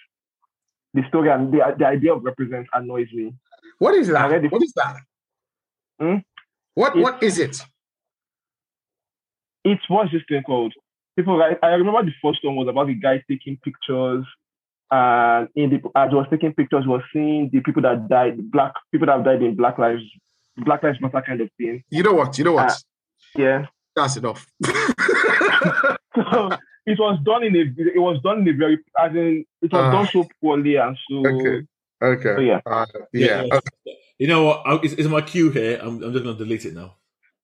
the story and the, the idea of represents annoys me. what is that? Already. What is that? Hmm? What? What is it? It was just thing called people. I, I remember the first one was about the guy taking pictures, and in the as he was taking pictures, he was seeing the people that died, black people that died in Black Lives, Black Lives Matter kind of thing. You know what? You know what? Uh, Yeah. That's enough. [LAUGHS] So it was done in a it was done in a very as in it was Ah. done so poorly and so Okay. so okay. yeah. Uh, yeah. yeah. You know what? I, it's, it's my cue here. I'm, I'm just gonna delete it now.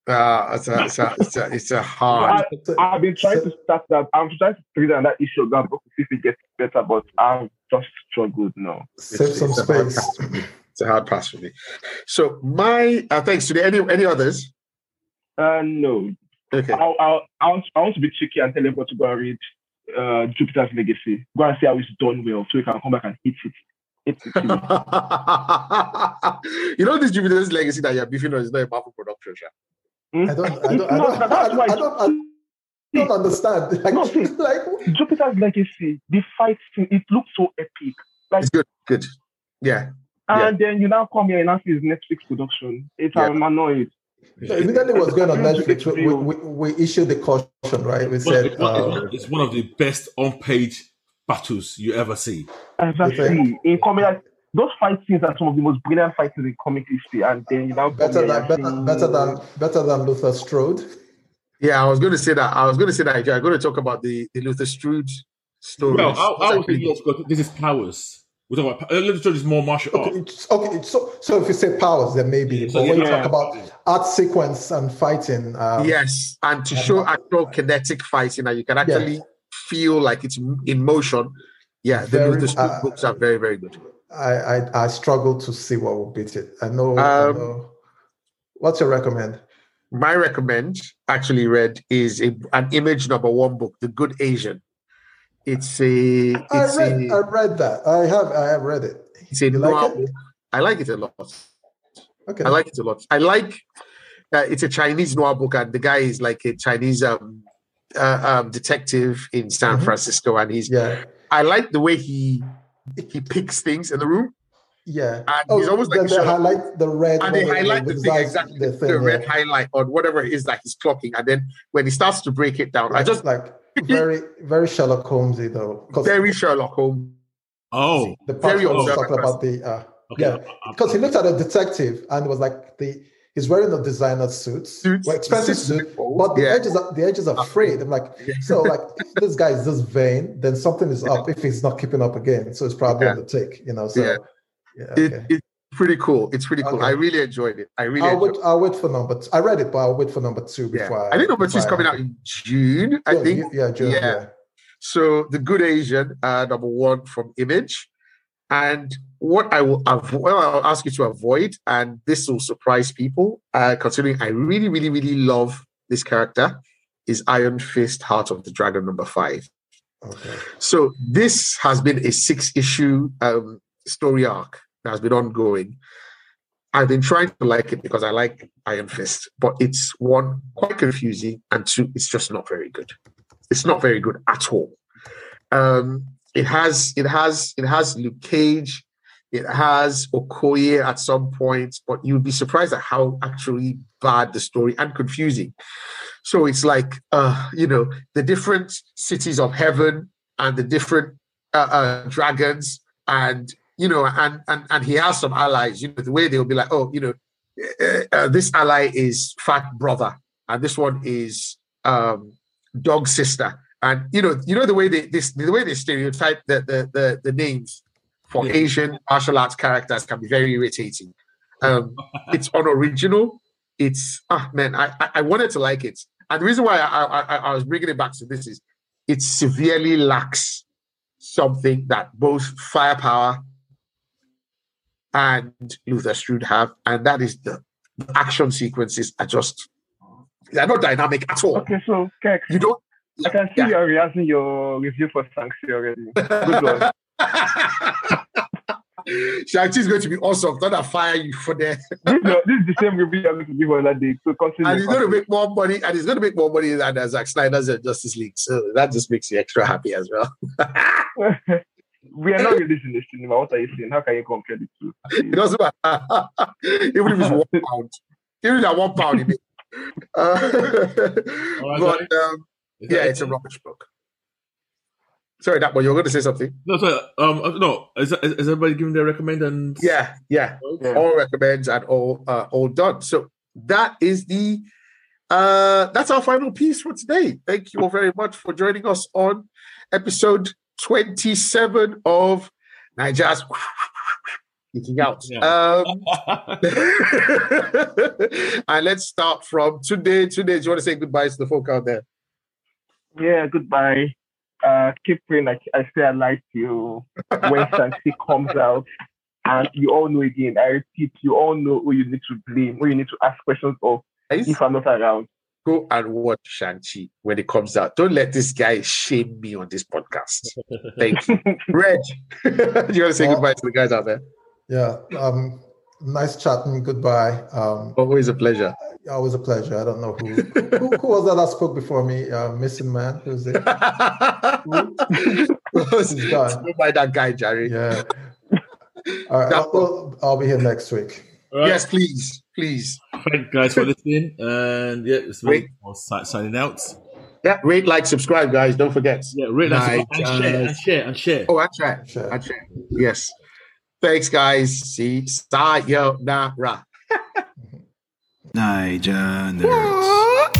Uh, it's, a, it's, a, it's, a, it's a [LAUGHS] hard. So- I've been trying so- to start that. I'm trying to read on that issue again to see if it gets better, but I've just struggled now. Save some it's a hard space. pass for me. It's a hard pass for me. So my uh, thanks to the, any any others. Uh, no, [LAUGHS] Okay. I'll, I'll, I want I want to be cheeky and tell everyone to go and read uh, Jupiter's Legacy. Go and see how it's done well, so you can come back and hit it. Hit it. hit [LAUGHS] it. you know this Jupiter's legacy that you're beefing on is not a Marvel production. sha. Hmm? I don't, I It's don't, I not- don't, that's why- I don't, [LAUGHS] I don't understand. Like, No, see. [LAUGHS] like, Jupiter's Legacy, the fight scene, it looks so epic. It's good, good. Yeah. And then you now come here and ask his Netflix production. It's Yeah. I'm annoyed. so immediately it was going on I think Netflix. it's We, real. we, we we issued the caution, right? We Well, it's, said, one, it's, uh, one, it's one of the best on-page battles you ever see. Exactly. In comic, those fight scenes are some of the most brilliant fight scenes in comic history. And then you now come better here than, and better, see- better than, better than Luther Strode. Yeah, I was going to say that. I was going to say that. You're going to talk about the, the Luther Strode story. Well, I, I was thinking of because this is powers. We're talking about, uh, literature is more martial Okay, art. it's- okay, it's so so if you say powers, then maybe. So, But when you yeah. talk about art sequence and fighting, um, yes, and to show actual kinetic fighting that you can actually feel like it's m- in motion. Yeah, the Very, Luther Strode uh, books are very, very good. I, I I struggle to see what will beat it. I know. Um, I know. What's your recommend? my recommend actually read is a, an image number one book the good asian it's a it's I read a I read that. I have I have read it. it's a You like noir it? book i like it a lot Okay. i like it a lot i like uh, it's a chinese noir book and the guy is like a chinese um, uh, um detective in san Mhm. francisco and he's yeah. i like the way he he picks things in the room Yeah. and he's always then like they showing- highlight the red. and they one highlight the with thing that- exactly The, the, thing, yeah. red highlight on whatever it is that he's clocking and then when he starts to break it down i Like- just [LAUGHS] like very very Sherlock Holmesy though. 'cause very sherlock holmes Oh, the part very where was observant talking about the uh, okay. yeah. because he looked at a detective and was like the he's wearing a designer suit, Suits, well, expensive suits, suit, but the yeah. Uh, edges are, the edges are frayed. I'm like, Yeah. so like if this guy is this vain, then something is up if he's not keeping up again. So it's probably on the take, you know. So Yeah. yeah, it, okay. it, pretty cool. It's pretty cool. Okay. I really enjoyed it. I really I'll enjoyed wait. it. I'll wait for number. Two. I read it, but I'll wait for number two Yeah. before. I think number two is before coming out in June. I yeah, think you- Yeah, June, yeah. yeah. So the Good Asian, uh, number one from Image, and what I will avo- well, I'll ask you to avoid, and this will surprise people, uh, considering I really, really, really love this character, is Iron Fist, Heart of the Dragon, number five. Okay. So this has been a six-issue um, story arc that has been ongoing. I've been trying to like it because I like Iron Fist, but it's one quite confusing, and two, it's just not very good. It's not very good at all. Um, it has it has it has Luke Cage, it has Okoye at some points, but you'd be surprised at how actually bad the story and confusing. So it's like uh, you know the different cities of heaven and the different uh, uh, dragons and you know and and and he has some allies you know the way they'll be like oh you know uh, uh, this ally is fat brother and this one is um dog sister and you know you know the way they this the way they stereotype the the the, the names for Yeah. asian martial arts characters can be very irritating um it's unoriginal it's ah man I, I i wanted to like it and the reason why I, I I- I was bringing it back to this is it severely lacks something that both firepower and Luther Strode have, and that is the the action sequences are just they're not dynamic at all. Okay, so Kex, You don't. I can see Yeah. you're rehearsing your review for Sanctuary already. [LAUGHS] Good one. Shang-Chi's going to be awesome. Don't I fire you for that? this, is, your- this is the same review you're going to give another day. So continue. And he's going to make more money, and he's going to make more money than uh, Zack Snyder's uh, Justice League. So that just makes you extra happy as well. [LAUGHS] [LAUGHS] we are not releasing this cinema. What are you saying? How can you compare the two? It doesn't matter. [LAUGHS] Even if it's one pound. Even if that one pound, you make. Uh, [LAUGHS] All right, but um, yeah, it's a rubbish book. Sorry, that one. You were going to say something? No, sorry. Um, no. Is, that, is, is everybody giving their recommend and [LAUGHS] Yeah, yeah. Yeah. All recommends and all uh, all done. So that is the uh that's our final piece for today. Thank you all very much for joining us on episode 27 of Niger's [LAUGHS] Geeking Out. Um, [LAUGHS] and let's start from today. Today, do you want to say goodbye to the folk out there? Yeah, goodbye. Uh, keep praying. I, I say I like you when Santi comes out. And you all know again, I repeat, you all know who you need to blame, who you need to ask questions of Guys, if I'm not around. Go and watch Shang-Chi when it comes out. Don't let this guy shame me on this podcast. Thank you. Reg, [LAUGHS] do you want to say goodbye to the guys out there? Yeah. Um, nice chatting. Goodbye. Um, Always a pleasure. [LAUGHS] always a pleasure. I don't know who who, who was that that spoke before me. Uh, missing man. Who's [LAUGHS] it? He's gone. Don't mind that guy, Jerry. Yeah. All right. I'll, well, I'll be here next week. All right. Yes, please, please. Thank you guys for listening. And yeah, it's Wait. me for si- signing out. Yeah, rate, like, subscribe, guys. Don't forget. Yeah, rate Nice, and share guys. and share and share. Oh, that's right. Sure. That's right. Yes. Thanks, guys. See, sayonara. Niger nerds.